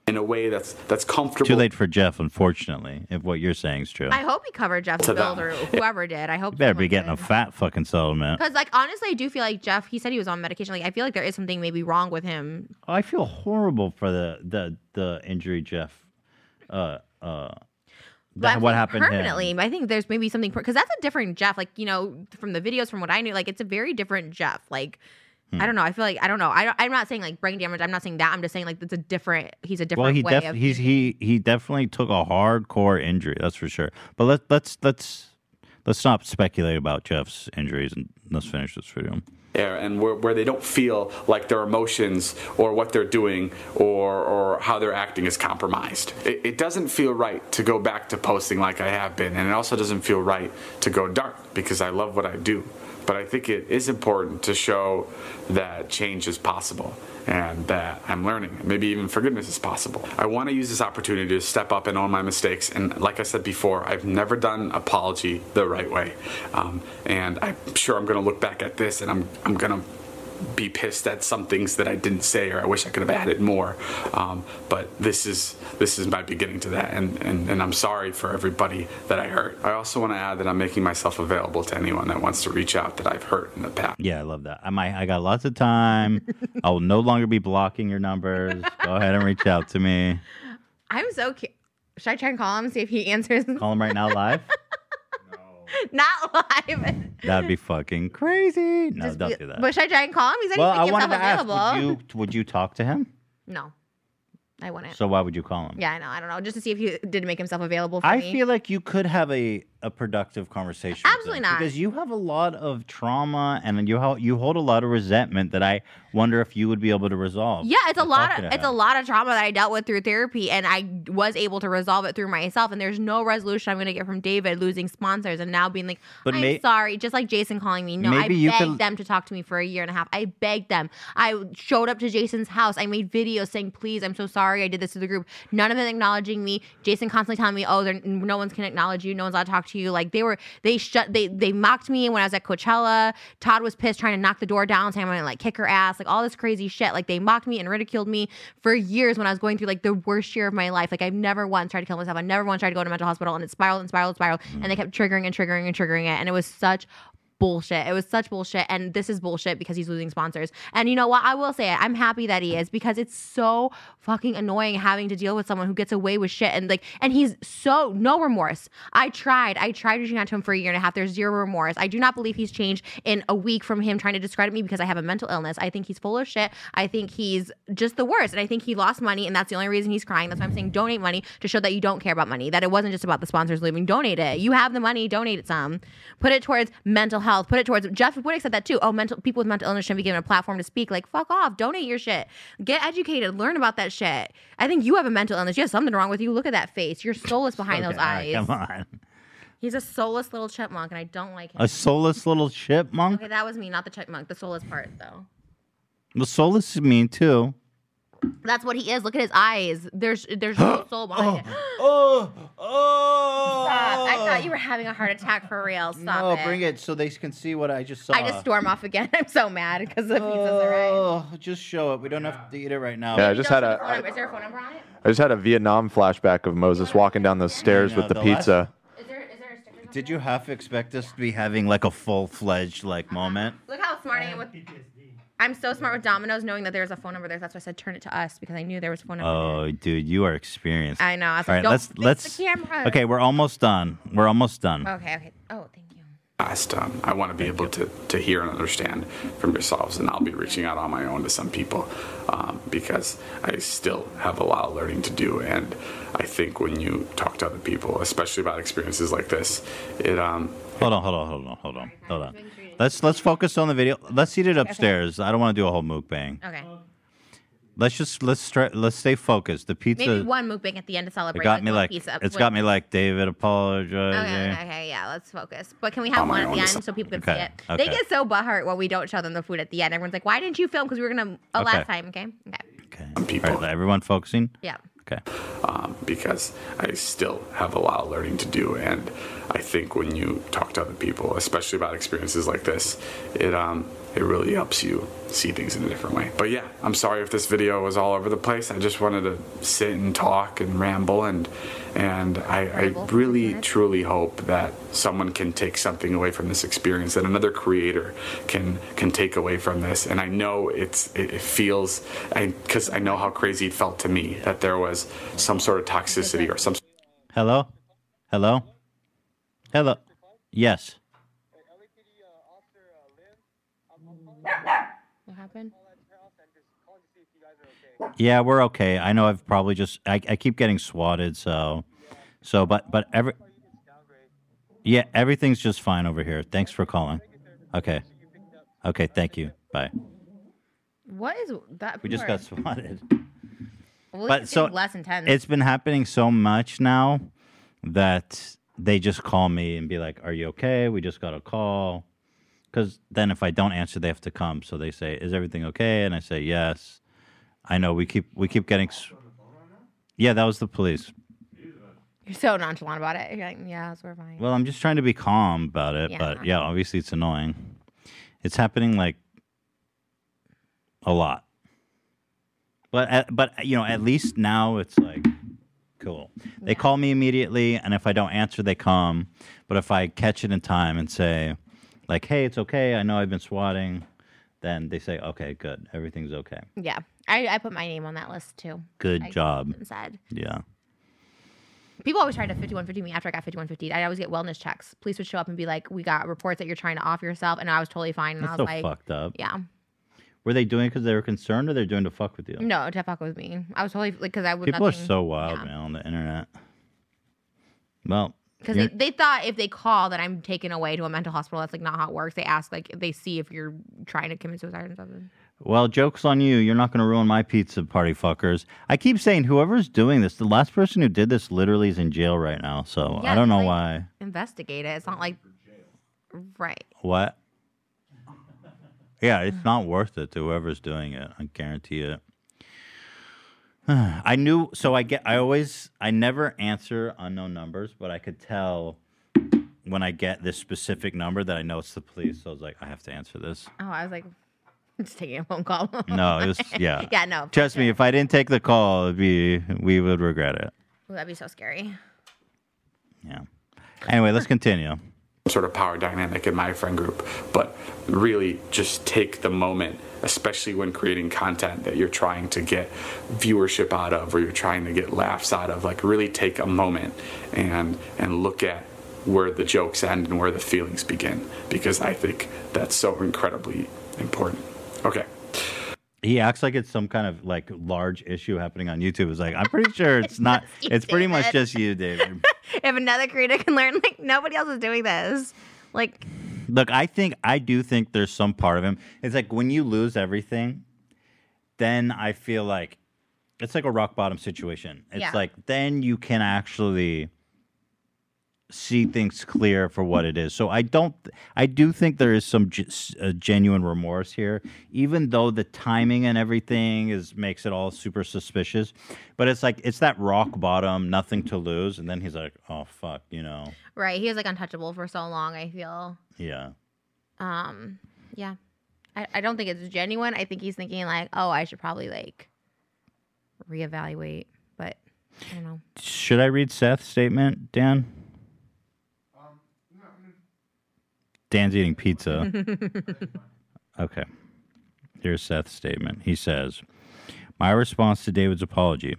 in a way that's that's comfortable
Too late for Jeff, unfortunately, if what you're saying is true.
I hope he covered Jeff's
To
bill
them.
or whoever did. I hope
you better be getting a fat fucking settlement.
because, like, honestly, I do feel like Jeff. He said he was on medication. Like, I feel like there is something maybe wrong with him.
I feel horrible for the the the injury Jeff. Uh, uh,
But
that,
I'm
what
saying
happened to him.
permanently? I think there's maybe something because that's a different Jeff. Like you know, from the videos, from what I knew, like it's a very different Jeff. Like I
Hmm.
don't know. I feel like I don't know. I don't, I'm not saying like brain damage. I'm not saying that. I'm just saying like it's a different. He's a different
Well, he
way
def-
of.
he's he he definitely took a hardcore injury, that's for sure. But let let's let's let's not speculate about Jeff's injuries and let's finish this video.
air and where, where they don't feel like their emotions or what they're doing or, or how they're acting is compromised. It, it doesn't feel right to go back to posting like I have been, and it also doesn't feel right to go dark because I love what I do. But I think it is important to show that change is possible and that I'm learning. Maybe even forgiveness is possible. I want to use this opportunity to step up and own my mistakes. And like I said before, I've never done apology the right way. Um, and I'm sure I'm going to look back at this and I'm, I'm going to be pissed at some things that I didn't say or I wish I could have added more. Um, but this is this is my beginning to that, and, and and I'm sorry for everybody that I hurt. I also want to add that I'm making myself available to anyone that wants to reach out that I've hurt in the past.
Yeah, I love that. I might, I got lots of time. I will no longer be blocking your numbers. Go ahead and reach out to me.
I'm so cute. Should I try and call him see if he answers?
Call him right now live.
Not live.
That'd be fucking crazy. No,
Just
don't
be-
do that.
But should I try and call him? He's like,
well,
he's
I
making
wanted
himself
to ask,
available.
would you, would you talk to him?
No, I wouldn't.
So why would you call him?
yeah, I know. I don't know. Just to see if he did make himself available for
I
me.
feel like you could have a, a productive conversation. with
Absolutely
him,
not.
Because you have a lot of trauma and you ho- you hold a lot of resentment that I wonder if you would be able to resolve.
yeah, it's a
by
lot.
talking
Of,
to
it's a
him.
lot of trauma that I dealt with through therapy, and I was able to resolve it through myself. And there's no resolution I'm going to get from David losing sponsors and now being like,
But
"I'm
may-
sorry," just like Jason calling me. No, I
Maybe you
begged
could-
them to talk to me for a year and a half. I begged them. I showed up to Jason's house. I made videos saying, "Please, I'm so sorry. I did this to the group." None of them acknowledging me. Jason constantly telling me, "Oh, they're- no one's can acknowledge you. No one's allowed to talk to you." Like they were, they shut, they they mocked me when I was at Coachella. Todd was pissed, trying to knock the door down, saying I'm gonna like kick her ass, like all this crazy shit. Like they mocked me and ridiculed me for years when I was going through like the worst year of my life. Like I've never once tried to kill myself. I never once tried to go to a mental hospital, and it spiraled and spiraled and spiraled, and they kept triggering and triggering and triggering it, and it was such bullshit. It was such bullshit. And this is bullshit because he's losing sponsors. And you know what? I will say it. I'm happy that he is because it's so fucking annoying having to deal with someone who gets away with shit and like and he's so no remorse. I tried. I tried reaching out to him for a year and a half. There's zero remorse. I do not believe he's changed in a week from him trying to discredit me because I have a mental illness. I think he's full of shit. I think he's just the worst. And I think he lost money and that's the only reason he's crying. That's why I'm saying donate money to show that you don't care about money. That it wasn't just about the sponsors leaving. Donate it. You have the money, donate it some. Put it towards mental health. Put it towards Jeff Woodick said that too. Oh, mental people with mental illness shouldn't be given a platform to speak. Like, fuck off. Donate your shit. Get educated. Learn about that shit. I think you have a mental illness. You have something wrong with you. Look at that face. You're soulless behind
Okay,
those
all right,
eyes.
Come on.
He's a soulless little chipmunk, and I don't like him.
A soulless little chipmunk?
okay, that was me, not the chipmunk. The soulless part though.
Well, soulless is mean too.
That's what he is. Look at his eyes. There's there's no soul behind it.
Oh, oh.
Stop. I thought you were having a heart attack for real. Stop
no,
it.
bring it so they can see what I just saw.
I just storm off again. I'm so mad because the pizza's arrived.
Oh, just show it. We don't have to eat it right now.
Yeah, I just had a.
Phone number. Is there a phone number on it?
I just had a Vietnam flashback of Moses walking down those stairs
You know,
with the
the last-
pizza.
Did you half expect us to be having like a full fledged like moment?
Look how smart I am with. I'm so smart with Domino's, knowing that there's a phone number there. That's why I said turn it to us because I knew there was a phone number.
Oh, dude, you are experienced.
I know. I was
All
like,
right,
don't
let's
fix
let's.
the camera.
Okay, we're almost done. We're almost done.
Okay. Okay. Oh, thank you.
Past, um, I want to be able to, to hear and understand from yourselves, and I'll be reaching out on my own to some people um, because I still have a lot of learning to do. And I think when you talk to other people, especially about experiences like this, it um,
Hold on, hold on, hold on, hold on, hold on. Let's let's focus on the video. Let's eat it upstairs. I don't want to do a whole mukbang.
Okay.
Let's just let's try, let's stay focused. The pizza.
Maybe one mukbang at the end to celebrate.
It got me
one
like
piece of-
it's
one-
got me like David apologizing.
Okay, okay, okay, yeah, let's focus. But can we have
On my
one at
own
the
side.
end so people can see
Okay,
it? They
okay.
get so butthurt when we don't show them the food at the end. Everyone's like, "Why didn't you film? Because we were gonna oh,
Okay.
last time." Okay, okay,
All right, everyone focusing.
yeah.
Okay.
um, because I still have a lot of learning to do. And I think when you talk to other people, especially about experiences like this, it um, it really helps you see things in a different way. But yeah, I'm sorry if this video was all over the place. I just wanted to sit and talk and ramble and and I, I really truly hope that someone can take something away from this experience that another creator can can take away from this and i know it's it, it feels i because i know how crazy it felt to me that there was some sort of toxicity or some
Hello? Hello? Hello? Yes.
What happened?
Yeah, we're okay. I know I've probably just I, I keep getting swatted, so so but but every Yeah, everything's just fine over here. Thanks for calling. Okay. Okay, thank you. Bye.
What is that?
We just
for?
got swatted.
Well,
But
it's
so
less intense.
it's been happening so much now that they just call me and be like, "Are you okay? We just got a call." Because then if I don't answer, they have to come. So they say, "Is everything okay?" And I say, "Yes." I know we keep we keep getting. s- Yeah, that was the police.
You're so nonchalant about it. You're like, yeah, so we're fine.
Well, I'm just trying to be calm about it,
Yeah.
but yeah, obviously it's annoying. It's happening like a lot. But at, but you know, at least now it's like cool. They call me immediately, and if I don't answer, they come. But if I catch it in time and say, like, "Hey, it's okay. I know I've been swatting," then they say, "Okay, good. Everything's okay.
Yeah. I, I put my name on that list too.
Good
I
job."
Said.
Yeah.
People always tried to 5150 me after I got 5150. I always get wellness checks. Police would show up and be like, "We got reports that you're trying to off yourself," and I was totally fine. And
That's
I
so
was like,
fucked up.
"Yeah,
Were they doing it because they were concerned, or they're doing to fuck with you?
no, to fuck with me. I was totally like, because I would
People
nothing,
are so wild, man, on the internet. Well,
because
you're-
they, they thought if they call that I'm taken away to a mental hospital. That's like not how it works. They ask like they see if you're trying to commit suicide or something.
well, jokes on you. You're not going to ruin my pizza party, fuckers. I keep saying whoever's doing this, the last person who did this literally is in jail right now. So I
Yeah,
don't know
like-
why.
Investigate it. It's not like right.
What? Yeah, it's not worth it to whoever's doing it. I guarantee it. I knew so I get I always I never answer unknown numbers, but I could tell when I get this specific number that I know it's the police. So I was like, I have to answer this.
Oh, I was like, just taking a phone call.
No, it was yeah.
yeah, no.
Trust me, if I didn't take the call, it'd be we would regret it.
Ooh, that'd be so scary.
Anyway, let's continue.
sort of power dynamic in my friend group, but really just take the moment, especially when creating content that you're trying to get viewership out of or you're trying to get laughs out of. Like really take a moment and and look at where the jokes end and where the feelings begin because I think that's so incredibly important. Okay.
He acts like it's some kind of like large issue happening on YouTube. It's like I'm pretty sure it's not.
you,
It's pretty much
David.
just you, David.
if another creator can learn, like nobody else is doing this. Like,
Look, I think I do think there's some part of him. It's like when you lose everything, then I feel like it's like a rock bottom situation. It's
Yeah.
like then you can actually see things clear for what it is. So I don't I do think there is some ge- s- uh, genuine remorse here even though the timing and everything is makes it all super suspicious. But it's like it's that rock bottom, nothing to lose and then he's like, "Oh fuck, you know."
right? He was like untouchable for so long. I feel,
Yeah.
um, yeah. I, I don't think it's genuine. I think he's thinking like, oh, I should probably like reevaluate. But I don't know.
Should I read Seth's statement, Dan? Dan's eating pizza. okay. Here's Seth's statement. He says, My response to David's apology.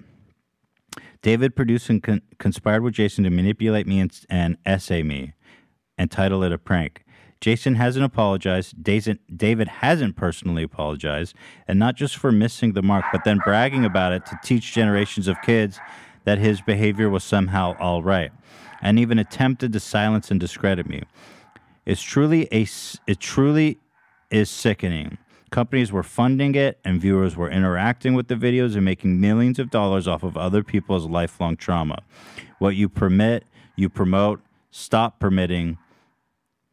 David produced and con- conspired with Jason to manipulate me and, and essay me and title it a prank. Jason hasn't apologized. Dazen- David hasn't personally apologized, and not just for missing the mark, but then bragging about it to teach generations of kids that his behavior was somehow all right, and even attempted to silence and discredit me. It's truly a s- it truly is sickening. Companies were funding it and viewers were interacting with the videos and making millions of dollars off of other people's lifelong trauma. What you permit, you promote. Stop permitting.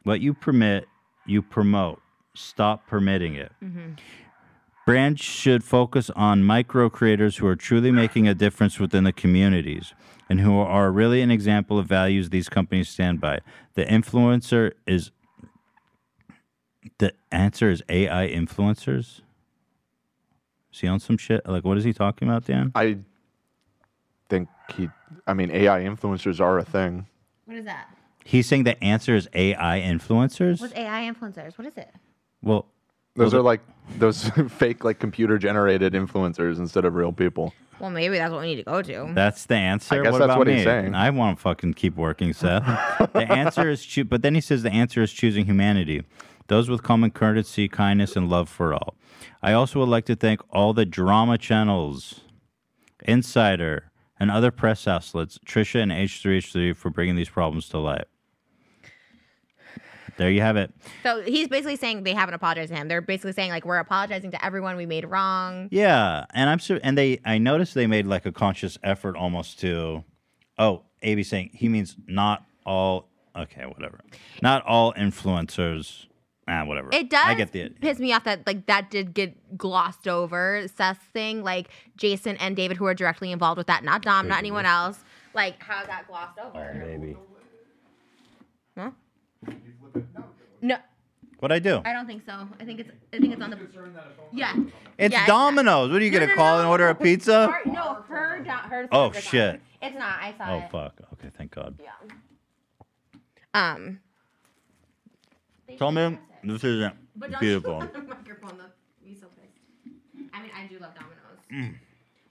What you permit, you promote. Stop permitting it. Brands should focus on micro creators who are truly making a difference within the communities and who are really an example of values these companies stand by. The influencer is the answer is AI influencers. Is he on some shit? Like, what is he talking about, Dan?
I think he. I mean, AI influencers are a thing.
What is that?
He's saying the answer is AI influencers.
What's AI influencers? What is it?
Well,
those
well,
are like those fake, like computer generated influencers instead of real people.
Well, maybe that's what we need to go to.
That's the answer.
I guess
what
that's
about
what
me?
he's saying.
I want to fucking keep working, Seth. the answer is, choo- but then he says the answer is choosing humanity. Those with common courtesy, kindness, and love for all. I also would like to thank all the drama channels, Insider, and other press outlets, Trisha and H3H3, for bringing these problems to light. There you have it.
So he's basically saying they haven't apologized to him. They're basically saying like we're apologizing to everyone we made wrong.
Yeah, and I'm sure, and they, I noticed they made like a conscious effort almost to, oh, AB saying he means not all. Okay, whatever. Not all influencers. Ah, whatever.
It does
I get the.
piss me off that like that did get glossed over. Seth's thing, like Jason and David, who are directly involved with that, not Dom, not anyone else. Like how it got
Oh,
glossed over.
Baby.
Huh? No,
What I do?
I don't think so. I think it's. I think it's on the. Yeah.
It's
Yeah,
Domino's. What are you
No,
gonna
no,
call
no.
and order a pizza?
Her- no, her. Do- her
Oh,
service on.
shit.
It's not. I saw
Oh
it.
fuck. Okay, thank God.
Um.
Tell me this isn't beautiful.
the microphone. Though. Be so pissed. I mean, I do love Domino's.
Mm.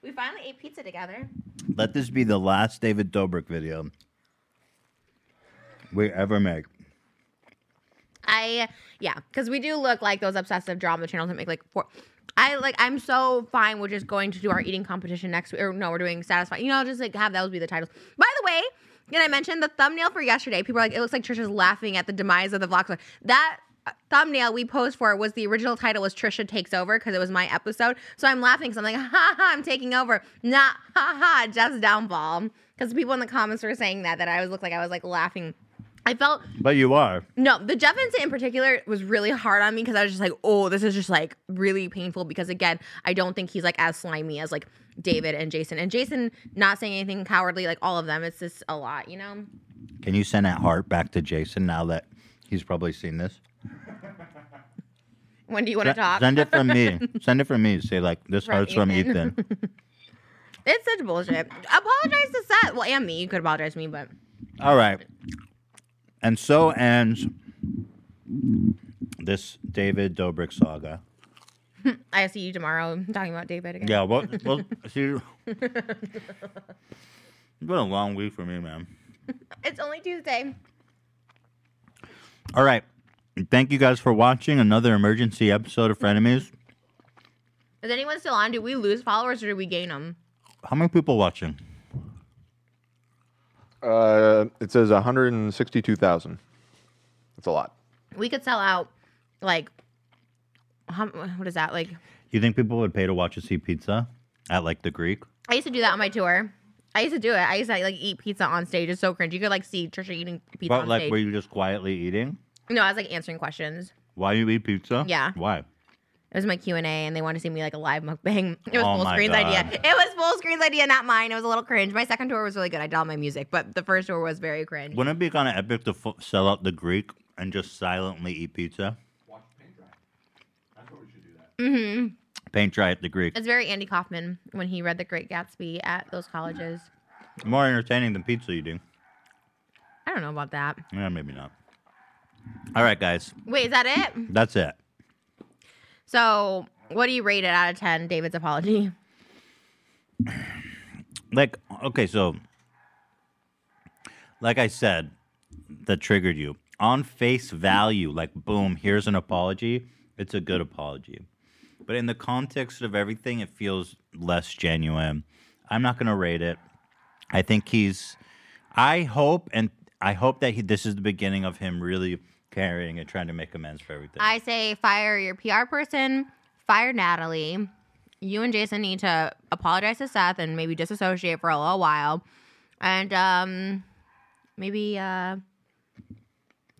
We finally ate pizza together.
Let this be the last David Dobrik video we ever make.
I yeah, because we do look like those obsessive drama channels that make like four. I like I'm so fine with just going to do our eating competition next week. Or no, we're doing satisfy. You know, just like have those be the titles. By the way, can I mention the thumbnail for yesterday? People are like, it looks like Trisha's laughing at the demise of the vlog. That uh, thumbnail we posed for was the original title was Trisha takes over because it was my episode. So I'm laughing because I'm like, ha ha, I'm taking over. Not ha ha, just downfall. Because people in the comments were saying that that I was looked like I was like laughing. I felt
But you are.
no, the Jeff incident in particular was really hard on me because I was just like, oh, this is just like really painful because again, I don't think he's like as slimy as like David and Jason. And Jason not saying anything cowardly, like all of them. It's just a lot, you know?
Can you send that heart back to Jason now that he's probably seen this?
When do you want to
Se-
talk?
Send it from me. Send it from me. Say like this
From
heart's from
Ethan.
Ethan.
it's such bullshit. Apologize to Seth. Well, and me. You could apologize to me, but
All right. And so ends this David Dobrik saga.
I see you tomorrow talking about David again.
Yeah, what? Well, see, it's been a long week for me, man.
it's only Tuesday.
All right. Thank you guys for watching another emergency episode of Frenemies.
Is anyone still on? Do we lose followers or do we gain them?
How many people watching?
Uh, it says 162,000. That's a lot.
We could sell out like, how, what is that? Like,
You think people would pay to watch us eat pizza at like the Greek?
I used to do that on my tour. I used to do it. I used to like eat pizza on stage. It's so cringe. You could like see Trisha eating pizza
but
on
like,
stage.
were you just quietly eating?
no, I was like answering questions.
Why you eat pizza?
Yeah.
Why?
It was my Q and A, and they wanted to see me like a live mukbang. It was
Oh
full
my
screen's idea.
God.
It was full screen's idea, not mine. It was a little cringe. My second tour was really good. I did all my music, but the first tour was very cringe.
Wouldn't it be kind of epic to f- sell out the Greek and just silently eat pizza?
hmm
Paint dry at the Greek.
It's very Andy Kaufman when he read The Great Gatsby at those colleges.
More entertaining than pizza eating.
I don't know about that.
Yeah, maybe not. All right, guys.
Wait, is that it?
That's it.
So, what do you rate it out of ten? David's apology.
like okay so like i said that triggered you on face value like boom here's an apology it's a good apology but in the context of everything it feels less genuine i'm not going to rate it i think he's i hope and i hope that he, this is the beginning of him really carrying and trying to make amends for everything
I say fire your PR person, fire Natalie. You and Jason need to apologize to Seth and maybe disassociate for a little while. And um maybe uh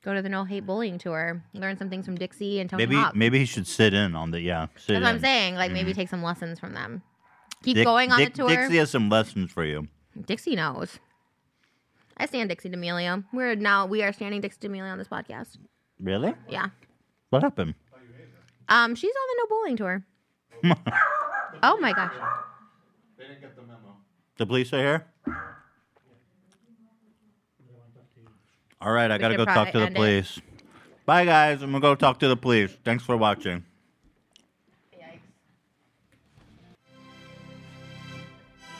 go to the no hate bullying tour. Learn some things from Dixie and Tony
maybe
Hawk.
maybe he should sit in on the yeah sit
That's what I'm
in.
saying. Like maybe
Mhm.
take some lessons from them. Keep
Dick-
going on
Dick-
the tour.
dixie has some lessons for you
Dixie knows. I stand Dixie D'Amelio. We're now we are standing Dixie D'Amelio on this podcast.
really
Yeah.
what happened
Um, she's on the no bowling tour. oh my gosh.
They didn't get the memo.
The police are here? All right, I
We
got to
should
go talk
probably
to the
end it.
police. Bye, guys. I'm going to go talk to the police. Thanks for watching.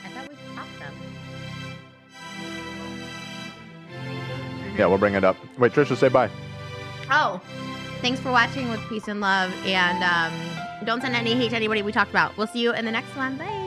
I thought we popped them.
Yeah, we'll bring it up. Wait, Trisha, say bye.
Oh, thanks for watching with peace and love. And um, don't send any hate to anybody we talked about. We'll see you in the next one. Bye.